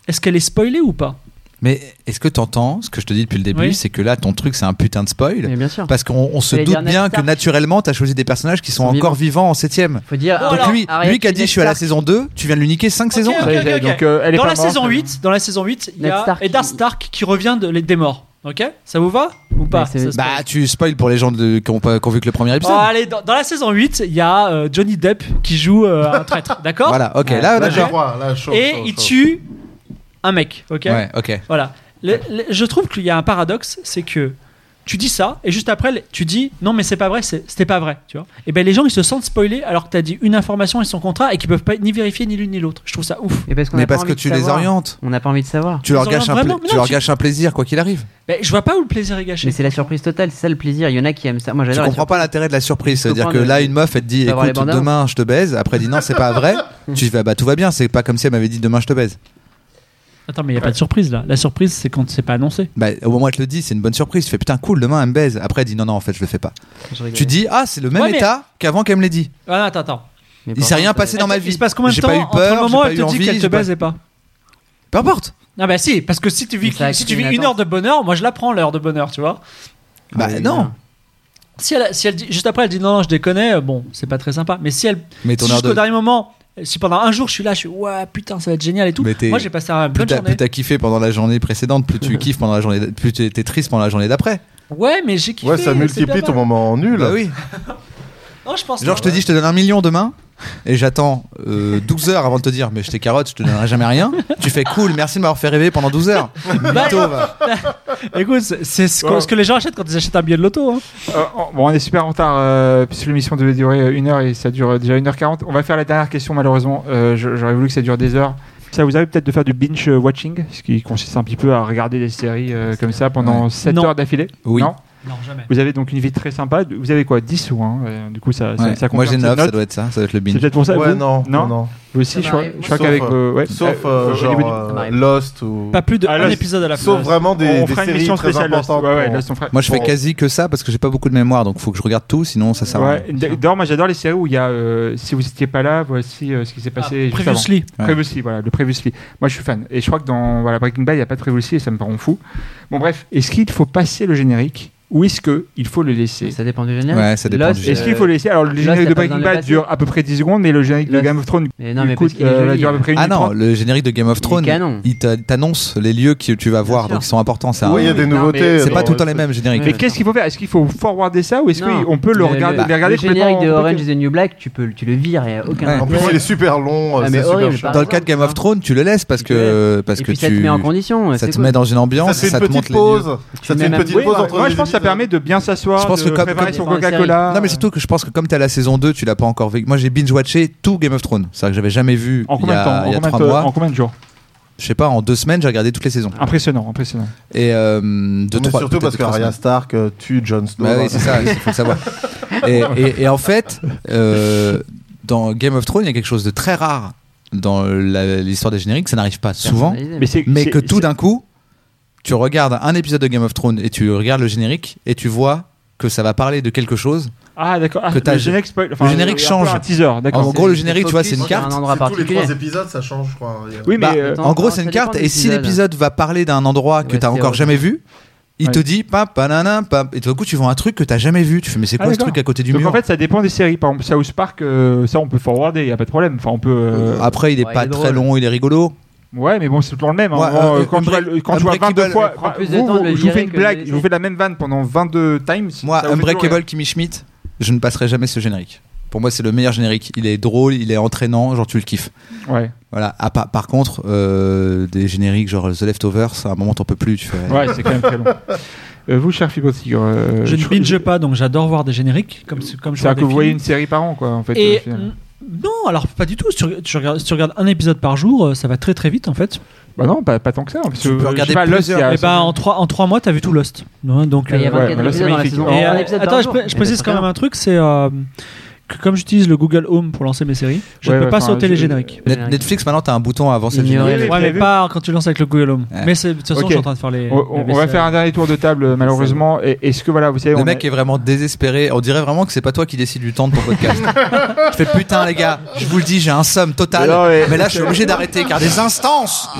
C: est-ce qu'elle est spoilée ou pas
D: Mais est-ce que t'entends ce que je te dis depuis le début,
C: Oui.
D: c'est que là, ton truc, c'est un putain de spoil
E: Mais bien sûr.
D: parce qu'on on se
E: J'allais
D: doute
E: dire Ned
D: bien que
E: Stark.
D: naturellement, t'as choisi des personnages qui sont
E: Ils sont
D: encore vivants en septième.
E: Faut dire.
C: Donc
D: Donc
E: alors,
D: lui,
E: Arya
D: lui qui a
E: Stark,
D: dit je suis à la saison 2, tu viens de l'uniquer 5 saisons.
C: Ok,
B: Ça y est,
C: ok,
B: ça y est,
C: ok.
B: donc, euh, elle est
C: dans
B: pas
C: la
B: morte.
C: saison 8 dans la saison 8 il y
E: Ned
C: a
E: Stark
C: Eddard
E: qui-
C: Stark qui revient de, des morts ok ça vous va ou pas
E: Mais c'est-
C: ce spoil
D: Bah, tu spoil pour les gens de- qui ont pas- qui ont vu que le premier
C: Oh,
D: épisode.
C: allez, dans, dans la saison 8, il y a euh, Johnny Depp qui joue euh, un traître, d'accord
D: Voilà, ok,
E: Ouais.
D: là,
A: Là, j'ai
D: d'accord.
A: droit, là, chaud,
C: Et
A: chaud,
C: il
A: chaud.
C: tue un mec, ok
D: Ouais, ok.
C: Voilà. Le- le- je trouve qu'il y a un paradoxe, c'est que tu dis ça et juste après tu dis non mais c'est pas vrai, c'est- c'était pas vrai, tu vois. Et ben les gens ils se sentent spoilés alors que t'as dit une information et son contrat et qu'ils peuvent pas ni vérifier ni l'une ni l'autre. Je trouve ça ouf.
E: Mais parce qu'on a
D: Mais
E: pas
D: parce
E: envie
D: que
E: de
D: tu les
E: savoir.
D: orientes.
E: On n'a pas envie de savoir.
D: Tu leur
C: Ils
D: gâches
C: ont
D: un
C: vraiment-
D: pla-
C: mais
D: tu
C: non,
D: leur
C: tu-
D: gâches un plaisir, quoi qu'il arrive.
C: Mais je vois pas où le plaisir est gâché.
E: Mais c'est la surprise totale, c'est ça le plaisir. Il y en a qui aiment ça. Moi
D: Tu
E: j'adore. la
D: comprends pas l'intérêt de la surprise.
E: Je
D: C'est-à-dire que
E: comprends, mais-
D: là, une meuf, elle te dit
E: Faut avoir
D: écoute,
E: les bandes-annonces.
D: demain je te baise. Après, elle dit non, c'est pas vrai. tu fais bah tout va bien, c'est pas comme si elle m'avait dit demain je te baise.
C: Attends mais il y a pas de surprise là. La surprise c'est quand c'est pas annoncé.
D: Bah, au moment où elle te le dit, c'est une bonne surprise. Tu fais putain, cool, demain elle me baise. Après, elle dit non, non, en fait, je le fais pas.
E: surprise. Je rigole.
D: Tu dis ah, c'est le même
C: Ouais, mais-
D: état qu'avant qu'elle me l'ait dit.
C: Ah, attends attends.
E: Mais
D: Il
E: par
D: s'est rien
E: contre,
D: passé
E: euh,
D: dans ma vie.
C: Il se passe combien de
D: J'ai
C: temps
D: pas eu
C: entre
D: peur,
C: le moment où elle
D: j'ai pas
C: te
D: eu
C: dit
D: envie,
C: qu'elle te
D: j'ai pas-
C: baise et pas
D: Peu importe.
C: Ah bah si parce que si tu vis
E: Mais ça a
C: si tu
E: créé
C: vis
E: une
C: une heure de bonheur, moi je la prends l'heure de bonheur, tu vois.
D: Bah
E: oui,
D: non.
E: voilà.
C: Si elle, si elle dit, juste après, elle dit non, non, je déconnais, euh, bon, c'est pas très sympa. Mais si elle,
D: Mais
C: si
D: ton heure
C: jusqu'au
D: de.
C: dernier moment, si pendant un jour je suis là, je suis ouais, putain, ça va être génial et tout.
D: Mais t'es-
C: Moi, j'ai passé une
D: Plus
C: bonne
D: t'as,
C: journée.
D: plus t'as kiffé pendant la journée précédente, plus tu kiffes pendant la journée, plus t'es, t'es triste pendant la journée d'après.
C: Ouais, mais j'ai kiffé.
A: Ouais, ça
C: c'est
A: multiplie
C: bien
A: ton
C: mal.
A: moment en nul.
D: Bah oui.
C: Non, je pense.
D: Genre,
C: pas.
D: je te dis, je te donne un million demain, et j'attends euh, 12 heures avant de te dire, mais je t'ai carotte, je te donnerai jamais rien. Tu fais cool, merci de m'avoir fait rêver pendant 12 heures.
C: Bah,
D: Mytho, va.
C: écoute, c'est c'est ce,
B: Ouais.
C: que, ce que les gens achètent quand ils achètent un billet de loto. hein.
B: Euh, on- bon, on est super en retard euh, puisque l'émission devait durer euh, une heure et ça dure euh, déjà 1h40. On va faire la dernière question malheureusement. Euh, je- J'aurais voulu que ça dure des heures. Ça vous arrive peut-être de faire du binge euh, watching, ce qui consiste un petit peu à regarder des séries euh, comme ça pendant 7
C: Non.
B: heures d'affilée
D: Oui.
B: Non
C: Non, jamais.
B: vous avez donc une vie très sympa. Vous avez quoi 10 ou 1 Du coup, ça, ça-
D: Ouais.
B: ça compte
D: Moi j'ai
B: cette
D: 9, ça
B: note.
D: doit être ça, ça doit être le
B: C'est
D: binge.
B: peut-être pour ça
A: Ouais,
B: vous
A: non, non, non.
B: Vous aussi,
E: Ça
B: je crois,
E: m'arrive,
B: je crois
E: moi.
A: Sauf,
B: qu'avec.
A: euh,
B: vos- ouais,
A: Sauf
B: euh,
A: euh,
B: au
A: genre
B: niveau du-
A: euh,
E: m'arrive.
A: Lost ou.
C: Pas plus d'un
B: Ah, là,
C: épisode à la
A: Sauf
C: fois.
A: vraiment des,
B: on
A: des
B: fera une
A: séries
B: émission
A: très
B: spéciale. Lost.
A: importantes.
B: Ouais, ouais,
A: pour-
B: Lost, on fera-
D: Moi je fais
A: Bon.
D: quasi que ça parce que j'ai pas beaucoup de mémoire, donc faut que je regarde tout, sinon ça sert à rien.
B: Ouais, d- D'ailleurs, moi j'adore les séries où il y a. euh, si vous n'étiez pas là, voici euh, ce qui s'est
C: Ah,
B: passé. juste avant.
C: previously.
D: Ouais.
B: Previously, voilà, le Previously. Moi, je suis fan. Et je crois que dans voilà, Breaking Bad, il n'y a pas de Previously et ça me rend fou. Bon, bref, est-ce qu'il faut passer le générique ou est-ce qu'il faut le laisser
E: Ah, Ça dépend du générique.
D: Ouais, ça dépend
E: Lost,
D: du
B: Est-ce qu'il faut le laisser Alors, le
E: Lost,
B: générique
E: y
B: de
E: a pas
B: Breaking
E: besoin de le
B: Bad
E: passer.
B: dure à peu près 10 secondes, mais le générique de
E: Lost.
B: Game of Thrones
E: Mais non,
B: lui
E: mais
B: coûte,
E: parce qu'il est
B: euh,
E: joli.
B: dure à peu près une
D: Ah
B: minute
D: non,
B: trente.
D: le générique de Game of
E: est
D: Thrones,
E: canon.
D: il t'a- t'annonce les lieux que tu vas voir,
E: sûr.
D: donc ils sont importants, ça. hein.
A: Oui, il y a des
E: Non, mais
A: nouveautés. euh,
D: C'est pas
A: dans-
D: tout le temps les mêmes génériques.
B: Mais qu'est-ce qu'il faut faire Est-ce qu'il faut forwarder ça ou est-ce
E: Non.
B: qu'on peut le regarder,
E: Le,
B: les regarder
E: le générique de
B: complètement-
E: Orange is the New Black, tu peux, le- tu le vires et aucun.
D: Ouais.
A: En plus, il est super long. euh,
E: Ah, mais
A: c'est super
E: horrible,
A: chiant.
D: Dans le cas de Game of Thrones, tu le laisses parce que parce
E: et
D: que
E: puis ça
D: tu
E: te met en condition.
D: ça
E: c'est
D: te
E: cool.
D: met dans une
A: Ça
D: ambiance,
A: te fait
D: ça
A: une
D: te montre
A: petite
D: les lieux.
A: pause. Ça te fait
E: mets
A: une
E: même-
A: petite
B: Oui,
A: pause
B: bah,
A: entre
B: moi
A: les
B: je pense que ça
A: épisodes.
B: permet de bien s'asseoir,
D: Je pense
B: de
D: que comme-
B: préparer
D: comme-
B: son
E: dans les séries.
B: Coca-Cola.
D: Non mais surtout que je pense que comme t'es à la saison 2, tu l'as pas encore vécu. Moi j'ai binge watché tout Game of Thrones. C'est-à-dire que j'avais jamais vu
B: En
D: il y
B: combien de temps
D: a,
B: en
D: il y a
B: combien de
D: trois
B: temps- En
D: mois.
B: combien de jours
D: Je sais pas, en deux semaines j'ai regardé toutes les saisons.
B: Impressionnant, impressionnant.
D: Et euh, de
A: Mais
D: trois.
A: surtout
D: peut-être
A: parce
D: de trois
A: qu'Arya
D: semaines.
A: Stark euh, tue Jon Snow.
D: Bah oui, c'est ça, il faut le savoir. Et, et- et en fait, euh, dans Game of Thrones, il y a quelque chose de très rare dans la- l'histoire des génériques, ça n'arrive pas souvent,
B: c'est
E: Personnalisé.
D: mais que tout
B: d'un
D: d'un coup, tu regardes un épisode de Game of Thrones et tu regardes le générique et tu vois que ça va parler de quelque chose.
B: Ah, d'accord. Ah,
D: Que t'as-
B: le générique, spoil- enfin,
D: le générique
B: un peu
D: change.
B: Un teaser, d'accord.
D: En gros, le générique, tu vois, c'est une
E: Sur
D: carte.
E: un endroit
A: Tous les
E: particulier.
A: trois épisodes, ça change, je crois. Il y a-
B: Oui, mais.
D: Bah,
B: euh,
E: attends.
D: En gros,
E: Non,
D: c'est une
E: ça dépend
D: carte
E: des
D: et si
E: épisodes.
D: l'épisode va parler d'un endroit que
E: Ouais,
D: t'as
E: c'est
D: encore
E: vrai.
D: jamais vu, il te
B: Ouais.
D: dit pam, panana, pam, et tout d'un coup tu vois un truc que t'as jamais vu. Tu fais mais c'est
B: Ah,
D: quoi ce
B: d'accord.
D: truc à côté du
B: donc
D: mur
B: en fait, ça dépend des séries. Par exemple, South Park, euh, ça on peut forwarder, y a pas de problème. Enfin, on peut. euh,
D: Après, il est
E: Ouais,
D: pas
E: il est
D: très
E: drôle.
D: long, il est rigolo.
B: Ouais, mais bon, c'est toujours le même. hein.
D: Ouais,
B: Vraiment,
D: euh,
B: euh, quand tu vois,
D: Unbreak-
B: le- quand tu vois
D: Unbreakable,
B: 22 fois, bah,
E: ça prend plus de
B: vous,
E: temps de
B: vous-
E: le
B: je vous
E: virer
B: fais une
E: que
B: blague,
E: de-
B: je vous fais la même vanne pendant 22 times.
D: Moi,
B: ça vous fait
D: Unbreakable Kimmy Schmidt, je ne passerai jamais ce générique. Pour moi, c'est le meilleur générique. Il est drôle, il est entraînant, genre tu le kiffes.
B: toujours- Ouais,
D: Voilà. Ah, par, par contre, euh, des génériques genre The Leftovers, à un moment t'en peux plus. Tu fais,
B: ouais, c'est quand même très long. Euh, vous, cher Fibre Tigre, euh,
C: je ne
B: crois-
C: binge pas, donc j'adore voir des génériques. Comme, comme je vois
B: C'est-à-dire
C: des
B: que vous voyez
C: films.
B: une série par an, quoi, en fait.
C: Et euh,
B: au final.
C: non, alors pas du tout. Si tu, tu regardes, si tu regardes un épisode par jour, euh, ça va très très vite en fait.
B: Bah non, pas, pas tant que ça. Parce
D: Tu
B: que,
D: peux
B: je sais
D: regarder
B: pas, Lost,
D: plusieurs.
B: il y a-
C: et ben en trois en trois mois, t'as vu tout Lost. Hein, donc
E: Bah, Il y
C: euh,
E: a
B: Ouais,
E: 24
B: mais là, c'est
E: épisodes dans la
B: magnifique.
E: saison.
B: Et,
E: un
C: euh,
E: épisode
C: attends,
E: par
C: je,
E: jour.
C: pré- je
E: Mais
C: précise
E: c'est
C: quand
E: très
C: même un truc, c'est euh, que comme j'utilise le Google Home pour lancer mes séries, je
B: Ouais,
C: ne peux
B: ouais,
C: pas
B: enfin,
C: sauter les
B: je-
C: génériques.
D: Net- Netflix, maintenant t'as un bouton à avancer le
E: Ignorer
D: générique.
E: les-
C: Ouais, mais
B: prévu.
C: pas quand tu lances avec le Google Home.
D: Ouais.
C: Mais c'est- de toute façon,
B: Ok.
C: je suis en train de faire les.
B: on, on-
C: la
B: on va
C: vaisselle.
B: faire un dernier tour de table, malheureusement. Et, est-ce que voilà, vous savez,
D: Le
B: on
D: mec
B: a-
D: est vraiment désespéré. On dirait vraiment que c'est pas toi qui décide du temps de ton podcast. je fais putain, les gars, je vous le dis, j'ai un somme total.
B: Mais
D: Mais,
B: non, mais-
D: là, je suis obligé d'arrêter car des instances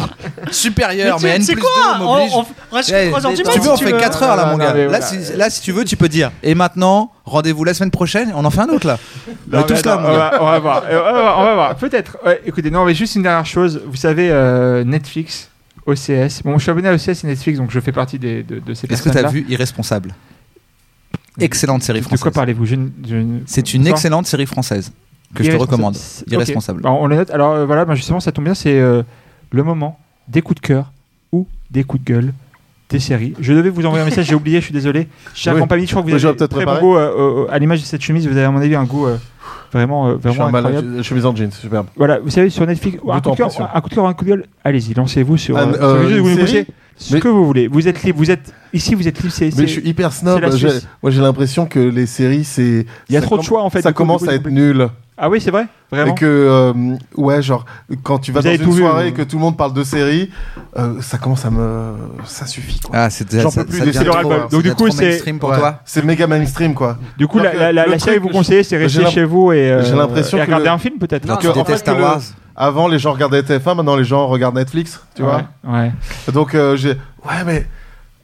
D: supérieures, mais, N
C: tu sais
D: plus 2 m'obligent.
C: On- on- reste jusqu'à
D: Eh,
C: trois heures du
D: si
C: mat,
D: tu
C: si
D: veux, on fait 4 heures là,
B: Non,
D: mon
B: Ah, non,
D: gars.
B: mais
D: Là
B: voilà.
D: si, là, si tu veux, tu peux dire. Et maintenant, rendez-vous la semaine prochaine, on en fait un autre là. On
B: Non,
D: est tous
B: mais
D: là,
B: attends,
D: mon
B: on,
D: gars.
B: va, on va voir. Euh, on va voir, on va voir. Peut-être. Ouais, écoutez, non, mais juste une dernière chose. Vous savez, euh, Netflix, OCS. Bon, je suis abonné à OCS et Netflix, donc je fais partie des, de, de ces
D: Est-ce que t'as
B: personnes-là.
D: vu Irresponsable Excellente série
B: De quoi
D: française.
B: parlez-vous Je ne- je ne-
D: C'est une
B: Bonsoir.
D: excellente série française que je te
B: Irresponsable.
D: recommande.
B: C'est- ok.
D: Irresponsable.
B: Bah, on le note. Alors euh, voilà, bah, justement, ça tombe bien, c'est euh, le moment des coups de cœur ou des coups de gueule des séries. Je devais vous envoyer un message, j'ai oublié, je suis désolé. Cher
A: Oui.
B: compagnie, je crois que vous
A: Mais
B: avez
A: j'aurais
B: très
A: peut-être
B: bon
A: préparé.
B: goût euh, euh, à l'image de cette chemise, vous avez à mon avis un goût euh, vraiment, euh,
A: Je suis
B: vraiment
A: un malade,
B: incroyable.
A: je- je suis mis en jeans, superbe.
B: Voilà, vous savez, sur Netflix, un
A: Goût
B: coup, de cœur,
A: en pression.
B: un coup de cœur, un coup de gueule, allez-y, lancez-vous sur,
A: Un-
B: euh, sur
A: euh,
B: YouTube,
A: une
B: vous
A: série
B: poussez ce
A: Mais-
B: que vous voulez. Vous êtes libre, vous êtes ici, vous êtes libre. c'est-
A: Mais je
B: c'est-
A: suis hyper
B: c'est la
A: snob. j'ai-
B: Suisse.
A: Moi, j'ai l'impression que les séries, c'est.
B: Il y a
A: ça
B: trop de
A: com-
B: choix en fait.
A: Ça
B: du coup,
A: commence
B: du
A: à
B: coup, du
A: être
B: coup.
A: nul.
B: Ah oui, c'est vrai, vraiment.
A: Et que, euh, ouais, genre, quand tu vas
B: Vous
A: dans
B: avez
A: une
B: tout vu,
A: soirée
B: vous.
A: et que tout le monde parle de séries, euh, ça commence à me. Ça suffit, quoi.
D: Ah, c'est déjà
A: J'en
D: ça-
A: peux plus
D: ça
A: des
D: devient
B: C'est leur
A: trop,
B: album.
A: hein,
B: Donc du
D: devient
B: coup,
D: trop
B: c'est
D: mainstream pour
A: Ouais.
D: toi.
A: C'est méga mainstream, quoi.
B: Du coup, la,
A: Alors que
B: la, la,
A: le
B: la série
A: truc
B: vous
A: que
B: conseillez, c'est
A: j'ai
B: rester
A: l'im-
B: chez vous et, euh,
A: j'ai l'impression
B: et
A: que
B: regarder
A: le-
B: un film peut-être.
D: Alors,
A: Non,
D: tu
A: en fait,
D: détestes Star
A: le-
D: Wars.
A: Avant, les gens regardaient TF1, maintenant les gens regardent Netflix, tu
B: Ouais,
A: vois.
B: Ouais.
A: Donc euh, j'ai ouais mais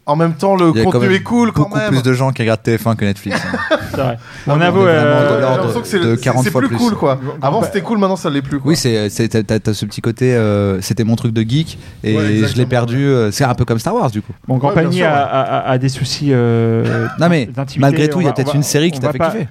A: en même temps le
D: Il y a quand
A: contenu
D: même
A: est cool quand
D: Beaucoup
A: même.
D: plus de gens qui regardent TF1 que Netflix. hein.
B: c'est vrai.
A: Non,
B: On
A: mais
B: avoue,
D: on est
A: Ouais,
D: vraiment de
A: j'ai
B: euh,
D: l'ordre.
A: l'impression que c'est
D: de
A: le-
D: 40
A: c'est
D: fois
A: plus
D: plus.
A: cool quoi. Avant
B: bah-
A: c'était cool, maintenant ça l'est plus. Quoi.
D: Oui, c'est, c'est- t'as, t'as- t'as ce petit côté, euh, c'était mon truc de geek et
A: Ouais,
D: je l'ai
A: exactement.
D: perdu. euh, c'est un peu comme Star Wars du coup.
B: mon grand
A: Ouais, bien
B: panier
A: sûr,
B: a,
A: ouais.
B: a- a- a des soucis. euh,
D: Non mais
B: d'intimité,
D: malgré tout,
B: on
D: il y a
B: va- on
D: peut-être
B: va-
D: une série qui
B: on
D: t'a
B: va
D: fait
B: pas-
D: kiffer.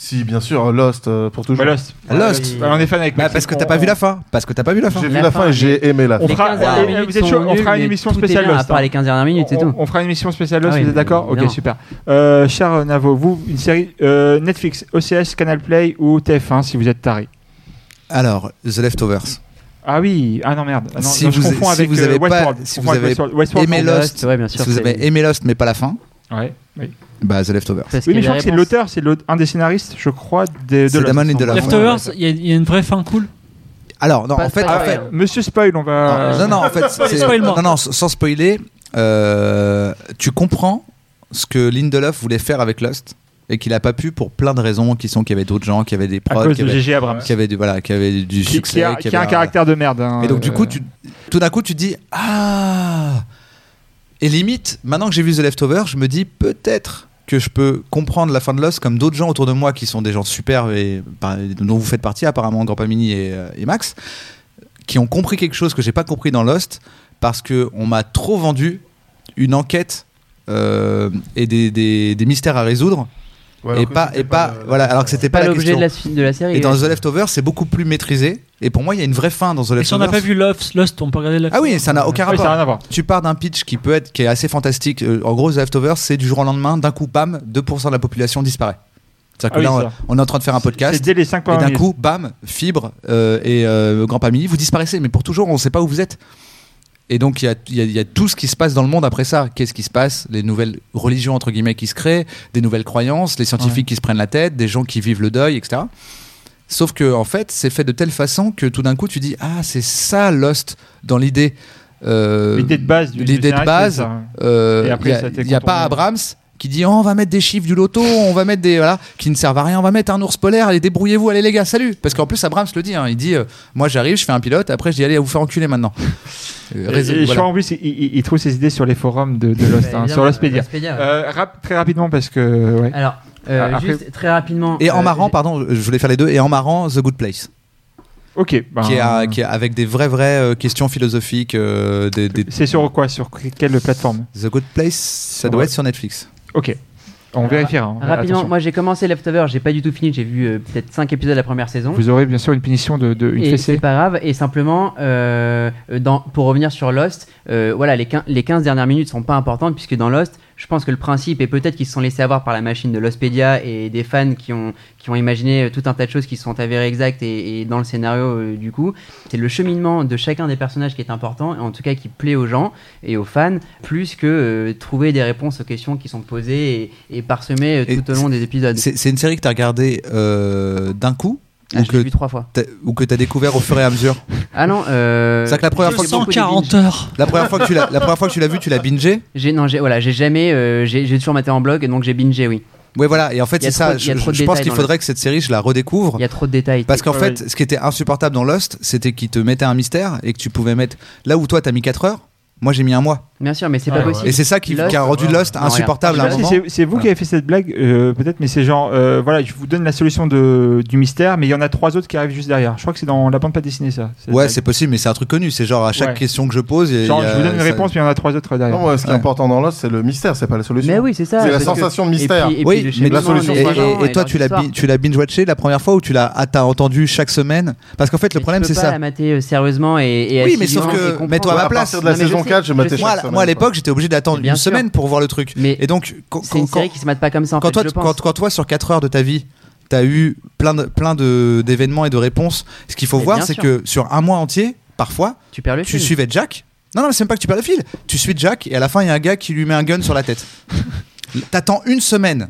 A: Si bien sûr Lost euh, pour toujours.
B: Bah, Lost.
D: Lost.
B: Bah, on est fan avec.
D: Bah,
B: Maxime,
D: parce que
B: on-
D: t'as pas vu la fin. Parce que t'as pas vu la fin.
A: J'ai vu
E: La
A: la fin
E: fin,
A: et j'ai aimé la fin.
B: On fera,
E: Les 15 dernières
B: eh, eh,
E: minutes
B: vous êtes
E: sont
B: chaud, on
E: nulles,
B: fera une
E: mais
B: émission
E: tout est
B: spéciale
E: bien,
B: Lost.
E: À part
B: hein.
E: les 15 dernières minutes, c'est
B: on,
E: tout.
B: on fera une émission spéciale Lost,
E: Ah oui,
B: vous êtes
E: mais
B: d'accord Ok,
E: évidemment.
B: super. Euh, cher Navo, vous, une série euh, Netflix, OCS, Canal Play ou TF1 si vous êtes taré
D: Alors, The Leftovers.
B: Ah oui, ah non merde. Ah non,
D: Si
B: non, je
D: vous-
B: confonds
D: si
B: avec
D: vous
B: euh,
D: avez pas-
B: Westworld.
D: si
B: Je
D: vous
B: confonds avec
D: avez
B: Westworld. Westworld,
D: aimé
B: non.
D: Lost,
E: ouais, bien sûr.
D: Si vous
E: c'est-
D: avez aimé Lost mais pas la fin,
B: Ouais, oui.
D: bah The Leftovers.
E: parce
B: Oui,
E: qu'il
B: mais je
E: y a
B: crois que c'est
E: des réponses.
B: l'auteur, c'est l'aute- un des scénaristes, je crois, des- de
D: C'est
B: Lost,
D: Damon
B: il me
D: Lindelof.
B: semble.
D: ouais,
C: Leftovers, il y, a- il y a une vraie fin cool.
D: Alors non,
E: Pas-
D: en fait,
E: pas
D: en fait-
E: vrai.
B: Monsieur Spoil, on va.
D: non, non, en fait, c'est-
C: Spoil-moi.
D: non, non, s- sans spoiler, euh, tu comprends ce que Lindelof voulait faire avec Lost et qu'il a pas pu pour plein de raisons qui sont qu'il y avait d'autres gens, qu'il y avait des
B: à
D: prods,
B: cause
D: qu'il
B: de
D: y avait-
B: GG Abrams.
D: qui avait du voilà qui avait du
B: Qui,
D: Oh, succès
B: qui a,
D: qui
B: qui a un
D: avait
B: caractère de merde. hein,
D: et donc du
B: euh,
D: coup tu tout d'un coup tu te dis ah et limite maintenant que j'ai vu The Leftover je me dis peut-être que je peux comprendre la fin de Lost comme d'autres gens autour de moi qui sont des gens super et par- dont vous faites partie apparemment Grand Mini et, euh, et Max qui ont compris quelque chose que j'ai pas compris dans Lost parce que on m'a trop vendu une enquête euh, et des, des- des mystères à résoudre
A: Ouais,
D: et
A: alors que
D: pas
A: c'était
D: et pas,
A: euh,
D: voilà alors que c'était pas,
E: pas
D: la
E: l'objet
D: question
E: de la suite de la série.
D: et dans
E: ouais.
D: The Leftovers, c'est beaucoup plus maîtrisé. Et pour moi, il y a une vraie fin dans The
C: Et
D: Leftovers.
C: si on n'a pas vu Lost, Lost, on peut regarder Lost.
D: Ah oui, ça n'a aucun
B: oui, ça n'a
D: rapport.
B: rien à voir.
D: Tu pars d'un pitch qui peut être qui est assez fantastique. Euh, En gros, The Leftovers, c'est du jour au lendemain, d'un coup, bam, 2% de la population disparaît. C'est-à-dire que
B: Ah
D: là,
B: oui,
D: on-
B: ça.
D: on est en train de faire un
B: C'est
D: podcast.
B: dès les 5
D: Et
B: premières
D: d'un
B: minutes.
D: coup, bam, fibre euh, et euh, grand famille, vous disparaissez, mais pour toujours, on ne sait pas où vous êtes. Et donc, il y a, il y a- il y a tout ce qui se passe dans le monde après ça. Qu'est-ce qui se passe Les nouvelles religions, entre guillemets, qui se créent, des nouvelles croyances, les scientifiques qui se prennent la tête, des gens qui vivent le deuil, etc. Sauf que, en fait, c'est fait de telle façon que tout d'un coup, tu dis Ah, c'est ça Lost dans l'idée. euh,
B: L'idée de base. du-
D: l'idée
B: du
D: de
B: scénariste,
D: base,
B: c'est ça.
D: euh,
B: Et après, ça a été
D: il n'y a, pas
B: contourné.
D: Abrams qui dit Oh, on va mettre des chiffres du loto, on va mettre des voilà qui ne servent à rien, on va mettre un ours polaire, allez débrouillez-vous, allez les gars, salut. Parce qu'en plus Abrams le dit, hein, il dit euh, moi j'arrive, je fais un pilote, après je dis allez à vous faire enculer maintenant. Euh,
B: Et-
D: rés-
B: et je
D: voilà.
B: crois en plus, il, il- il trouve ses idées sur les forums de, de Lost, hein,
E: Évidemment,
B: sur Lostpedia.
E: Lostpedia, ouais.
B: Euh, rap- très rapidement parce que ouais.
E: Alors, euh,
B: Ah, Après-
E: juste très rapidement.
D: Et en
E: euh,
D: marrant,
E: j'ai-
D: pardon, je voulais faire les deux. Et en marrant, The Good Place,
B: ok ben,
D: qui, est, à- qui est avec des vraies vraies euh, questions philosophiques. euh, des, des-
B: c'est sur quoi sur quelle plateforme
D: The Good Place, ça doit
B: Ouais.
D: être sur Netflix.
B: ok on
E: Alors,
B: vérifiera hein.
E: Rapidement,
B: Attention.
E: moi j'ai commencé Leftover, j'ai pas du tout fini, j'ai vu euh, peut-être 5 épisodes de la première saison.
B: vous aurez bien sûr une punition de, de- une
E: Et c'est
B: fessée
E: pas grave, et simplement, euh, dans, pour revenir sur Lost, euh, voilà, les, quin- les 15 dernières minutes sont pas importantes, puisque dans Lost, je pense que le principe, et peut-être qu'ils se sont laissés avoir par la machine de Lostpedia et des fans qui ont, qui ont imaginé euh, tout un tas de choses qui se sont avérées exactes et, et dans le scénario, euh, du coup, c'est le cheminement de chacun des personnages qui est important, et en tout cas qui plaît aux gens et aux fans, plus que euh, trouver des réponses aux questions qui sont posées et, et parsemées euh,
D: Et
E: tout au long des épisodes.
D: C'est c'est une série que t'as regardée euh, d'un coup
E: Ah,
D: ou
E: je l'ai
D: que
E: vu trois fois.
D: t'as- ou que t'as découvert au fur et à mesure.
E: Ah non, euh,
D: C'est-à-dire que la première fois que-
C: 240 heures.
D: La première fois que tu l'as, la première fois que tu l'as vu, tu l'as bingé.
E: J'ai non, j'ai voilà, j'ai jamais, euh, j'ai j'ai toujours maté en blog, donc j'ai bingé, oui.
D: Ouais, voilà. Et en fait,
E: Il y a
D: c'est
E: trop-
D: ça.
E: il y
D: Je,
E: a trop de
D: je pense
E: détails
D: qu'il
E: dans
D: faudrait que cette série, je la redécouvre.
E: Il y a trop de détails.
D: Parce qu'en
B: Ouais,
D: fait, ce qui était insupportable dans Lost, c'était qu'ils te mettaient un mystère et que tu pouvais mettre. Là où toi, t'as mis 4 heures, moi, j'ai mis un mois.
E: bien sûr, mais c'est
B: Ouais,
E: pas
B: ouais.
E: possible.
D: Et c'est ça qui,
E: Lost,
D: qui a rendu Lost
E: Non,
D: insupportable à un
E: regarde,
B: Si,
D: moment.
B: c'est c'est vous qui avez fait cette blague, euh, peut-être, mais c'est genre, euh, voilà, je vous donne la solution de, du mystère, mais il y en a trois autres qui arrivent juste derrière. Je crois que c'est dans la bande pas dessinée, ça. cette
D: Ouais,
B: blague.
D: c'est possible, mais c'est un truc connu. C'est genre à chaque
B: Ouais.
D: question que je pose. il y a-
B: Genre,
D: il y a-
B: je vous donne une
D: ça-
B: réponse, mais il y en a trois autres derrière.
A: Non, moi, ce qui est
D: Ouais.
A: important dans Lost, c'est le mystère, c'est pas la solution.
E: Mais oui, c'est ça.
A: C'est la
E: parce que-
A: sensation de
E: et
A: mystère.
E: puis- et puis
D: Oui,
E: le
D: mais-
E: cheminement
A: la solution,
E: des
A: c'est
D: Et,
A: pas
E: gens
D: et- et toi,
E: dans
D: tu l'as,
E: l'histoire.
D: bi- tu l'as binge-watché la première fois ou tu l'as, ah, t'as entendu chaque semaine Parce qu'en fait, le
E: Mais
D: problème,
E: tu peux
D: c'est
E: pas
D: ça.
E: la mater euh, sérieusement et, et
D: Oui, mais
E: assidûment
D: sauf que-
E: et comprendre.
D: mets-toi à
A: Moi,
D: ma
A: à
D: place.
A: partir de la
E: Non, mais je
A: saison
E: sais,
A: 4, je
E: je
A: m'étais
E: sais.
D: Moi, à
A: chaque
D: la-
A: semaine,
D: moi, à
A: quoi.
D: l'époque, j'étais obligé d'attendre
E: Bien
D: une
E: sûr.
D: semaine pour voir le truc.
E: Mais
D: Et donc, quand-
E: c'est une
D: quand-
E: série qui se mate pas comme ça. En
D: quand,
E: fait,
D: toi,
E: je
D: tu-
E: pense.
D: quand, quand toi, sur 4 heures de ta vie, tu as eu plein d'événements plein de, d'événements et de réponses, ce qu'il faut
E: Mais bien
D: voir, c'est
E: sûr.
D: que sur un mois entier, parfois,
E: tu perds le
D: tu
E: fil.
D: suivais Jack. Non, non, mais c'est même pas que tu perds le fil. Tu suis Jack et à la fin, il y a un gars qui lui met un gun sur la tête. T'attends une semaine.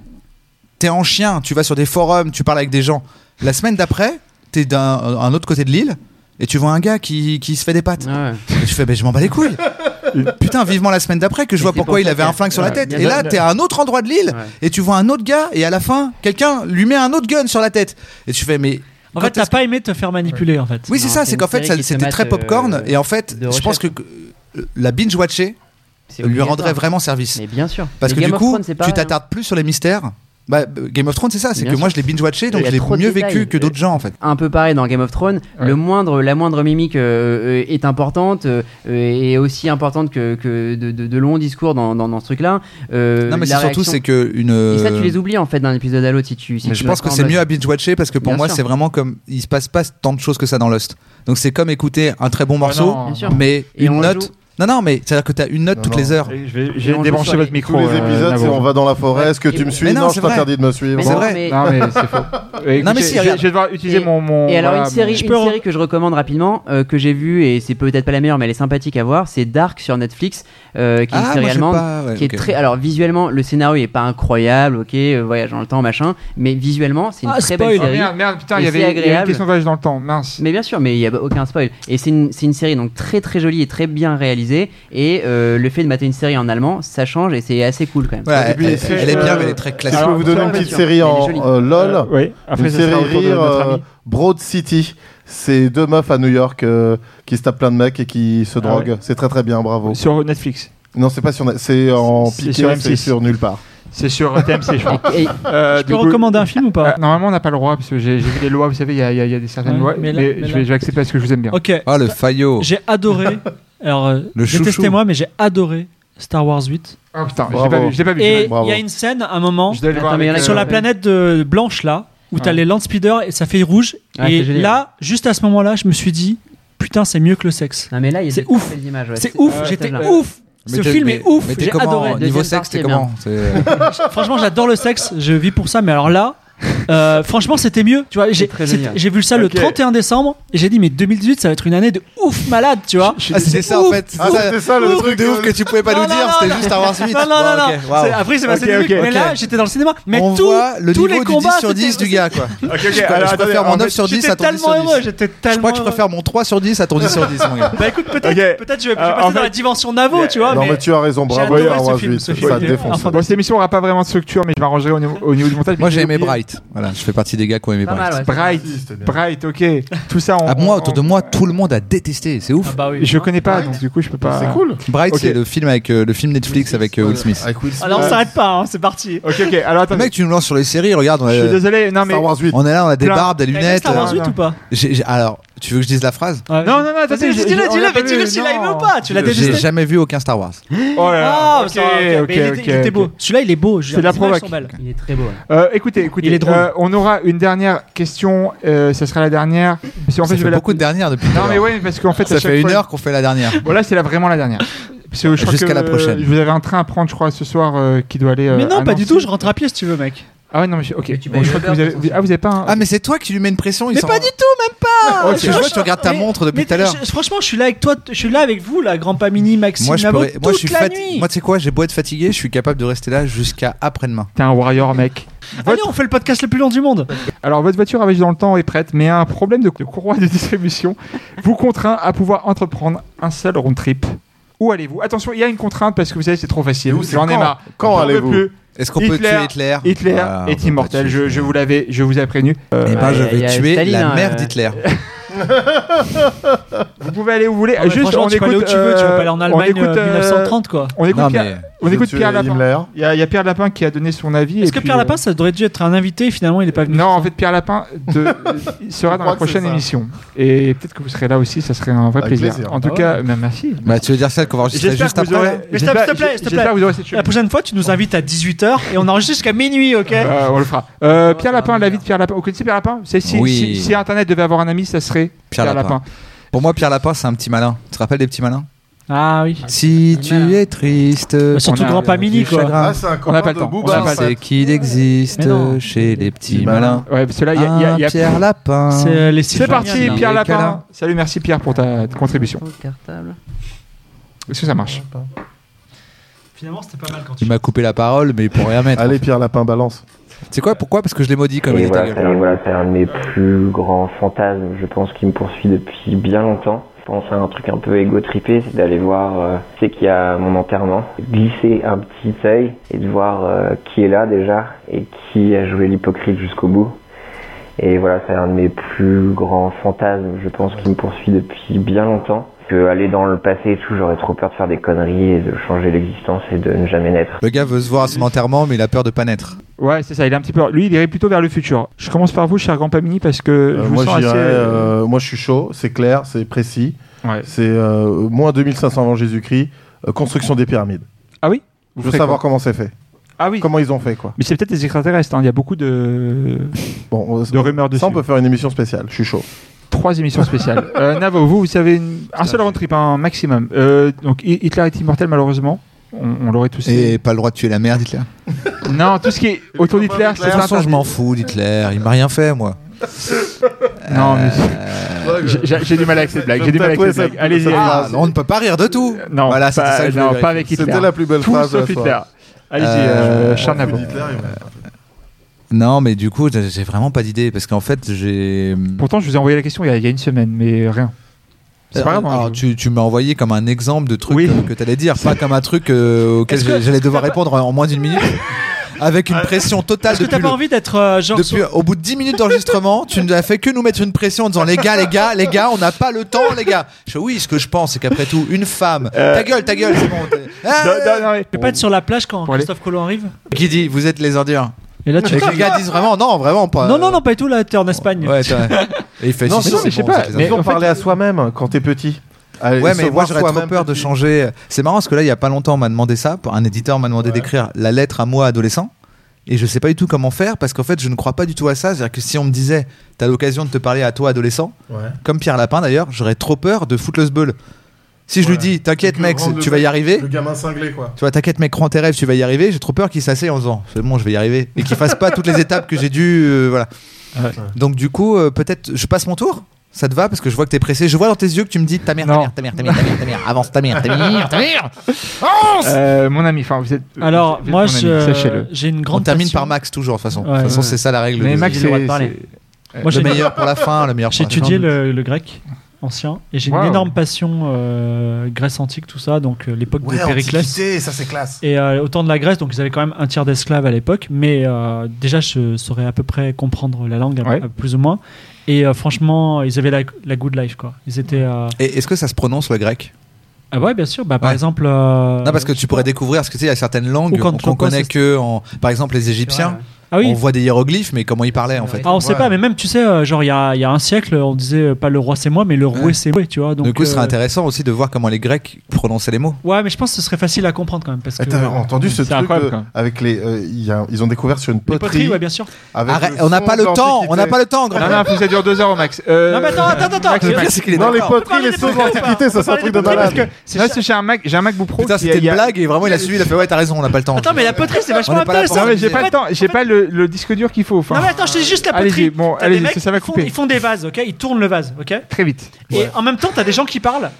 D: T'es en chien, tu vas sur des forums, tu parles avec des gens. La semaine d'après, t'es d'un un autre côté de l'île et tu vois un gars qui, qui se fait des pattes.
E: Ouais.
D: Et je fais, ben je m'en bats les couilles. Putain, vivement la semaine d'après que je
E: Mais
D: vois
E: c'est
D: pourquoi
E: pour
D: il
E: ça
D: avait
E: qu'il y
D: un
E: a-
D: flingue sur la
E: ouais,
D: tête.
E: bien
D: Et
E: sûr.
D: là, t'es à un autre endroit de l'île
E: Ouais.
D: et tu vois un autre gars et à la fin, quelqu'un lui met un autre gun sur la tête. Et tu fais, mais.
C: En
D: quand
C: fait, t'as
D: est-ce
C: pas aimé te faire manipuler, en fait.
D: Oui, c'est
E: Non,
D: ça,
E: c'est
D: c'est
E: une
D: qu'en fait,
E: série
D: ça-
E: qui se
D: c'était
E: mate,
D: très popcorn.
E: euh,
D: et en fait,
E: de
D: je pense que
E: recherche.
D: euh, la binge-watcher
E: C'est
D: lui
E: obligatoire.
D: rendrait vraiment service.
E: Mais bien sûr.
D: Parce
E: Mais
D: que
E: Game
D: du
E: of
D: coup,
E: Thrones, c'est
D: tu
E: pareil, hein.
D: t'attardes plus sur les mystères. Bah, euh, Game of Thrones, c'est ça, c'est
E: Bien
D: que
E: sûr.
D: moi je l'ai binge-watché,
E: Il
D: donc
E: y a
D: je l'ai
E: trop de
D: mieux
E: détails.
D: vécu que d'autres gens en fait.
E: un peu pareil dans Game of Thrones.
B: Ouais.
E: Le moindre, la moindre mimique euh, euh, est importante euh, euh, et aussi importante que, que de, de- de longs discours dans, dans- dans ce truc-là. Euh,
D: Non, mais
E: la
D: c'est surtout,
E: réaction-
D: c'est que une.
E: Et ça, tu
D: euh,
E: les oublies en fait d'un épisode à l'autre si tu. si
D: Mais
E: tu
D: je
E: mets
D: pense
E: pas
D: que
E: en
D: c'est
E: mode-
D: mieux à binge-watcher parce que pour
E: Bien
D: moi,
E: sûr.
D: c'est vraiment comme. Il se passe pas tant de choses que ça dans Lost. Donc c'est comme écouter un très bon morceau,
B: non.
E: Bien sûr.
D: mais
E: Et on
D: une
E: le
D: note.
E: joue.
D: Non, non, mais c'est-à-dire que t'as une note
A: Non,
D: toutes
A: non.
D: les heures.
B: Et Je vais,
E: Et
B: j'ai
E: on joue
B: débranché
E: sur
B: votre
E: les-
A: Tous
B: micro.
A: les
B: euh,
A: épisodes,
B: Navo.
A: c'est on va dans la forêt, est-ce que
E: Ouais.
A: tu me suis
D: Mais
A: Non,
D: non,
A: je
D: c'est
A: t'interdis de me suivre.
E: Mais
D: C'est
E: non,
D: vrai.
E: mais-
B: Non, mais c'est faux. Et
D: Non, mais
B: écoutez,
D: si,
B: je,
D: regarde.
B: je vais devoir utiliser
E: Et-
B: mon, mon-
E: Et alors
B: voilà,
E: une série,
C: je
E: une
C: peux re-
E: série que je recommande rapidement, euh, que j'ai vue et c'est peut-être pas la meilleure, mais elle est sympathique à voir, c'est Dark sur Netflix, euh, qui est une
D: Ah,
E: série
D: moi, j'ai
E: allemande.
D: pas- ouais,
E: qui
D: ok.
E: est très alors visuellement le scénario est pas incroyable ok euh, voyage dans le temps machin mais visuellement c'est une
C: Ah,
E: très
C: spoil.
E: belle
B: mon- Ah,
E: série
B: merde, merde, putain,
E: Et
B: il y
E: c'est
B: avait il y avait une
E: agréable.
B: question de voyage dans le temps. Mince.
E: Mais bien sûr, mais il n'y a aucun spoil. Et c'est une, c'est une série donc très très jolie et très bien réalisée. Et euh, le fait de mater une série en allemand, ça change et c'est assez cool quand même.
D: Voilà,
A: Et puis,
D: elle,
A: c'est-
D: elle est bien,
B: euh,
D: mais elle est très
A: Si
D: classique.
A: je peux
B: Alors,
A: vous donner
E: ça,
A: une
E: bien
A: petite
E: sûr.
A: série
E: Elle est
A: en
E: jolie.
A: euh, LOL.
B: Euh, oui, après,
A: une
B: ça sera
A: série
B: au tour de
A: rire,
B: notre
A: euh,
B: ami.
A: Broad City. C'est deux meufs à New York euh, qui se tapent plein de mecs et qui se
B: Ah
A: droguent. C'est très très bien, bravo.
B: Sur Netflix.
A: Non, c'est pas sur. C'est en
B: C'est
A: piqué,
B: sur
A: c'est
B: M6.
A: sur nulle part.
B: C'est sur euh, TMC, je crois.
E: Et-
B: Euh,
C: Je
B: du
C: peux
B: coup-
C: recommander un film ou pas
B: Euh, Normalement, on n'a pas le droit, parce que j'ai j'ai vu les lois, vous savez, il y a, il y a- il y a des certaines
C: Ouais,
B: lois, mais,
C: mais là- mais
B: je,
C: là-
B: vais, je vais accepter parce que je vous aime bien.
C: Ok,
D: Ah, le faillot.
C: j'ai adoré. Alors, euh,
D: Le chouchou.
C: détestez-moi, mais j'ai adoré Star Wars 8.
B: Ah putain, je l'ai
A: Bravo.
B: pas vu, je l'ai pas vu. je l'ai pas
C: Et
B: vu.
A: Bravo.
C: il y a une scène, un moment,
B: Je dois le
E: Attends,
B: voir
E: mais il y en a
B: avec,
E: qui
C: sur
E: Euh,
C: la
E: ouais.
C: planète de blanche là, où t'as
B: Ouais.
C: les land speeders et ça fait rouge.
E: Ouais,
C: et
E: c'est génial.
C: là, juste à ce moment-là, je me suis dit, putain, c'est mieux que le sexe.
E: Non mais là, il y a
C: C'est
E: des
C: ouf.
E: belles images. ouais.
C: C'est ouf,
B: ouais,
C: j'étais
E: là.
C: ouf.
D: Mais
C: Ce
D: t'es-
C: film
D: mais-
C: est ouf,
D: mais t'es
C: j'ai
D: comment
C: adoré.
D: Niveau
E: Deuxième
D: sexe,
E: partie
D: t'es
E: est
D: comment C'est-
C: Franchement, j'adore le sexe, je vis pour ça, mais alors là, Euh, franchement, c'était mieux. Tu vois, j'ai
E: très
C: c'est-
E: génial.
C: j'ai vu ça le
H: Ok.
C: 31 décembre et j'ai dit mais 2018, ça va être une année de ouf malade, tu vois.
G: Ah, c'était ça en
C: Ouf.
G: fait.
A: Ah, c'était ça le truc
G: de ouf que tu pouvais pas
C: Non,
G: nous
C: non,
G: dire,
C: non,
G: c'était
C: non.
G: juste Avoir Smith.
C: Non, non, non, non.
D: Ok, waouh.
C: C'est- Après, c'est passé
B: Ok,
C: des trucs,
B: ok,
C: mais
B: ok.
C: là, j'étais dans le cinéma. Mais
G: On
C: tout,
G: voit le
C: tous
G: niveau
C: les
G: du
C: combats
G: 10 sur 10
C: c'était-
G: du gars quoi.
H: Ok, ok,
G: Je
H: alors attendez.
G: préfère mon
H: en
G: 9 sur 10
C: J'étais
G: à ton 10 sur
C: tellement
G: 10.
C: heureux, j'étais tellement.
G: Je crois que je
C: heureux.
G: préfère mon 3 sur 10 à ton 10 sur 10 mon gars.
C: Bah écoute, peut-être,
B: Ok.
C: peut-être, je vais je vais
B: Euh, en
C: passer dans
B: fait-
C: la dimension Navo, tu vois.
A: Non,
C: mais-
A: mais tu as raison, bravo,
C: adoré
A: Yarois
C: ce film,
A: 8,
C: ce film.
A: ça
C: Ok.
A: défonce.
C: Enfin,
B: Bon, cette émission n'aura pas vraiment de structure, mais je m'arrangerai au niveau, au niveau du montage.
D: Moi
B: puis
D: j'ai
B: j'ai
D: aimé
B: oublié-
D: Bright. Voilà, je fais partie des gars qui ont aimé
E: Pas mal,
D: Bright.
E: ouais.
B: Bright, Bright, ok. Tout ça. on-
D: À moi,
B: on-
D: autour de moi, tout le monde a détesté. C'est ouf.
C: Ah bah oui.
B: Je
C: hein.
B: connais pas,
A: Bright.
B: donc du coup je peux pas.
A: C'est cool.
D: Bright,
B: Ok.
D: c'est le film avec euh, le film Netflix avec euh, Will Smith.
A: Avec Will Smith.
C: Alors, on s'arrête pas, hein, c'est parti.
B: Ok, ok. Alors
D: Le
B: attendez.
D: mec, tu nous lances sur les séries. Regarde, on a-
B: je suis désolé. Non mais.
A: Star Wars 8.
D: on est là, on a des
B: Plein.
D: barbes, des
C: T'as vu
D: lunettes.
C: Star Wars
D: euh,
C: 8 ou pas
D: j'ai- j'ai- alors, tu veux que je dise la phrase
B: Non, non, non, attendez.
C: Vas-y,
B: j'ai-
C: dis-le,
B: j'ai-
C: dis-le,
B: on
C: mais
B: l'a pas
C: dis-le
B: vu,
C: s'il a aimé
B: non.
C: ou pas, tu l'as
D: J'ai
C: détesté.
D: jamais vu aucun Star Wars.
B: Oh là là.
C: Ah,
B: ok,
C: ça va, ok,
B: ok,
C: mais il était- il
B: ok,
C: était
B: ok.
C: beau. Celui-là, il est beau. je veux
B: C'est de la
C: dire, les images
B: provoque.
C: sont belles.
E: Il est très beau. ouais.
B: Euh, écoutez, écoutez.
C: Il est drôle.
B: euh, on aura une dernière question. euh, ça sera la dernière. Parce qu'en
D: Ça
B: fait, je vais
D: fait
B: la-
D: beaucoup de dernières depuis. tout
B: Non
D: à
B: mais
D: l'heure.
B: ouais, parce qu'en fait, à
D: Ça
B: chaque
D: fait une
B: fois-
D: heure qu'on fait la dernière.
B: Bon là, c'est la- vraiment la dernière. Parce que je crois
D: Jusqu'à
B: que,
D: la prochaine.
B: euh, Vous avez un train à prendre, je crois, ce soir euh, qui doit aller. euh,
C: Mais non,
B: à
C: pas du
B: Nancy.
C: tout, je rentre à pied si tu veux, mec.
B: Ah ouais, non, mais je- ok.
E: Mais tu
B: Bon,
E: payes
B: je crois que vous
E: Uber,
B: avez...
E: de toute façon.
B: Ah, vous avez pas un.
D: Ah mais c'est toi qui lui mets une pression. il
C: Mais
D: s'en
C: pas
D: rend-
C: du tout, même pas
D: Ok, je vois que tu regardes ta
C: Mais-
D: montre depuis
C: mais
D: tout à l'heure.
C: je- Franchement, je suis là avec toi, t- je suis là avec vous, la grand Pamini, Maxime,
D: Moi je,
C: Navo,
D: pourrais- moi, je
C: toute
D: suis
C: la
D: fat-
C: nuit.
D: Moi tu sais quoi, j'ai beau être fatigué, je suis capable de rester là jusqu'à après-demain.
B: T'es un warrior, mec.
C: Allez, on fait le podcast le plus long du monde.
B: Alors, votre voiture à voyage dans le temps est prête, mais un problème de, de courroie de distribution vous contraint à pouvoir entreprendre un seul round trip. Où allez-vous Attention, il y a une contrainte parce que vous savez, c'est trop facile.
A: Et où c'est
B: J'en ai
A: quand
B: marre.
A: Quand
B: J'en peux
A: allez-vous
B: plus.
D: Est-ce qu'on peut
B: Hitler-
D: tuer Hitler
B: Hitler
D: Voilà, on peut
B: est
D: Ah, pas
B: immortel.
D: tuer.
B: Je, je vous l'avais, je vous ai prévenu. Euh,
D: Eh ben, je
E: Ouais,
D: vais
E: y a- y a
D: tuer
E: Staline,
D: la
E: hein,
D: mère
E: euh.
D: d'Hitler.
B: vous pouvez aller où vous voulez.
C: Ah, mais
B: Juste,
C: franchement,
B: on
C: tu
B: écoute.
C: peux aller où tu veux, tu
B: euh,
C: vas pas aller en
B: on
C: Allemagne
B: écoute,
C: euh,
B: euh,
C: 1930, quoi.
B: On écoute,
D: Non,
B: Pierre-
D: mais-
B: on
A: Je
B: écoute
A: tue
B: Pierre Lapin.
A: Himmler.
B: Il y, a- il y a Pierre Lapin qui a donné son avis. et
C: Est-ce que
B: puis,
C: Pierre
B: euh,
C: Lapin, ça devrait dû être un invité, finalement, il est pas venu
B: Non, en fait, Pierre Lapin de- sera
A: crois
B: dans la
A: que c'est
B: prochaine
A: ça.
B: émission. Et peut-être que vous serez là aussi, ça serait un vrai
A: Avec
B: plaisir.
A: plaisir.
B: En tout
C: Ah ouais.
B: cas, bah, merci.
D: Bah tu veux dire celle qu'on va enregistrer
B: J'espère
D: juste
B: que vous
D: après
B: aurez.
D: là
C: Mais s'il te
B: j'espère-
C: plaît, s'il te
B: j'espère
C: plaît.
B: que vous aurez cette
C: La prochaine fois, tu nous invites à 18h et on enregistre jusqu'à minuit, ok
B: Euh, on le fera. Euh,
E: Ouais,
B: Pierre
E: ça va
B: Lapin,
E: bien.
B: l'avis de Pierre Lapin. Vous connaissez Pierre Lapin C'est si,
D: Oui.
B: si, si Internet devait avoir un ami, ça serait Pierre,
D: Pierre
B: Lapin.
D: Lapin. Pour moi Pierre Lapin c'est un petit malin. Tu te rappelles des petits malins
C: Ah oui.
D: Si
E: tu malin.
D: es triste,
C: surtout
B: on a-
C: Grand Pamini,
D: du
C: quoi.
D: chagrin,
A: Ah, c'est un
B: On n'a
A: copain
B: pas le
A: de
B: temps, on
A: Booba.
B: n'a pas
A: en
B: le temps.
A: fait.
D: c'est qu'il existe
C: Mais non.
D: chez les petits
A: Petit
D: malins.
B: Ouais, parce que là, il y a. il y a- il y a-
D: Un Ah, Pierre Lapin.
C: C'est euh, les
B: C'est parti,
C: Sylvaniens,
B: Pierre
D: Il est
B: Lapin.
D: câlin.
B: Salut, merci Pierre pour ta contribution.
E: Cartable.
B: Est-ce que ça marche
C: là. Finalement, c'était pas mal quand tu.
D: Il m'a coupé la parole, mais pour rien mettre.
A: Allez, Pierre Lapin, balance.
D: C'est quoi Pourquoi Parce que je l'ai maudit comme
F: Et
D: il est ta
F: voilà,
D: gueule.
F: c'est un- voilà, c'est un de mes plus grands fantasmes, je pense, qui me poursuit depuis bien longtemps. Je pense à un truc un peu égo-tripé, c'est d'aller voir, euh, c'est qu'il y a mon enterrement, glisser un petit œil et de voir euh, qui est là déjà et qui a joué l'hypocrite jusqu'au bout. Et voilà, c'est un de mes plus grands fantasmes, je pense, qui me poursuit depuis bien longtemps. Que aller dans le passé et tout, j'aurais trop peur de faire des conneries et de changer l'existence et de ne jamais naître.
D: Le gars veut se voir à son enterrement, mais il a peur de pas naître.
B: Ouais, c'est ça, il est un petit peu. Lui, il irait plutôt vers le futur. Je commence par vous, cher Grand Pamini, parce que
A: Euh,
B: je vous
A: moi,
B: sens
A: je
B: assez.
A: dirais, euh, moi, je suis chaud, c'est clair, c'est précis.
B: Ouais.
A: C'est euh, moins 2500 avant Jésus-Christ, euh, construction des pyramides.
B: Ah Vous
A: je veux
B: ferez
A: savoir
B: quoi
A: comment c'est fait.
B: Ah oui.
A: Comment ils ont fait, quoi.
B: Mais c'est peut-être des extraterrestres. hein. Il y a beaucoup de,
A: Bon, euh,
B: de rumeurs dessus.
A: ça, on peut faire une émission spéciale. Je suis chaud.
B: Trois émissions spéciales. euh, Navo, vous, vous savez une- un seul road trip, un maximum. Euh, donc Hi- Hitler est immortel, malheureusement. On, on l'aurait tous. fait.
D: Et pas le droit de tuer la mère d'Hitler.
B: Non, tout ce qui est autour d'Hitler,
D: De
B: c'est
D: toute façon, je
B: interdit.
D: m'en fous d'Hitler. Il m'a rien fait, moi. Euh,
B: Non,
A: Euh,
B: mais j'ai- j'ai j'ai du mal avec cette blague. J'ai du mal avec cette blague. Allez-y.
D: Ah, non, on ne peut pas rire de tout.
B: Non,
D: voilà, c'était
B: pas,
D: ça que je
B: non,
D: voulais
B: pas
D: vérifier.
B: avec Hitler.
A: C'était la plus belle
B: Tout
A: phrase de la
B: sauf
A: soirée.
B: Hitler. Allez-y,
D: Euh,
B: euh, Charles Navo.
D: Non, mais du coup, j'ai j'ai vraiment pas d'idée parce qu'en fait, j'ai.
B: Pourtant, je vous ai envoyé la question il y a, il y a une semaine, mais rien.
A: Euh,
B: C'est pas grave.
A: ah,
B: hein,
D: Euh, Alors,
B: je-
D: tu, tu m'as envoyé comme un exemple de truc
B: Oui.
D: euh, que t'allais dire, pas comme un truc euh, auquel
C: Est-ce que
D: j'ai- j'allais devoir
C: t'as pas-
D: répondre en moins d'une minute, avec une pression totale
C: Est-ce que
D: depuis,
C: t'as pas
D: le-
C: envie d'être euh, genre.
D: depuis- au bout de 10 minutes d'enregistrement. Tu ne as fait que nous mettre une pression en disant les gars, les gars, les gars, on n'a pas le temps, les gars. Je fais, oui, ce que je pense, c'est qu'après tout, une femme.
B: Euh.
D: Ta gueule, ta gueule, c'est bon. t'es- Ah,
B: Non, non, non, mais-
C: Tu peux pas être sur la plage quand
B: Pour aller-
C: Christophe Colomb arrive
D: Qui dit, vous êtes les ordures.
C: Et là, tu.
D: Et que les gars disent vraiment, non, vraiment pas.
C: Non, non, non, pas du tout, là, t'es en Espagne.
D: euh, Ouais, t'as- Et il fait
A: Non,
D: si,
A: mais non,
D: si,
A: mais
D: c'est
B: je sais
D: bon,
B: pas,
D: c'est les
B: mais-
A: Ils ont
B: en fait-
A: parlé à soi-même quand t'es petit. Allez,
D: Ouais,
A: Ah, se
D: mais moi
A: voir
D: j'aurais trop
A: soi-même
D: peur de
A: petit.
D: changer. C'est marrant parce que là, il y a pas longtemps, on m'a demandé ça. Un éditeur m'a demandé d'écrire la lettre à moi adolescent. Et je sais pas du tout comment faire parce qu'en fait, je ne crois pas du tout à ça. C'est-à-dire que si on me disait, t'as l'occasion de te parler à toi adolescent,
A: Ouais.
D: comme Pierre Lapin d'ailleurs, j'aurais trop peur de foutre le sbeul. Si je lui
A: Ouais.
D: dis, t'inquiète
A: Donc,
D: mec,
A: rendre le
D: tu vas y
A: mec-
D: arriver,
A: Le gamin cinglé, quoi.
D: tu vois, t'inquiète mec, prends tes rêves, tu vas y arriver, j'ai trop peur qu'il s'asseye en disant, c'est bon, je vais y arriver. Et qu'il fasse pas toutes les étapes que j'ai dû. euh, voilà.
B: Ouais.
D: Donc du coup, euh, peut-être, je passe mon tour ça te va parce que je vois que t'es pressé. Je vois dans tes yeux que tu me dis ta mère, ta
B: Non.
D: mère, ta mère, ta mère, ta mère, ta mère, avance ta mère, ta mère, ta mère.
B: Euh, mon ami, enfin, vous êtes.
C: Alors,
B: vous êtes
C: moi,
B: mon ami,
C: je-
B: Sachez-le.
C: j'ai une
D: On
C: grande.
D: termine
C: passion.
D: par Max toujours de toute façon.
C: Ouais,
D: de toute façon,
E: ouais.
D: c'est ça la règle.
B: Mais
D: des-
B: Max,
E: J'ai le droit de
B: c'est-
E: parler.
C: Moi,
D: le
C: j'ai-
D: meilleur pour la fin, le meilleur.
C: J'ai
D: pour la fin.
C: étudié le, le grec ancien et j'ai
B: Wow.
C: une énorme passion euh, Grèce antique, tout ça, donc euh, l'époque
A: Ouais,
C: de Périclès.
A: antiquité, ça c'est classe.
C: Et euh, au temps de la Grèce, donc ils avaient quand même un tiers d'esclaves à l'époque, mais euh, déjà je saurais à peu près comprendre la langue, à-
B: Ouais.
C: à plus ou moins. Et euh, franchement, ils avaient la, la good life, quoi. Ils étaient. euh,
D: Et est-ce que ça se prononce le grec
C: Ah ouais, bien sûr. Bah, par
D: Ouais.
C: exemple. euh,
D: Non, parce que tu pourrais découvrir, parce que tu sais, il y a certaines langues
C: Ou quand
D: qu'on
C: tu en
D: qu'on connaît
C: passes-
D: que, en, par exemple, les Égyptiens.
C: Ah oui.
D: On voit des hiéroglyphes, mais comment ils parlaient en fait.
C: Ah, on sait
A: Ouais.
C: pas, mais même, tu sais, euh, genre, il y a, il y a un siècle, on disait euh, pas le roi c'est moi, mais le roué
D: Ouais.
C: c'est moi, tu vois. Donc,
D: du coup, ce serait
C: euh,
D: intéressant aussi de voir comment les Grecs prononçaient les mots.
C: Ouais, mais je pense que ce serait facile à comprendre quand même. Parce que,
A: Eh, T'avais entendu ce
B: C'est
A: truc
B: incroyable,
A: euh,
B: quoi.
A: avec les. euh, il y a- ils ont découvert sur une
C: Les
A: poterie.
C: poteries, ouais, bien sûr.
A: avec
D: Arrête,
A: le
D: on n'a
A: fond
D: pas le
A: de
D: temps,
A: l'Antiquité.
D: on n'a pas le temps, grand
B: Non, non, faut que ça dure deux heures au max. Euh,
C: Non, mais attends, attends, attends.
B: Max,
D: Le
B: Max,
D: pire, c'est qu'il est
A: Non, les
D: d'accord.
A: poteries, les sauts d'Antiquité, ça c'est un truc de malade.
B: parce que c'est vrai, c'est chez un Mac, j'ai un MacBook Pro.
D: Putain,
B: qui-
D: c'était
B: il y
D: une
B: a-
D: blague et vraiment il a suivi, il a fait ouais, t'as raison, on n'a pas le temps.
C: Attends, mais la poterie, c'est
D: On
C: vachement
D: est pas là pour
C: intéressant.
B: Non, mais j'ai
D: En
B: pas le temps, j'ai pas le, le disque dur qu'il faut. Enfin,
C: Non, mais attends, je t'ai dit juste la
B: Allez-y,
C: poterie.
B: bon,
C: T'as des
B: allez-y,
C: mecs
B: ça, ça va
C: qui font-
B: couper.
C: Ils font des vases, ok Ils tournent le vase, ok
B: très vite.
C: Et en même temps, t'as des gens qui parlent.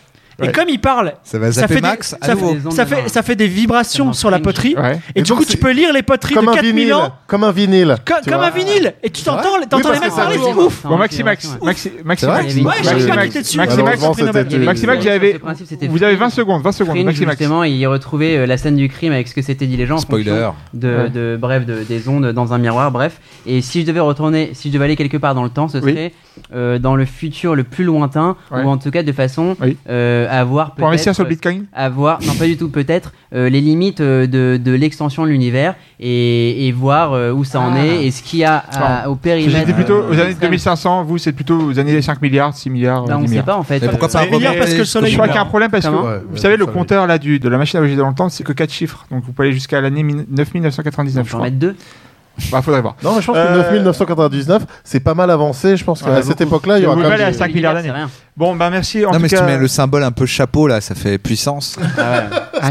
C: Et
B: Ouais.
C: comme ils parlent,
D: Ça va
C: ça
D: zapper
C: fait des-
D: Max à
C: ça
D: nouveau.
E: fait-
C: ça fait, ça fait des vibrations
E: Tellement
C: sur la
E: cringe.
C: poterie.
B: Ouais.
C: Et,
A: Et
C: du
A: donc,
C: coup, tu
A: c'est
C: peux lire les poteries
A: Comme
C: de
A: un
C: 4000
A: vinyle.
C: ans
A: Comme un vinyle.
C: co-
A: tu
C: comme
A: vois.
C: un vinyle. Et tu t'entends
A: Oui,
C: t'entends
A: parce
C: les mecs
A: que ça
C: parler, Ah, c'est
A: tourne.
C: ouf.
B: Bon, Maxi Max, Maxi, Maxi,
D: C'est vrai
B: Maxi,
E: Ouais,
C: Ouais,
B: Maxi,
C: j'ai pas
B: Max.
C: cliqué dessus.
B: Maxi,
C: j'ai pas
B: Max,
C: compris, non,
A: c'était-
C: mais-
A: Il y avait-
B: Maxi, Max, j'avais. Vous avez 20 secondes, 20 secondes,
E: Fringe,
B: Maxi Max.
E: justement, il retrouvait euh, la scène du crime avec ce que s'était dit les gens. en
D: Spoiler.
E: de,
B: Ouais.
E: de- bref de- des ondes dans un miroir bref et si je devais retourner si je devais aller quelque part dans le temps ce
B: Oui.
E: serait euh, dans le futur le plus lointain
B: Ouais.
E: ou en tout cas de façon
B: Oui.
E: euh, à voir
B: Pour investir
E: peut-être euh,
B: sur le Bitcoin
E: à voir non pas du tout peut-être euh, les limites euh, de, de l'extension de l'univers et, et voir euh, où ça en est et ce qu'il y a à- au périmètre
B: Ah. J'étais plutôt
E: euh,
B: aux années
E: extrême.
B: 2500, vous c'est plutôt aux années 5 milliards, 6 milliards,
E: Bah,
B: 10
E: on sait
B: milliards.
E: pas en fait
D: Mais pourquoi
E: Euh,
D: pas
C: Mais regarde,
D: remonter-
C: parce que le soleil-
B: Je crois qu'il y a un problème parce que
E: Comment
A: Ouais,
B: vous
A: ouais,
D: Euh,
B: savez, le
A: ça,
B: compteur là du, de la machine à voyager dans le temps, c'est que 4 chiffres. Donc vous pouvez aller jusqu'à l'année mille- 9999, je
E: j'en
B: crois.
E: mettre deux
B: Bah, faudrait voir.
A: Non, mais je pense
B: Euh,
A: que 9999, c'est pas mal avancé. Je pense
B: Ouais,
A: qu'à cette
B: beaucoup.
A: époque-là, il y
B: Mais
A: aura
B: vous
A: quand
B: valez
A: même.
B: à 5 milliards
E: C'est
B: d'années.
E: rien.
B: Bon, bah merci. En
D: Non,
B: tout
D: mais si tu
B: cas, Ah
D: mets le symbole un peu chapeau là, ça fait puissance.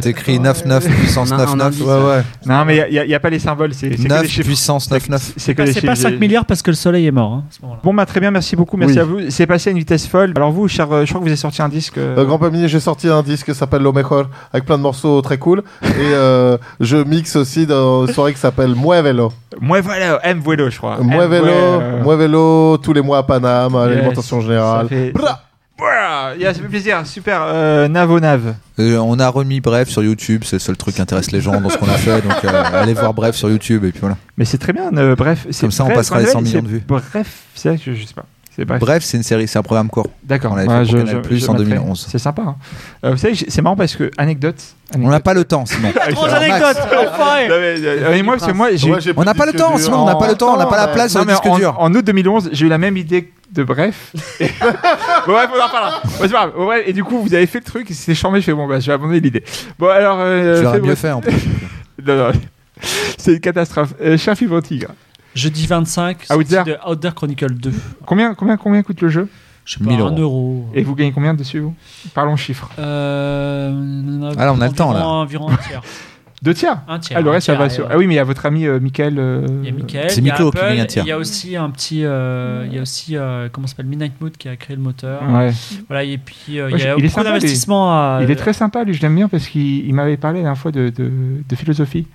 D: C'est écrit 99 puissance
E: On a-
D: 99.
E: on
A: Ouais, ouais.
B: Non, mais il n'y a, pas les symboles, c'est c'est que
D: 9
B: des chiffres.
D: puissance 99.
B: C'est que des
C: Ah, C'est
B: chiffres.
C: pas
B: j'ai-
C: 5 milliards parce que le soleil est mort. hein, à ce moment-là.
B: Bon, bah très bien, merci beaucoup, merci
A: Oui.
B: à vous. C'est passé à une vitesse folle. Alors vous, cher, euh, je crois que vous avez sorti un disque. euh,
A: Euh, Grand Pamini, j'ai sorti un disque qui s'appelle Lo Mejor avec plein de morceaux très cool. Et euh, je mixe aussi dans une soirée qui s'appelle Muévelo.
B: Muévelo, M. Vuelo, je crois.
A: Muévelo,
B: M. Vuelo.
A: Muévelo, tous les mois à Paname, à
B: Eh euh. Yes.
A: l'alimentation
B: Ça
A: générale.
B: fait-
A: Bra-
B: Voilà, yeah, ça fait plaisir, super. Euh, Navo Nav.
D: Euh, on a remis Bref sur YouTube, c'est le seul truc qui intéresse les gens dans ce qu'on a fait. Donc euh, allez voir Bref sur YouTube et puis voilà.
B: Mais c'est très bien, euh, bref. c'est
D: Comme ça, on
B: bref,
D: passera les
B: Bref,
D: 100 millions
B: c'est
D: de vues.
B: Bref, c'est vrai que je, je sais pas. C'est bref.
D: Bref, c'est une série, c'est un programme court.
B: D'accord.
D: on l'avait fait pour Canal+ en
B: mettrai.
D: 2011.
B: C'est sympa. hein. Euh, vous savez, j'ai- c'est marrant parce que, anecdote.
D: On n'a pas le temps sinon.
B: Ah,
C: Trois
D: Alors, Max.
C: anecdotes, enfoiré.
B: Non, mais, euh, et moi, parce que moi, j'ai.
A: Ouais, j'ai
D: On
A: plus
D: n'a
A: de
D: pas le
A: disque
D: temps
A: dur.
D: sinon, on n'a pas le temps, on n'a pas la place sur
B: Non,
D: le
B: mais
D: Ah, disque
B: en,
D: dur.
B: en août 2011, j'ai eu la même idée de bref. Et- Bon, bref, on en reparlera. Bon, c'est pas grave. Bon, bref, et du coup, vous avez fait le truc, et c'était chambé. Je fais bon, bah, je vais abandonner l'idée. Bon, alors. euh,
D: Je
B: c'est
D: l'aurais mieux
B: bref.
D: fait en plus.
B: Non, non. C'est une catastrophe. Euh, cher Fibre Tigre,
C: Jeudi 25, c'est
B: Outder.
C: de Outder Chronicle 2.
B: combien, combien, combien coûte le jeu
C: Je sais pas,
D: 1000
C: 1 euro.
B: Et vous gagnez combien dessus, vous Parlons chiffres.
C: Euh,
D: Ah, là, on a le temps, là.
C: Environ un tiers.
B: Deux tiers
C: Un tiers.
B: Ah, le
C: un
B: reste, ça
C: tiers,
B: va
C: et
B: sur.
C: ouais.
B: Ah oui, mais il y a votre ami euh, Michael. euh,
C: Il y a Michael,
D: C'est
C: il y a
D: Miklo qui
C: Apple,
D: met un tiers.
C: Il y a aussi un petit, euh, il y a aussi euh, comment ça s'appelle Midnight Mood qui a créé le moteur.
B: Ouais.
C: Voilà et puis euh,
B: Moi,
C: il y a
B: je- il est
C: beaucoup
B: sympa, lui.
C: d'investissements.
E: Ah,
C: à-
E: euh,
B: Il est très sympa, lui, je l'aime bien parce qu'il il m'avait parlé la dernière fois de, de, de philosophie.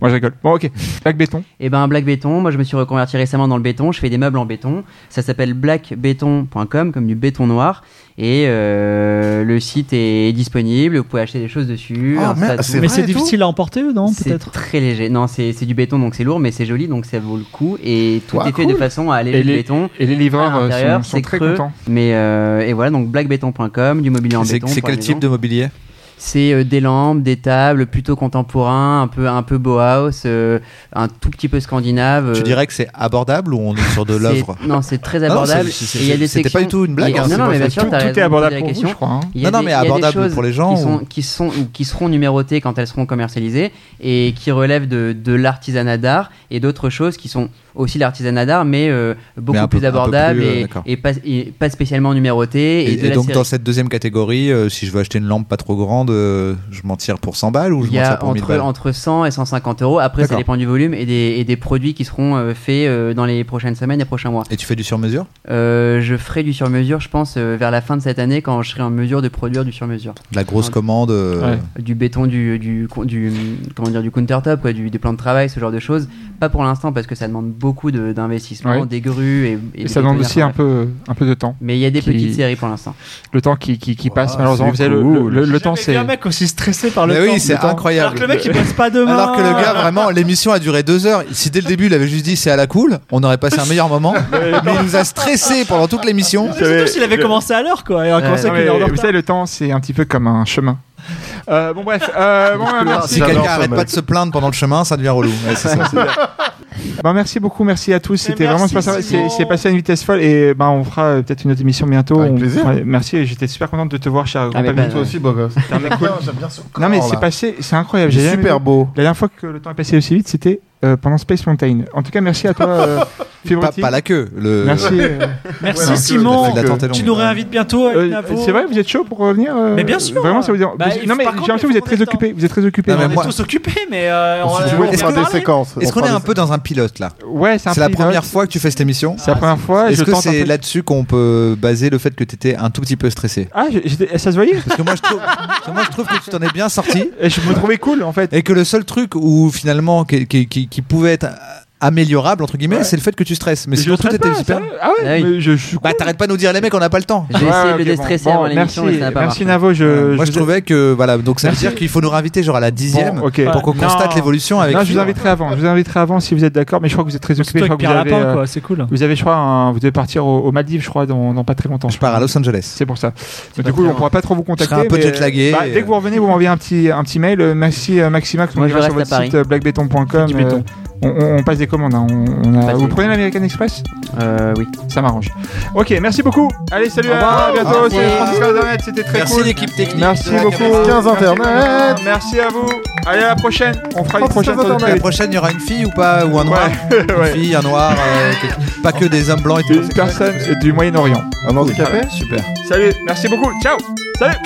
B: Moi, je rigole. Bon, ok. Black Béton.
E: Et ben Black Béton, moi je me suis reconverti récemment dans le béton, je fais des meubles en béton, ça s'appelle blackbeton.com comme du béton noir et euh, le site est disponible, vous pouvez acheter des choses dessus.
A: Ah,
E: un
A: merde,
E: statou-
A: c'est
C: Mais
A: vrai
C: c'est
A: et tout
C: difficile à emporter non
E: c'est
C: peut-être.
E: très léger. Non, c'est c'est du béton donc c'est lourd mais c'est joli donc ça vaut le coup et tout
A: Ouah,
E: est fait de façon à alléger
B: Et
E: le
B: les,
E: béton.
B: et les livreurs
E: Ah, À
B: euh,
E: l'intérieur,
B: sont, sont
E: c'est
B: très
E: creux.
B: contents.
E: Mais euh, et voilà donc blackbeton.com, du mobilier en
D: C'est
E: béton.
D: c'est
E: pour
D: quel
E: la
D: type
E: maison.
D: de mobilier
E: C'est euh, des lampes, des tables plutôt contemporains, un peu un peu bohouse, euh, un tout petit peu scandinave.
D: Tu
E: euh,
D: dirais que c'est abordable ou on est sur de
E: C'est-
D: l'œuvre
E: Non, c'est très
D: Ah non,
E: abordable.
D: c'est- c'est-
E: Et il y a des
D: c'était
E: sections-
D: pas du tout une blague,
E: il y
D: hein,
E: a- Non,
D: c'est
E: non,
D: pour
E: mais
D: ça
E: Eh bien
D: que
E: sûr,
B: tout,
E: t'as
B: tout
E: raison de
B: est abordable
E: poser la
B: pour vous,
E: question.
B: je crois. hein.
E: Il y a
D: Non, non,
E: des-
D: mais
E: il y a des
D: abordable
E: choses
D: pour les gens,
E: Qui sont,
D: ou-
E: qui, sont, ou qui seront numérotées quand elles seront commercialisées et qui relèvent de, de l'artisanat d'art et d'autres choses qui sont aussi l'artisanat d'art, mais euh, beaucoup
D: Mais un peu-
E: plus
D: un peu
E: abordable
D: plus, euh,
E: et,
D: d'accord.
E: et pas, et pas spécialement numéroté. Et,
D: Et,
E: de
D: et
E: la
D: donc
E: série.
D: dans cette deuxième catégorie, euh, si je veux acheter une lampe pas trop grande, euh, je m'en tire pour 100 balles ou je
E: Il
D: m'en
E: y
D: tire
E: a
D: pour 1000
E: entre,
D: balles
E: entre 100 et 150 euros. Après, ça
D: D'accord.
E: dépend du volume et des, et des produits qui seront euh, faits euh, dans les prochaines semaines et prochains mois.
D: Et tu fais du sur-mesure
E: Euh, je ferai du sur-mesure, je pense, euh, vers la fin de cette année quand je serai en mesure de produire du sur-mesure.
D: De la grosse
E: Ouais.
D: commande euh,
B: Ouais.
E: Du béton, du, du, du- comment dire, du countertop, quoi, du, des plans de travail, ce genre de choses. Pas pour l'instant parce que ça demande beaucoup de- d'investissement,
B: Ouais.
E: des grues et, et
B: Et
E: des
B: ça demande
E: bétonnières,
B: aussi un
E: bref.
B: peu, un peu de temps.
E: Mais il y a des
B: qui-
E: petites séries pour l'instant.
B: Le temps qui, qui, qui passe,
A: Ah,
B: malheureusement.
A: c'est
B: Vous savez, le- le,
A: cool.
B: le- le
A: J'ai
B: temps,
A: jamais
B: c'est.
C: un mec aussi stressé par le
D: Mais
C: temps.
D: oui, c'est
C: Alors
D: incroyable.
C: que le mec, il bosse pas demain. euh,
D: Alors que le gars, vraiment, l'émission a duré deux heures. Si dès le début, il avait juste dit c'est à la cool, on aurait passé un meilleur moment.
C: euh,
D: mais il nous a stressé pendant toute l'émission.
C: Ah, Surtout s'il avait
B: Le-
C: commencé à l'heure, quoi. Il a commencé
B: Non,
C: avec
B: mais
C: une heure de
B: vous
C: retard.
B: savez, le temps, c'est un petit peu comme un chemin. Euh, bon, bref. euh, bon, bah, merci.
D: Si quelqu'un
A: J'adore ça,
D: arrête
A: mec.
D: pas de se plaindre pendant le chemin, ça devient relou. Ouais, c'est ça.
B: Bah, merci beaucoup, merci à tous. C'était
C: merci,
B: vraiment c'est-
C: Simon.
B: c'est c'est passé à une vitesse folle et ben on fera euh, peut-être une autre émission bientôt.
A: Avec
B: On
A: plaisir.
B: fera- merci, j'étais super contente de te voir, cher grand
E: Ah, mais bah,
B: Pablo.
E: pas-
A: Toi aussi, beau gosse. J'aime bien- j'aime bien ce
B: Non mais
A: corps,
B: c'est
A: là.
B: passé, c'est incroyable.
A: Il
B: j'ai
A: est
B: jamais
A: super
B: vu-
A: beau.
B: La dernière fois que le temps est passé aussi vite, c'était euh, pendant Space Mountain. En tout cas, merci à toi, euh,
D: pas,
B: Fibrotic.
D: pas la queue. Le...
B: Merci. euh.
C: Merci
A: Ouais,
C: Simon.
D: la tente est
C: Tu
D: longue.
C: nous réinvites bientôt avec
B: Euh,
C: Navo.
B: c'est vrai, vous êtes chaud pour revenir. euh,
C: Mais bien sûr.
B: Vraiment, ça vous dit.
C: Bah, il
B: non
C: faut-
B: mais
C: par
B: j'ai
C: contre,
B: l'impression que vous
C: il
B: êtes
C: faut
B: très
C: prendre le
B: occupé. Vous êtes très occupé.
D: Non, mais
C: On est
D: moi-
C: tous occupés, mais euh, on,
A: Si tu
C: on-
A: veux,
C: on
A: on fera
C: peut
A: des
C: parler.
A: séquences.
D: Oh Est-ce
A: On
D: qu'on
A: fera
D: est
A: des
D: un peu dans un pilote là
B: Ouais, c'est un
D: C'est la
B: pilote.
D: première fois que tu fais cette émission.
B: C'est la première fois.
D: Est-ce
B: je
D: que
B: tente un
D: c'est
B: truc.
D: là-dessus qu'on peut baser le fait que t'étais un tout petit peu stressé
B: Ah, j'ai- j'étais- ça se voyait.
D: Parce que moi je trouve, parce que moi, je trouve que tu t'en es bien sorti
B: Et Je me trouvais cool en fait.
D: et que le seul truc où finalement qui, qui- qui- qui pouvait être améliorable entre guillemets, c'est le fait que tu stresses. Mais
B: Je
D: sinon tout
B: traite
D: était
B: pas,
D: super.
B: ça- Ah ouais,
E: Ah oui.
B: mais je, je suis
D: Bah
B: cool.
D: t'arrêtes pas de nous dire les mecs, on n'a pas le temps.
E: J'ai
B: Ouais,
E: essayé
B: ok,
E: de le
B: bon.
E: déstresser
B: Bon,
E: avant l'émission,
B: merci,
E: mais ça n'a pas
B: Merci
E: marché.
B: Navo, Euh, je.
D: moi je,
B: vous-
D: trouvais que voilà, donc ça veut dire qu'il faut nous réinviter genre à la dixième
B: Bon, ok.
D: pour qu'on
C: Ouais.
D: constate
C: Non.
D: l'évolution avec.
B: Ah,
D: hein.
B: Non, je vous
D: Phil.
B: inviterai avant. Je vous inviterai avant si vous êtes d'accord, mais je crois que vous êtes très
C: Surtout
B: occupé. Je crois
C: avec
B: que vous
C: Pierre
B: avez,
C: Lapin,
B: euh,
C: quoi. C'est cool.
B: vous avez, je crois, un- vous devez partir au- aux Maldives, je crois, dans, dans pas très longtemps.
D: Je pars à Los Angeles.
B: C'est pour ça. Donc,
E: pas
B: du coup,
E: très
B: on
E: loin.
B: pourra pas trop vous contacter.
D: serai un peu
B: mais,
D: jetlagué. euh.
B: bah, dès que vous revenez, vous m'envoyez un petit, un petit mail. euh, Merci euh, Maximax. On
E: Moi, je
B: ira sur
E: reste
B: votre
E: à Paris.
B: site euh, blackbeton.com.
C: Du béton.
B: euh, On, on- on passe des commandes. hein, on- on a-
E: Pas de
B: Vous
E: béton.
B: prenez l'American Express
E: Euh, oui.
B: Ça m'arrange. Ok, merci beaucoup. Allez, salut, à, à bientôt.
E: Merci.
B: Salut Francis Internet, c'était très
D: Merci
B: cool.
D: l'équipe technique.
B: Merci
D: de la
B: beaucoup.
D: cabine.
A: 15 Internet.
B: Merci à vous. Allez, à la prochaine. On fera une
A: Francis
B: prochaine sur le
A: Internet.
D: La
B: thème.
D: prochaine, il y aura une fille ou pas Ou un noir
B: Ouais.
D: Une fille, un noir, euh, quelque- pas que des hommes blancs et tout.
B: Une personne du Moyen-Orient.
A: Un handicapé
D: Super.
B: Salut, merci beaucoup. Ciao. Salut.